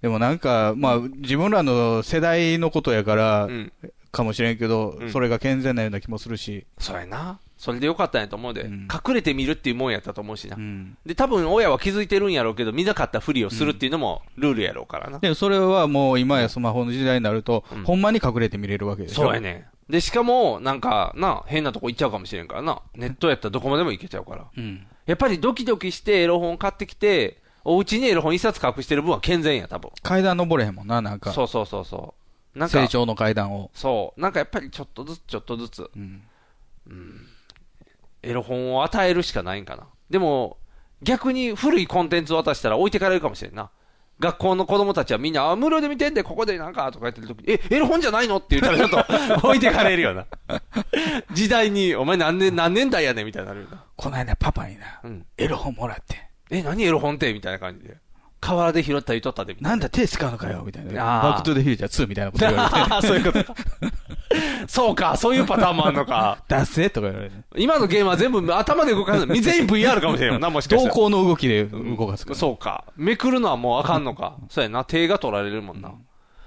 Speaker 5: でもなんか、まあ、自分らの世代のことやから、
Speaker 4: うん。
Speaker 5: かもしれんけど、
Speaker 4: うん
Speaker 5: それが健全なような気もするし、
Speaker 4: そうやな。それでよかったんやと思うで。
Speaker 5: ん
Speaker 4: 隠れて見るっていうもんやったと思うしな
Speaker 5: う。ん
Speaker 4: で、多分親は気づいてるんやろうけど、見なかったふりをするっていうのもルールやろうからな。
Speaker 5: でそれはもう今やスマホの時代になると、
Speaker 4: うん
Speaker 5: ほんまに隠れて見れるわけでしょ。
Speaker 4: そうやね。で、しかも、なんか、な、変なとこ行っちゃうかもしれんからな。ネットやったらどこまでも行けちゃうから。
Speaker 5: うん。
Speaker 4: やっぱりドキドキしてエロ本買ってきて、お家にエロ本一冊隠してる分は健全や、多分。
Speaker 5: 階段登れへんもんな、なんか。
Speaker 4: そうそうそうそう。なんか、
Speaker 5: 成長の階段を。
Speaker 4: そう。なんかやっぱりちょっとずつちょっとずつ、
Speaker 5: うん。
Speaker 4: エロ本を与えるしかないんかな。でも、逆に古いコンテンツを渡したら置いてかれるかもしれんな。学校の子供たちはみんな、あ、無料で見てんで、ここでなんか、とか言ってる時に、え、エロ本じゃないのって言ったらちょ っと置いてかれるよな。時代に、お前何年、何年代やねんみたいになるよな。
Speaker 5: この間パパにな、
Speaker 4: うん。
Speaker 5: エロ本もらってん。
Speaker 4: え、何エロ本ってみたいな感じで。河原で拾った言うとったで、みたい
Speaker 5: なんだ、手使うのかよ、みたい
Speaker 4: あ
Speaker 5: な。
Speaker 4: ー
Speaker 5: バックトゥーザフューチャー2みたいなこと言われ て。
Speaker 4: な。そういうことか。そうか、そういうパターンもあるのか。
Speaker 5: 出せとか言われて。
Speaker 4: 今のゲームは全部頭で動かない。全員 VR かもしれんよな、もしかした
Speaker 5: 同
Speaker 4: ら。
Speaker 5: 行の動きで動かすから。
Speaker 4: そうか。めくるのはもうあかんのか。そうやな。手が取られるもんな。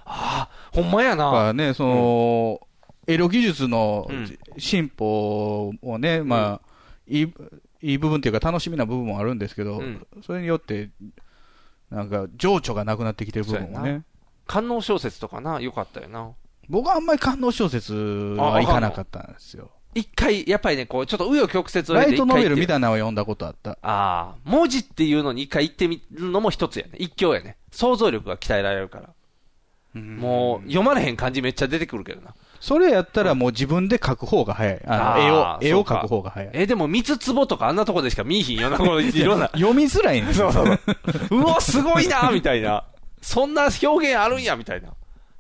Speaker 4: ああ、ほんまや
Speaker 5: だか
Speaker 4: な。
Speaker 5: らね、その、エロ技術の
Speaker 4: うん
Speaker 5: 進歩をね、まあ、いい、いい部分っていうか楽しみな部分もあるんですけど、
Speaker 4: うん
Speaker 5: それによって、なんか情緒がなくなってきてる部分も
Speaker 4: そうや
Speaker 5: ね。
Speaker 4: 観音小説とかな、よかったよな。
Speaker 5: 僕はあんまり感動小説はいかなかったんですよ。
Speaker 4: 一回、やっぱりね、こう、ちょっと紆余曲折を
Speaker 5: ライトノベルみ
Speaker 4: い
Speaker 5: たいなのを読んだことあった。
Speaker 4: ああ、文字っていうのに一回行ってみるのも一つやね。一興やね。想像力が鍛えられるから。もう、読まれへん漢字めっちゃ出てくるけどな。
Speaker 5: それやったらもう自分で描く方が早い。あの
Speaker 4: あー
Speaker 5: 絵を、絵を
Speaker 4: そうか
Speaker 5: 描く方が早い。
Speaker 4: え、でも、三つ壺とかあんなとこでしか見えひんよな、このいろんな。
Speaker 5: 読みづらいんですよ。
Speaker 4: うわ、すごいな、みたいな。そんな表現あるんや、みたいな。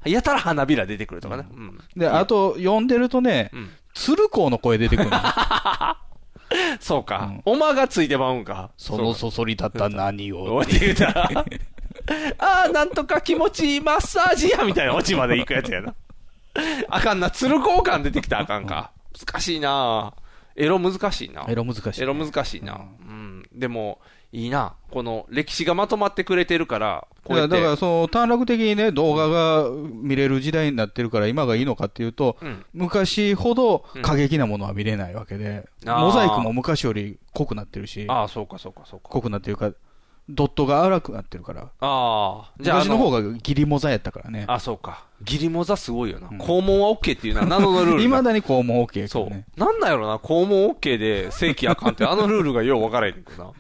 Speaker 4: やたら花びら出てくるとかね。うん。
Speaker 5: で、あと、読んでるとね、
Speaker 4: うん
Speaker 5: 鶴光の声出 てくるの。
Speaker 4: そうか。おまがついてまうんか。
Speaker 5: そのそそり立った何
Speaker 4: お
Speaker 5: を
Speaker 4: い。って言うたら、 ああ、なんとか気持ちいいマッサージやみたいなオチまで行くやつやな。あかんな、鶴交換出てきたらあかんか。難しいなエロ難しいな。
Speaker 5: エロ難しい。
Speaker 4: エロ難しいな。うん。でも、いいな。この歴史がまとまってくれてるから、こうやっ
Speaker 5: だから、
Speaker 4: て。
Speaker 5: その、短絡的にね、動画が見れる時代になってるから、今がいいのかっていうと、
Speaker 4: うん
Speaker 5: 昔ほど過激なものは見れないわけで、
Speaker 4: あー
Speaker 5: モザイクも昔より濃くなってるし、
Speaker 4: ああ、そうか、そうか、そうか。
Speaker 5: 濃くなってるか、ドットが荒くなってるから、
Speaker 4: ああ、じゃあ、あ
Speaker 5: 昔の方がギリモザやったからね。
Speaker 4: あ、そうか。ギリモザすごいよな。肛門は OK っていうな、謎のルー ル。
Speaker 5: いまだにこうも OK
Speaker 4: そ
Speaker 5: からね。
Speaker 4: う。なんなんやろな、肛門 OK で正規あかんって、あのルールがよう分からへんねんけどな。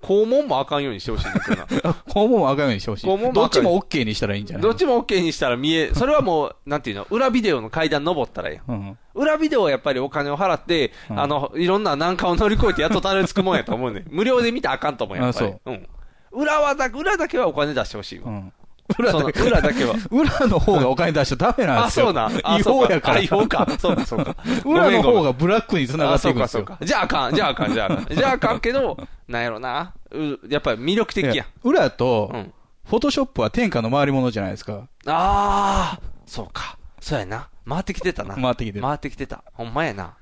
Speaker 4: 肛門もあかんようにしてほしいねん けどな。
Speaker 5: あ肛門も赤いようにしてほしい。
Speaker 4: 肛門も赤い
Speaker 5: どっちも OK にしたらいいんじゃない
Speaker 4: どっちも OK にしたら見え、それはもう、なんていうの、裏ビデオの階段登ったらええやん。
Speaker 5: うん。
Speaker 4: 裏ビデオはやっぱりお金を払って、
Speaker 5: うん
Speaker 4: あの、いろんな難関を乗り越えてやっとたどり着くもんやと思うねん。無料で見たらあかんと思うやっぱり
Speaker 5: あ
Speaker 4: う。ん。裏はだ、裏だけはお金出してほしいうわ。
Speaker 5: ん。
Speaker 4: 裏だ裏だ けは。
Speaker 5: 裏の方がお金出しちゃダメなん
Speaker 4: あ、
Speaker 5: ですよ。
Speaker 4: そうな。あ
Speaker 5: 違法やか
Speaker 4: そうあ
Speaker 5: ら。
Speaker 4: 違法か。そうか、そうか。
Speaker 5: 裏
Speaker 4: ご
Speaker 5: の
Speaker 4: めんごめ
Speaker 5: 方
Speaker 4: ん
Speaker 5: がブラックに繋がっていく
Speaker 4: あ
Speaker 5: んです
Speaker 4: そう
Speaker 5: よ。
Speaker 4: か、そうか。じゃああかん、じゃああかん、じゃああかん。じゃああかんけど、なんやろな。うやっぱり魅力的
Speaker 5: い
Speaker 4: やん
Speaker 5: や。裏と、
Speaker 4: うん。
Speaker 5: フォトショップは天下の回り物じゃないですか。
Speaker 4: ああ、そうか。そうやな。回ってきてたな。
Speaker 5: 回ってきてる
Speaker 4: 回ってきてた。ほんまやな。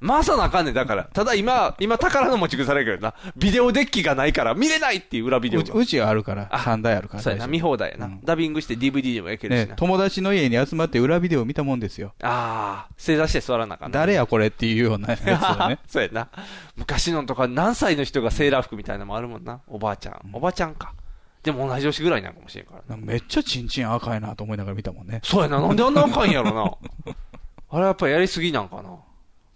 Speaker 4: まさなあかんねん、だから。ただ今、今宝の持ち腐れやけどな。ビデオデッキがないから見れないっていう裏ビデオ
Speaker 5: うち
Speaker 4: が。
Speaker 5: うちはあるから、
Speaker 4: あ
Speaker 5: 3台あるから。
Speaker 4: そうやな、見放題やな。
Speaker 5: うん
Speaker 4: ダビングして DVD でもやけるし
Speaker 5: ね
Speaker 4: な。、
Speaker 5: 友達の家に集まって裏ビデオ見たもんですよ。
Speaker 4: ああ、正座して座らなあかんな。
Speaker 5: 誰やこれっていうようなやつをね
Speaker 4: そうやな。昔のとか何歳の人がセーラー服みたいなのもあるもんな。おばあちゃん。おばあちゃんか。でも同じ年ぐらいなんかもしれんからな。
Speaker 5: なんかめっちゃチンチン赤いなと思いながら見たもんね。
Speaker 4: そうやな。なんであんなあかんやろな。 あれはやっぱやりすぎなんかな。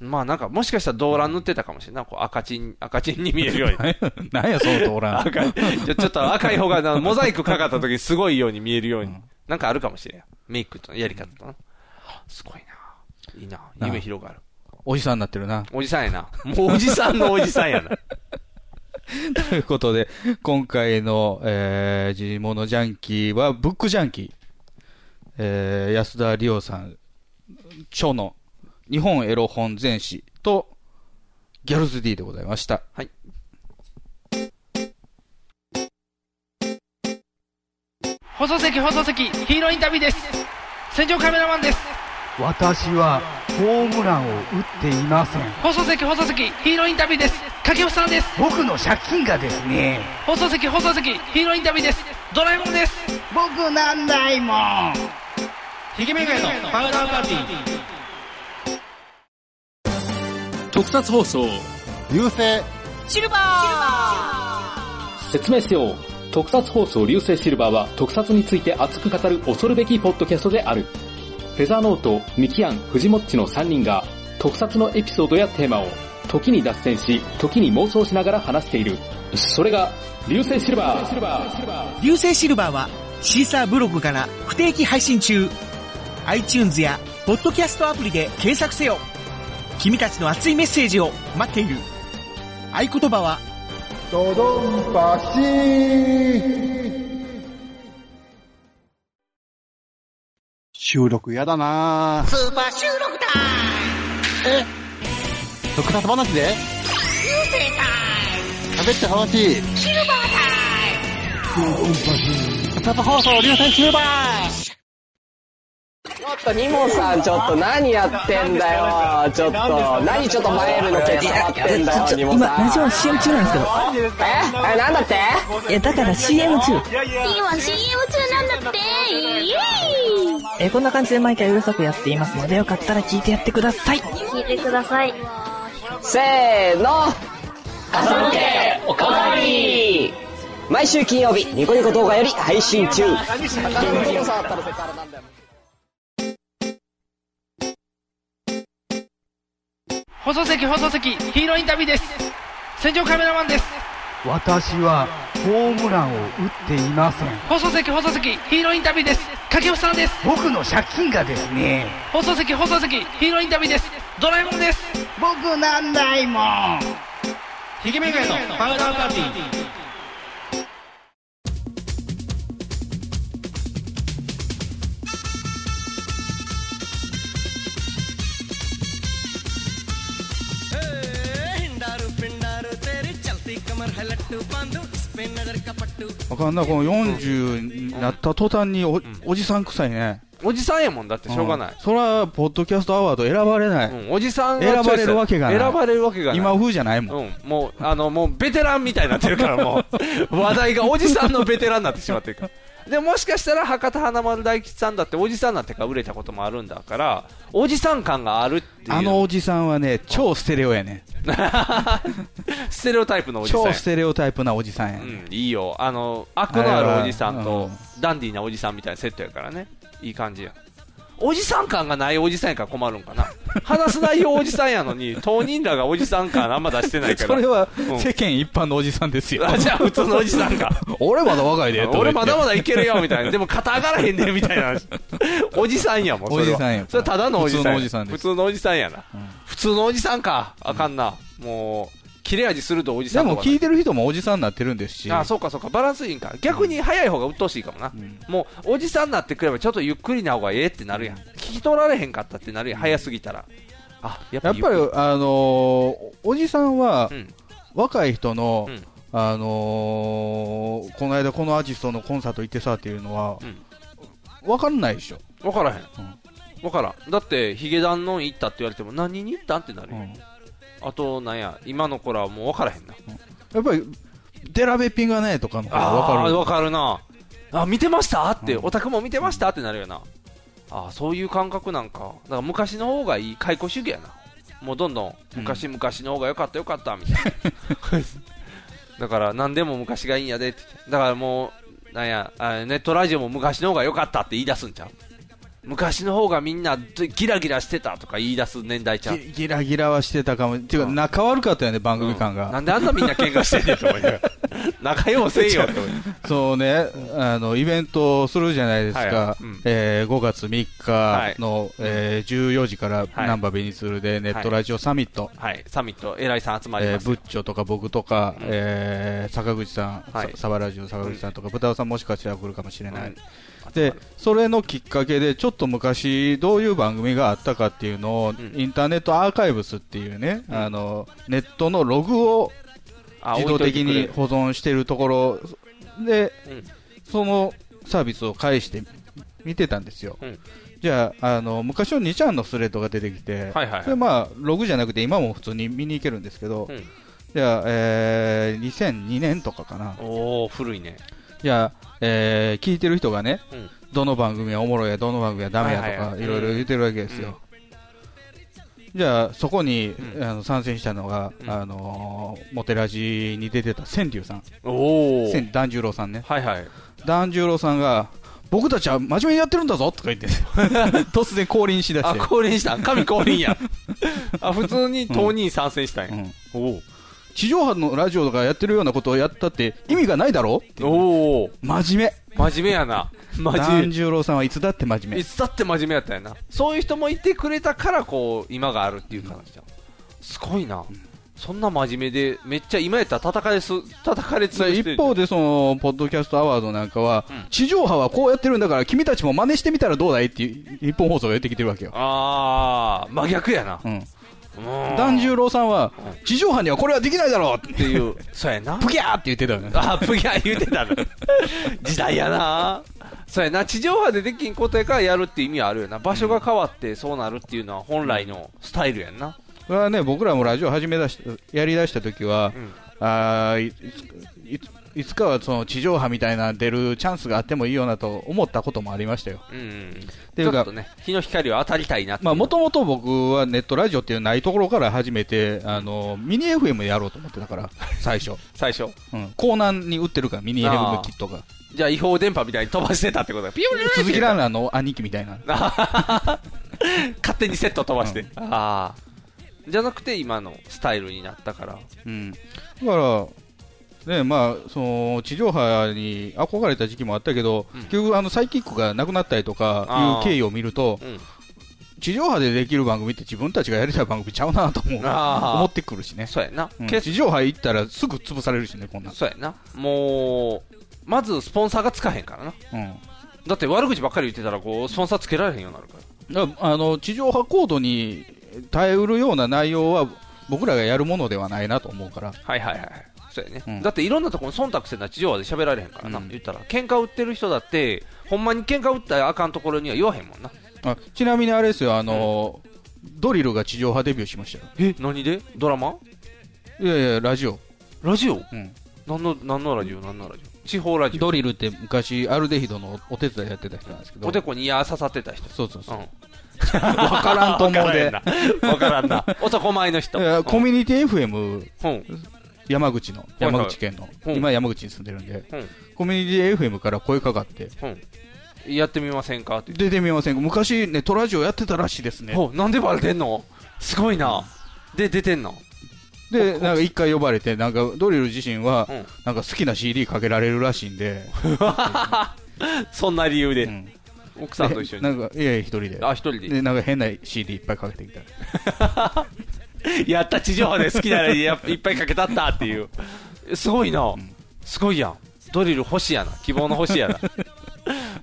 Speaker 4: まあなんか、もしかしたら動乱塗ってたかもしれんない。こう赤チン、赤チンに見えるよ うに。
Speaker 5: なんや、その動乱。
Speaker 4: 赤い。ちょちょっと赤い方がなモザイクかかった時にすごいように見えるように。なんかあるかもしれん。メイクとやり方とな。すごいな。いいな。夢広がる。
Speaker 5: おじさんになってるな。
Speaker 4: おじさんやな。もうおじさんのおじさんやな。
Speaker 5: ということで、今回の、えー、地物ジャンキーは、ブックジャンキー。えー、安田理央さん、著の日本エロ本全史と、ギャルズ D でございました。
Speaker 4: はい。
Speaker 9: 放送席放送席ヒーローインタビューです戦場カメラマンです
Speaker 10: 私はホームランを打っていません
Speaker 9: 放送席放送席ヒーローインタビューです掛布さんです
Speaker 10: 僕の借金がですね
Speaker 9: 放送席放送席ヒーローインタビューですドラえもんです
Speaker 10: 僕なんないもん
Speaker 9: ひげめがのパウダーパーティー
Speaker 11: 特撮放送
Speaker 7: 流星
Speaker 11: 説明しよう特撮放送流星シルバーは特撮について熱く語る恐るべきポッドキャストであるフェザーノートミキアン藤もっちの3人が特撮のエピソードやテーマを時に脱線し時に妄想しながら話しているそれが流星シルバー
Speaker 12: 流星シルバーはシーサーブログから不定期配信中 iTunes やポッドキャストアプリで検索せよ君たちの熱いメッセージを待っている合言葉は
Speaker 7: ドドンパシ収録やだなスーパー収録だえ特撮話で流星タイ喋ってほしいシルバータ
Speaker 12: 特
Speaker 7: イ
Speaker 12: 撮放送流星シルバー
Speaker 13: ちょっとニモさんちょっと何やってんだよちょっと何ちょっとマイルのケツ触ってんだよニモ
Speaker 14: 今、
Speaker 13: さん
Speaker 14: ラジオ CM 中なんですけど。
Speaker 13: えなんだって
Speaker 14: え、だから CM 中。
Speaker 15: 今 CM 中なんだってイエーイ
Speaker 14: え、こんな感じで毎回うるさくやっていますので、よかったら聞いてやってください。
Speaker 15: 聞いてください
Speaker 13: せーの朝向けおかわり毎週金曜日ニコニコ動画より配信中
Speaker 9: 放送席、放送席、ヒーローインタビューです。戦場カメラマンです。
Speaker 10: 私はホームランを打っていません。
Speaker 9: 放送席、放送席、ヒーローインタビューです。掛布さんです。
Speaker 10: 僕の借金がですね、
Speaker 9: 放送席、放送席、ヒーローインタビューです。ドラえもんです。
Speaker 10: 僕なんないもん。
Speaker 9: ひげめがのパウダーパーティー。
Speaker 2: हिंडारू पिंडारू तेरी चलती कमर है लट्टू बांधू इस पे नजर का पट्टू
Speaker 5: あかんな、この40になった途端におおじさん臭いね。
Speaker 4: おじさんやもんだってしょうがない
Speaker 5: ん。それは、ポッドキャストアワード選ばれない。
Speaker 4: うんおじさんが
Speaker 5: 選ばれるわけがない。
Speaker 4: 選ばれるわけがない
Speaker 5: 今風じゃないもん。
Speaker 4: うん、もう、あの、もうベテランみたいになってるから、も う、話題がおじさんのベテランになってしまってるから。でもしかしたら博多華丸大吉さんだっておじさんになってから売れたこともあるんだから、おじさん感があるっていう。
Speaker 5: あのおじさんはね、超ステレオやね。
Speaker 4: ステレオタイプのおじさん
Speaker 5: 超
Speaker 4: や。
Speaker 5: ステレオタイプなおじさんや
Speaker 4: う
Speaker 5: ね。
Speaker 4: ん、いいよ。あの、悪のあるおじさんと、ダンディーなおじさんみたいなセットやからね。いい感じや。おじさん感がないおじさんやから困るんかな。 話す内容おじさんやのに、当人らがおじさん感あんま出してないから。
Speaker 5: それは
Speaker 4: うん
Speaker 5: 世間一般のおじさんですよ。
Speaker 4: あじゃあ普通のおじさんか。
Speaker 5: 俺まだ若いで、とか 言
Speaker 4: 俺
Speaker 5: って
Speaker 4: まだまだいけるよみたいな、でも肩上がらへんねみたいな 話、おじさんやもん、それは
Speaker 5: おじさんや
Speaker 4: それはただのおじさんや、
Speaker 5: 普通のおじさんです
Speaker 4: 普通のおじさんやな、普通のおじさんか、あかんな、もう、切れ味するとおじさ
Speaker 5: で
Speaker 4: んと
Speaker 5: も
Speaker 4: か
Speaker 5: 聞いてる人もおじさんになってるんですし。
Speaker 4: あそうか、そうか、バランスいいんか、逆に早い方が鬱陶しいかもな、もうおじさんになってくれば、ちょっとゆっくりな方がええってなるやん、聞き取られへんかったってなるやん、早すぎたら、あやっぱ
Speaker 5: やっ
Speaker 4: り
Speaker 5: ぱり、あのーおおじさんは、若い人の、
Speaker 4: うん
Speaker 5: あのーこの間このアーティストのコンサート行ってさっていうのは、分かんないでしょ。
Speaker 4: 分からへん、分からんだってヒゲダンのん行ったって言われても何に行ったんってなるよ、あとなんや今の子らはもう分からへんな、
Speaker 5: やっぱり、デラベッピングがねとかの方が
Speaker 4: ああ
Speaker 5: 分
Speaker 4: 分
Speaker 5: かる。
Speaker 4: かるなあ見てましたって、オタクも見てましたってなるよなあーそういう感覚なんかだから昔の方がいい解雇主義やなもうどんどん昔々の方が良かった良かったみたいな だから何でも昔がいいんやでってだからもうなんやあネットラジオも昔の方が良かったって言い出すんちゃう昔の方がみんなギラギラしてたとか言い出す年代ちゃう
Speaker 5: ギラギラはしてたかも。っていうか、仲悪かったよね、番組感が。
Speaker 4: なんであんなみんな喧嘩してんねんと思い ながら仲良うせえよって思いながら
Speaker 5: そうね、あのイベントをするじゃないですか、
Speaker 4: はいうん
Speaker 5: えー5月3日の、えー14時から、
Speaker 4: はい
Speaker 5: ナンバーベニツールでネットラジオサミット、
Speaker 4: はい、サミット、偉いさん集まり
Speaker 5: え
Speaker 4: ま
Speaker 5: ー
Speaker 4: す。
Speaker 5: ブッチョとか僕とか、えー坂口さん、
Speaker 4: はい
Speaker 5: さサバラジオの坂口さんとか、豚尾さんもしかしたら来るかもしれない、でそれのきっかけで、ちょっと昔、どういう番組があったかっていうのを、インターネットアーカイブスっていうね、あのネットのログを
Speaker 4: あ
Speaker 5: 自動的に
Speaker 4: 置いといてくれる
Speaker 5: 保存してるところで、そのサービスを介して見てたんですよ。じゃあ、あの昔の2ちゃんのスレッドが出てき
Speaker 4: は
Speaker 5: て、
Speaker 4: いはいはい
Speaker 5: それまあログじゃなくて今も普通に見に行けるんですけど、
Speaker 4: うん
Speaker 5: じゃあ、えー2002年とかかな。
Speaker 4: おお、古いね。
Speaker 5: じゃあ、えー聞いてる人がね、
Speaker 4: うん
Speaker 5: どの番組はおもろいや、どの番組はダメやと
Speaker 4: はい
Speaker 5: か、
Speaker 4: はいいはい
Speaker 5: ろいろ言ってるわけですよ。じゃあ、そこに、あの参戦したのが、あのーモテラジに出てた川柳さん。
Speaker 4: おー
Speaker 5: 千團十郎さんね。
Speaker 4: はいはい。
Speaker 5: 團十郎さんが、僕たちは真面目にやってるんだぞとか 言って、突然降臨しだし
Speaker 4: あ、
Speaker 5: て。
Speaker 4: 降臨した。神降臨 や。あ、普通に当人参戦したんや。
Speaker 5: 地上波のラジオとかやってるようなことをやったって意味がないだろって
Speaker 4: おお。
Speaker 5: 真面
Speaker 4: 真面目やな。
Speaker 5: 目。
Speaker 4: 真面
Speaker 5: 團十郎さんはいつだって真面
Speaker 4: 目。
Speaker 5: 目
Speaker 4: い。つだって真面目やったんやな。そういう人もいてくれたから、こう、今があるっていう感じじゃん。すごいな。そんな真面目で、めっちゃ今やったら叩かれす、叩かれつぶしてる
Speaker 5: 一方で、その、ポッドキャストアワードなんかは、地上波はこうやってるんだから、君たちも真似してみたらどうだいっていう、日本放送が言ってきてるわけよ。
Speaker 4: あー、真逆やな。
Speaker 5: うん。團十郎さんは、地上波にはこれはできないだろうっていう、
Speaker 4: そうやな。
Speaker 5: プギャーって言ってたよ ね。
Speaker 4: あ、プギャー言うてた の。時代やな。そうやな、地上波でできんことやからやるって意味はあるよな。場所が変わってそうなるっていうのは本来のスタイルやんな。
Speaker 5: それはね、僕らもラジオ始めだし、やりだした時は、あーいいいついつかはその地上波みたいな出るチャンスがあってもいいよなと思ったこともありましたよ。
Speaker 4: うん、うん。
Speaker 5: ていうか
Speaker 4: ちょっとね、日の光を当たりたいなっていう
Speaker 5: まあ、もともと僕はネットラジオっていうないところから始めて、あの、ミニ FM やろうと思って たから、最初。
Speaker 4: 最初。
Speaker 5: うん。コーナーに売ってるから、ミニ
Speaker 4: あ
Speaker 5: FM
Speaker 4: ー
Speaker 5: キットが。
Speaker 4: じゃあ違法電波みたいに飛ばしてたってこと だ。ピヨン
Speaker 5: 鈴木ランナーの兄貴みたいな。
Speaker 4: 勝手にセット飛ばして。ああ。じゃなくて今のスタイルになったから。
Speaker 5: うん。だから、ね、まあ、その、地上波に憧れた時期もあったけど、結局、あの、サイキックがなくなったりとか
Speaker 4: あー
Speaker 5: いう経緯を見ると、
Speaker 4: うん。
Speaker 5: 地上波でできる番組って自分たちがやりたい番組ちゃうなと思う
Speaker 4: あー
Speaker 5: 思ってくるしね。
Speaker 4: そうやな。
Speaker 5: うん
Speaker 4: け
Speaker 5: 地上波行ったらすぐ潰されるしね、こんなん。
Speaker 4: そうやな。もう、まずスポンサーがつかへんからな。
Speaker 5: うん。
Speaker 4: だって悪口ばっかり言ってたら、こう、スポンサーつけられへんようになるから。
Speaker 5: だからあの地上波高度に耐えうるような内容は僕らがやるものではないなと思うから、
Speaker 4: はいはいはい。そうやね。だっていろんなところに忖度せな地上波で喋られへんからな。言ったら、喧嘩売ってる人だって、ほんまに喧嘩売ったらあかんところには言わへんもんな。
Speaker 5: あちなみにあれですよあの、ドリルが地上波デビューしましたよ
Speaker 4: え何でドラマ
Speaker 5: いやいやラジオ
Speaker 4: ラジオ
Speaker 5: うん
Speaker 4: 何の、何のラジオ何のラジオ地方ラジオ。
Speaker 5: ドリルって昔アルデヒドのお手伝いやってた人なんですけど
Speaker 4: おでこに矢刺さってた人。
Speaker 5: そ
Speaker 4: 。
Speaker 5: うそうそう
Speaker 4: ん
Speaker 5: わからんと思うで
Speaker 4: わから んな。わからんな男前の人。
Speaker 5: いやコ
Speaker 4: うん
Speaker 5: ミュニティ FM、
Speaker 4: うん
Speaker 5: 山口の
Speaker 4: いはい
Speaker 5: 山口県の、
Speaker 4: うん
Speaker 5: 今山口に住んでるんで、
Speaker 4: うん
Speaker 5: コミュニティ FM から声かかって
Speaker 4: うんやってみませんかって。
Speaker 5: 出てみませんか昔ネットラジオやってたらしいですね
Speaker 4: ほうなんでバレてんのすごいな。で、出てんの
Speaker 5: で、なんか一回呼ばれて、なんかドリル自身は、なんか好きな CD かけられるらしいんで、
Speaker 4: そんな理由で。奥さんと一緒
Speaker 5: な
Speaker 4: に。
Speaker 5: んか、いやいや、一人で。
Speaker 4: あ一人で
Speaker 5: なんか変な CD いっぱいかけてきた。
Speaker 4: やった、地上波で好きならやいっぱいかけたったっていう。 すごいな。すごいやん。ドリル星やな。希望の星 やな。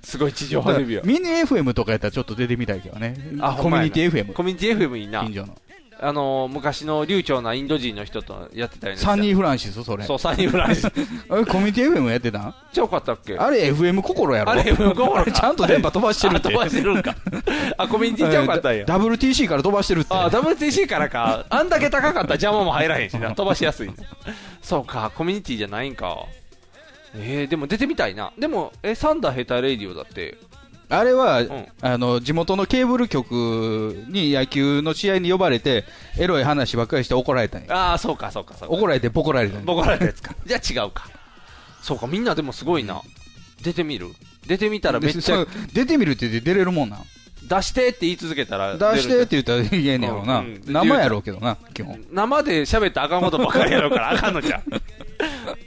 Speaker 4: すごい地上波デビューや。
Speaker 5: ミニ FM とかやったらちょっと出てみたいけどね。
Speaker 4: あ
Speaker 5: コミュニティ FM。
Speaker 4: コミュニティ FM いいな
Speaker 5: 近所の。
Speaker 4: あのー昔の流暢なインド人の人とやってたよね
Speaker 5: サニーフランシス、それ。
Speaker 4: そうサニーフランシス
Speaker 5: あれコミュニティ FM やってたん
Speaker 4: ちゃうかったっけ
Speaker 5: あれ FM 心やろ
Speaker 4: あれ FM 心か
Speaker 5: あれちゃんと電波飛ばしてるって。
Speaker 4: あ飛ばしてるんか あコミュニティちゃうかったんや
Speaker 5: えー WTC から飛ばしてるって。
Speaker 4: あ WTC からかあんだけ高かったら邪魔も入らへんしな飛ばしやすいそうかコミュニティじゃないんかえー、でも出てみたいなでもえサンダーヘタレイディオだって
Speaker 5: あれは、あの地元のケーブル局に野球の試合に呼ばれて、エロい話ばっかりして怒られたんや。
Speaker 4: ああそうかそうかそうか
Speaker 5: 怒られて、ボコられたんや。
Speaker 4: 怒られたやつかじゃあ違うかそうかみんなでもすごいな、出てみる出てみたらめっちゃ
Speaker 5: でそう出てみるって言って出れるもんなん。
Speaker 4: 出してって言い続けたら
Speaker 5: 出し
Speaker 4: 出
Speaker 5: て
Speaker 4: る
Speaker 5: って言ったら言えんねやろうな。
Speaker 4: うんうん
Speaker 5: 生やろうけどな、基本。
Speaker 4: 生で喋ったらあかんことばっかりやろうからあかんのじゃん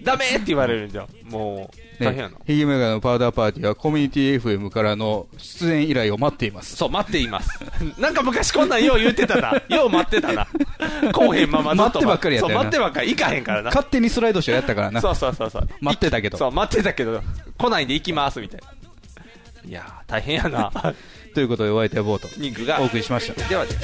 Speaker 4: ダメって言われるんじゃんもう大変や
Speaker 5: ね
Speaker 4: な、
Speaker 5: ヒゲメガネのパウダーパーティーはコミュニティ FM からの出演依頼を待っています。
Speaker 4: そう待っています なんか昔こんなんよう言ってたなよう待ってたなこうへんままずっ
Speaker 5: 待
Speaker 4: と
Speaker 5: ってばっかりやった
Speaker 4: そう
Speaker 5: よな
Speaker 4: 待ってばっかり行かへんからな
Speaker 5: 勝手にスライドショーやったからな。
Speaker 4: そうそうそうそう
Speaker 5: 待ってたけど。
Speaker 4: そう待ってたけど来ないんで行きますみたいないやー大変やな
Speaker 5: ということで、お相手はボート。
Speaker 4: 肉が
Speaker 5: お送りしました。
Speaker 4: ではでは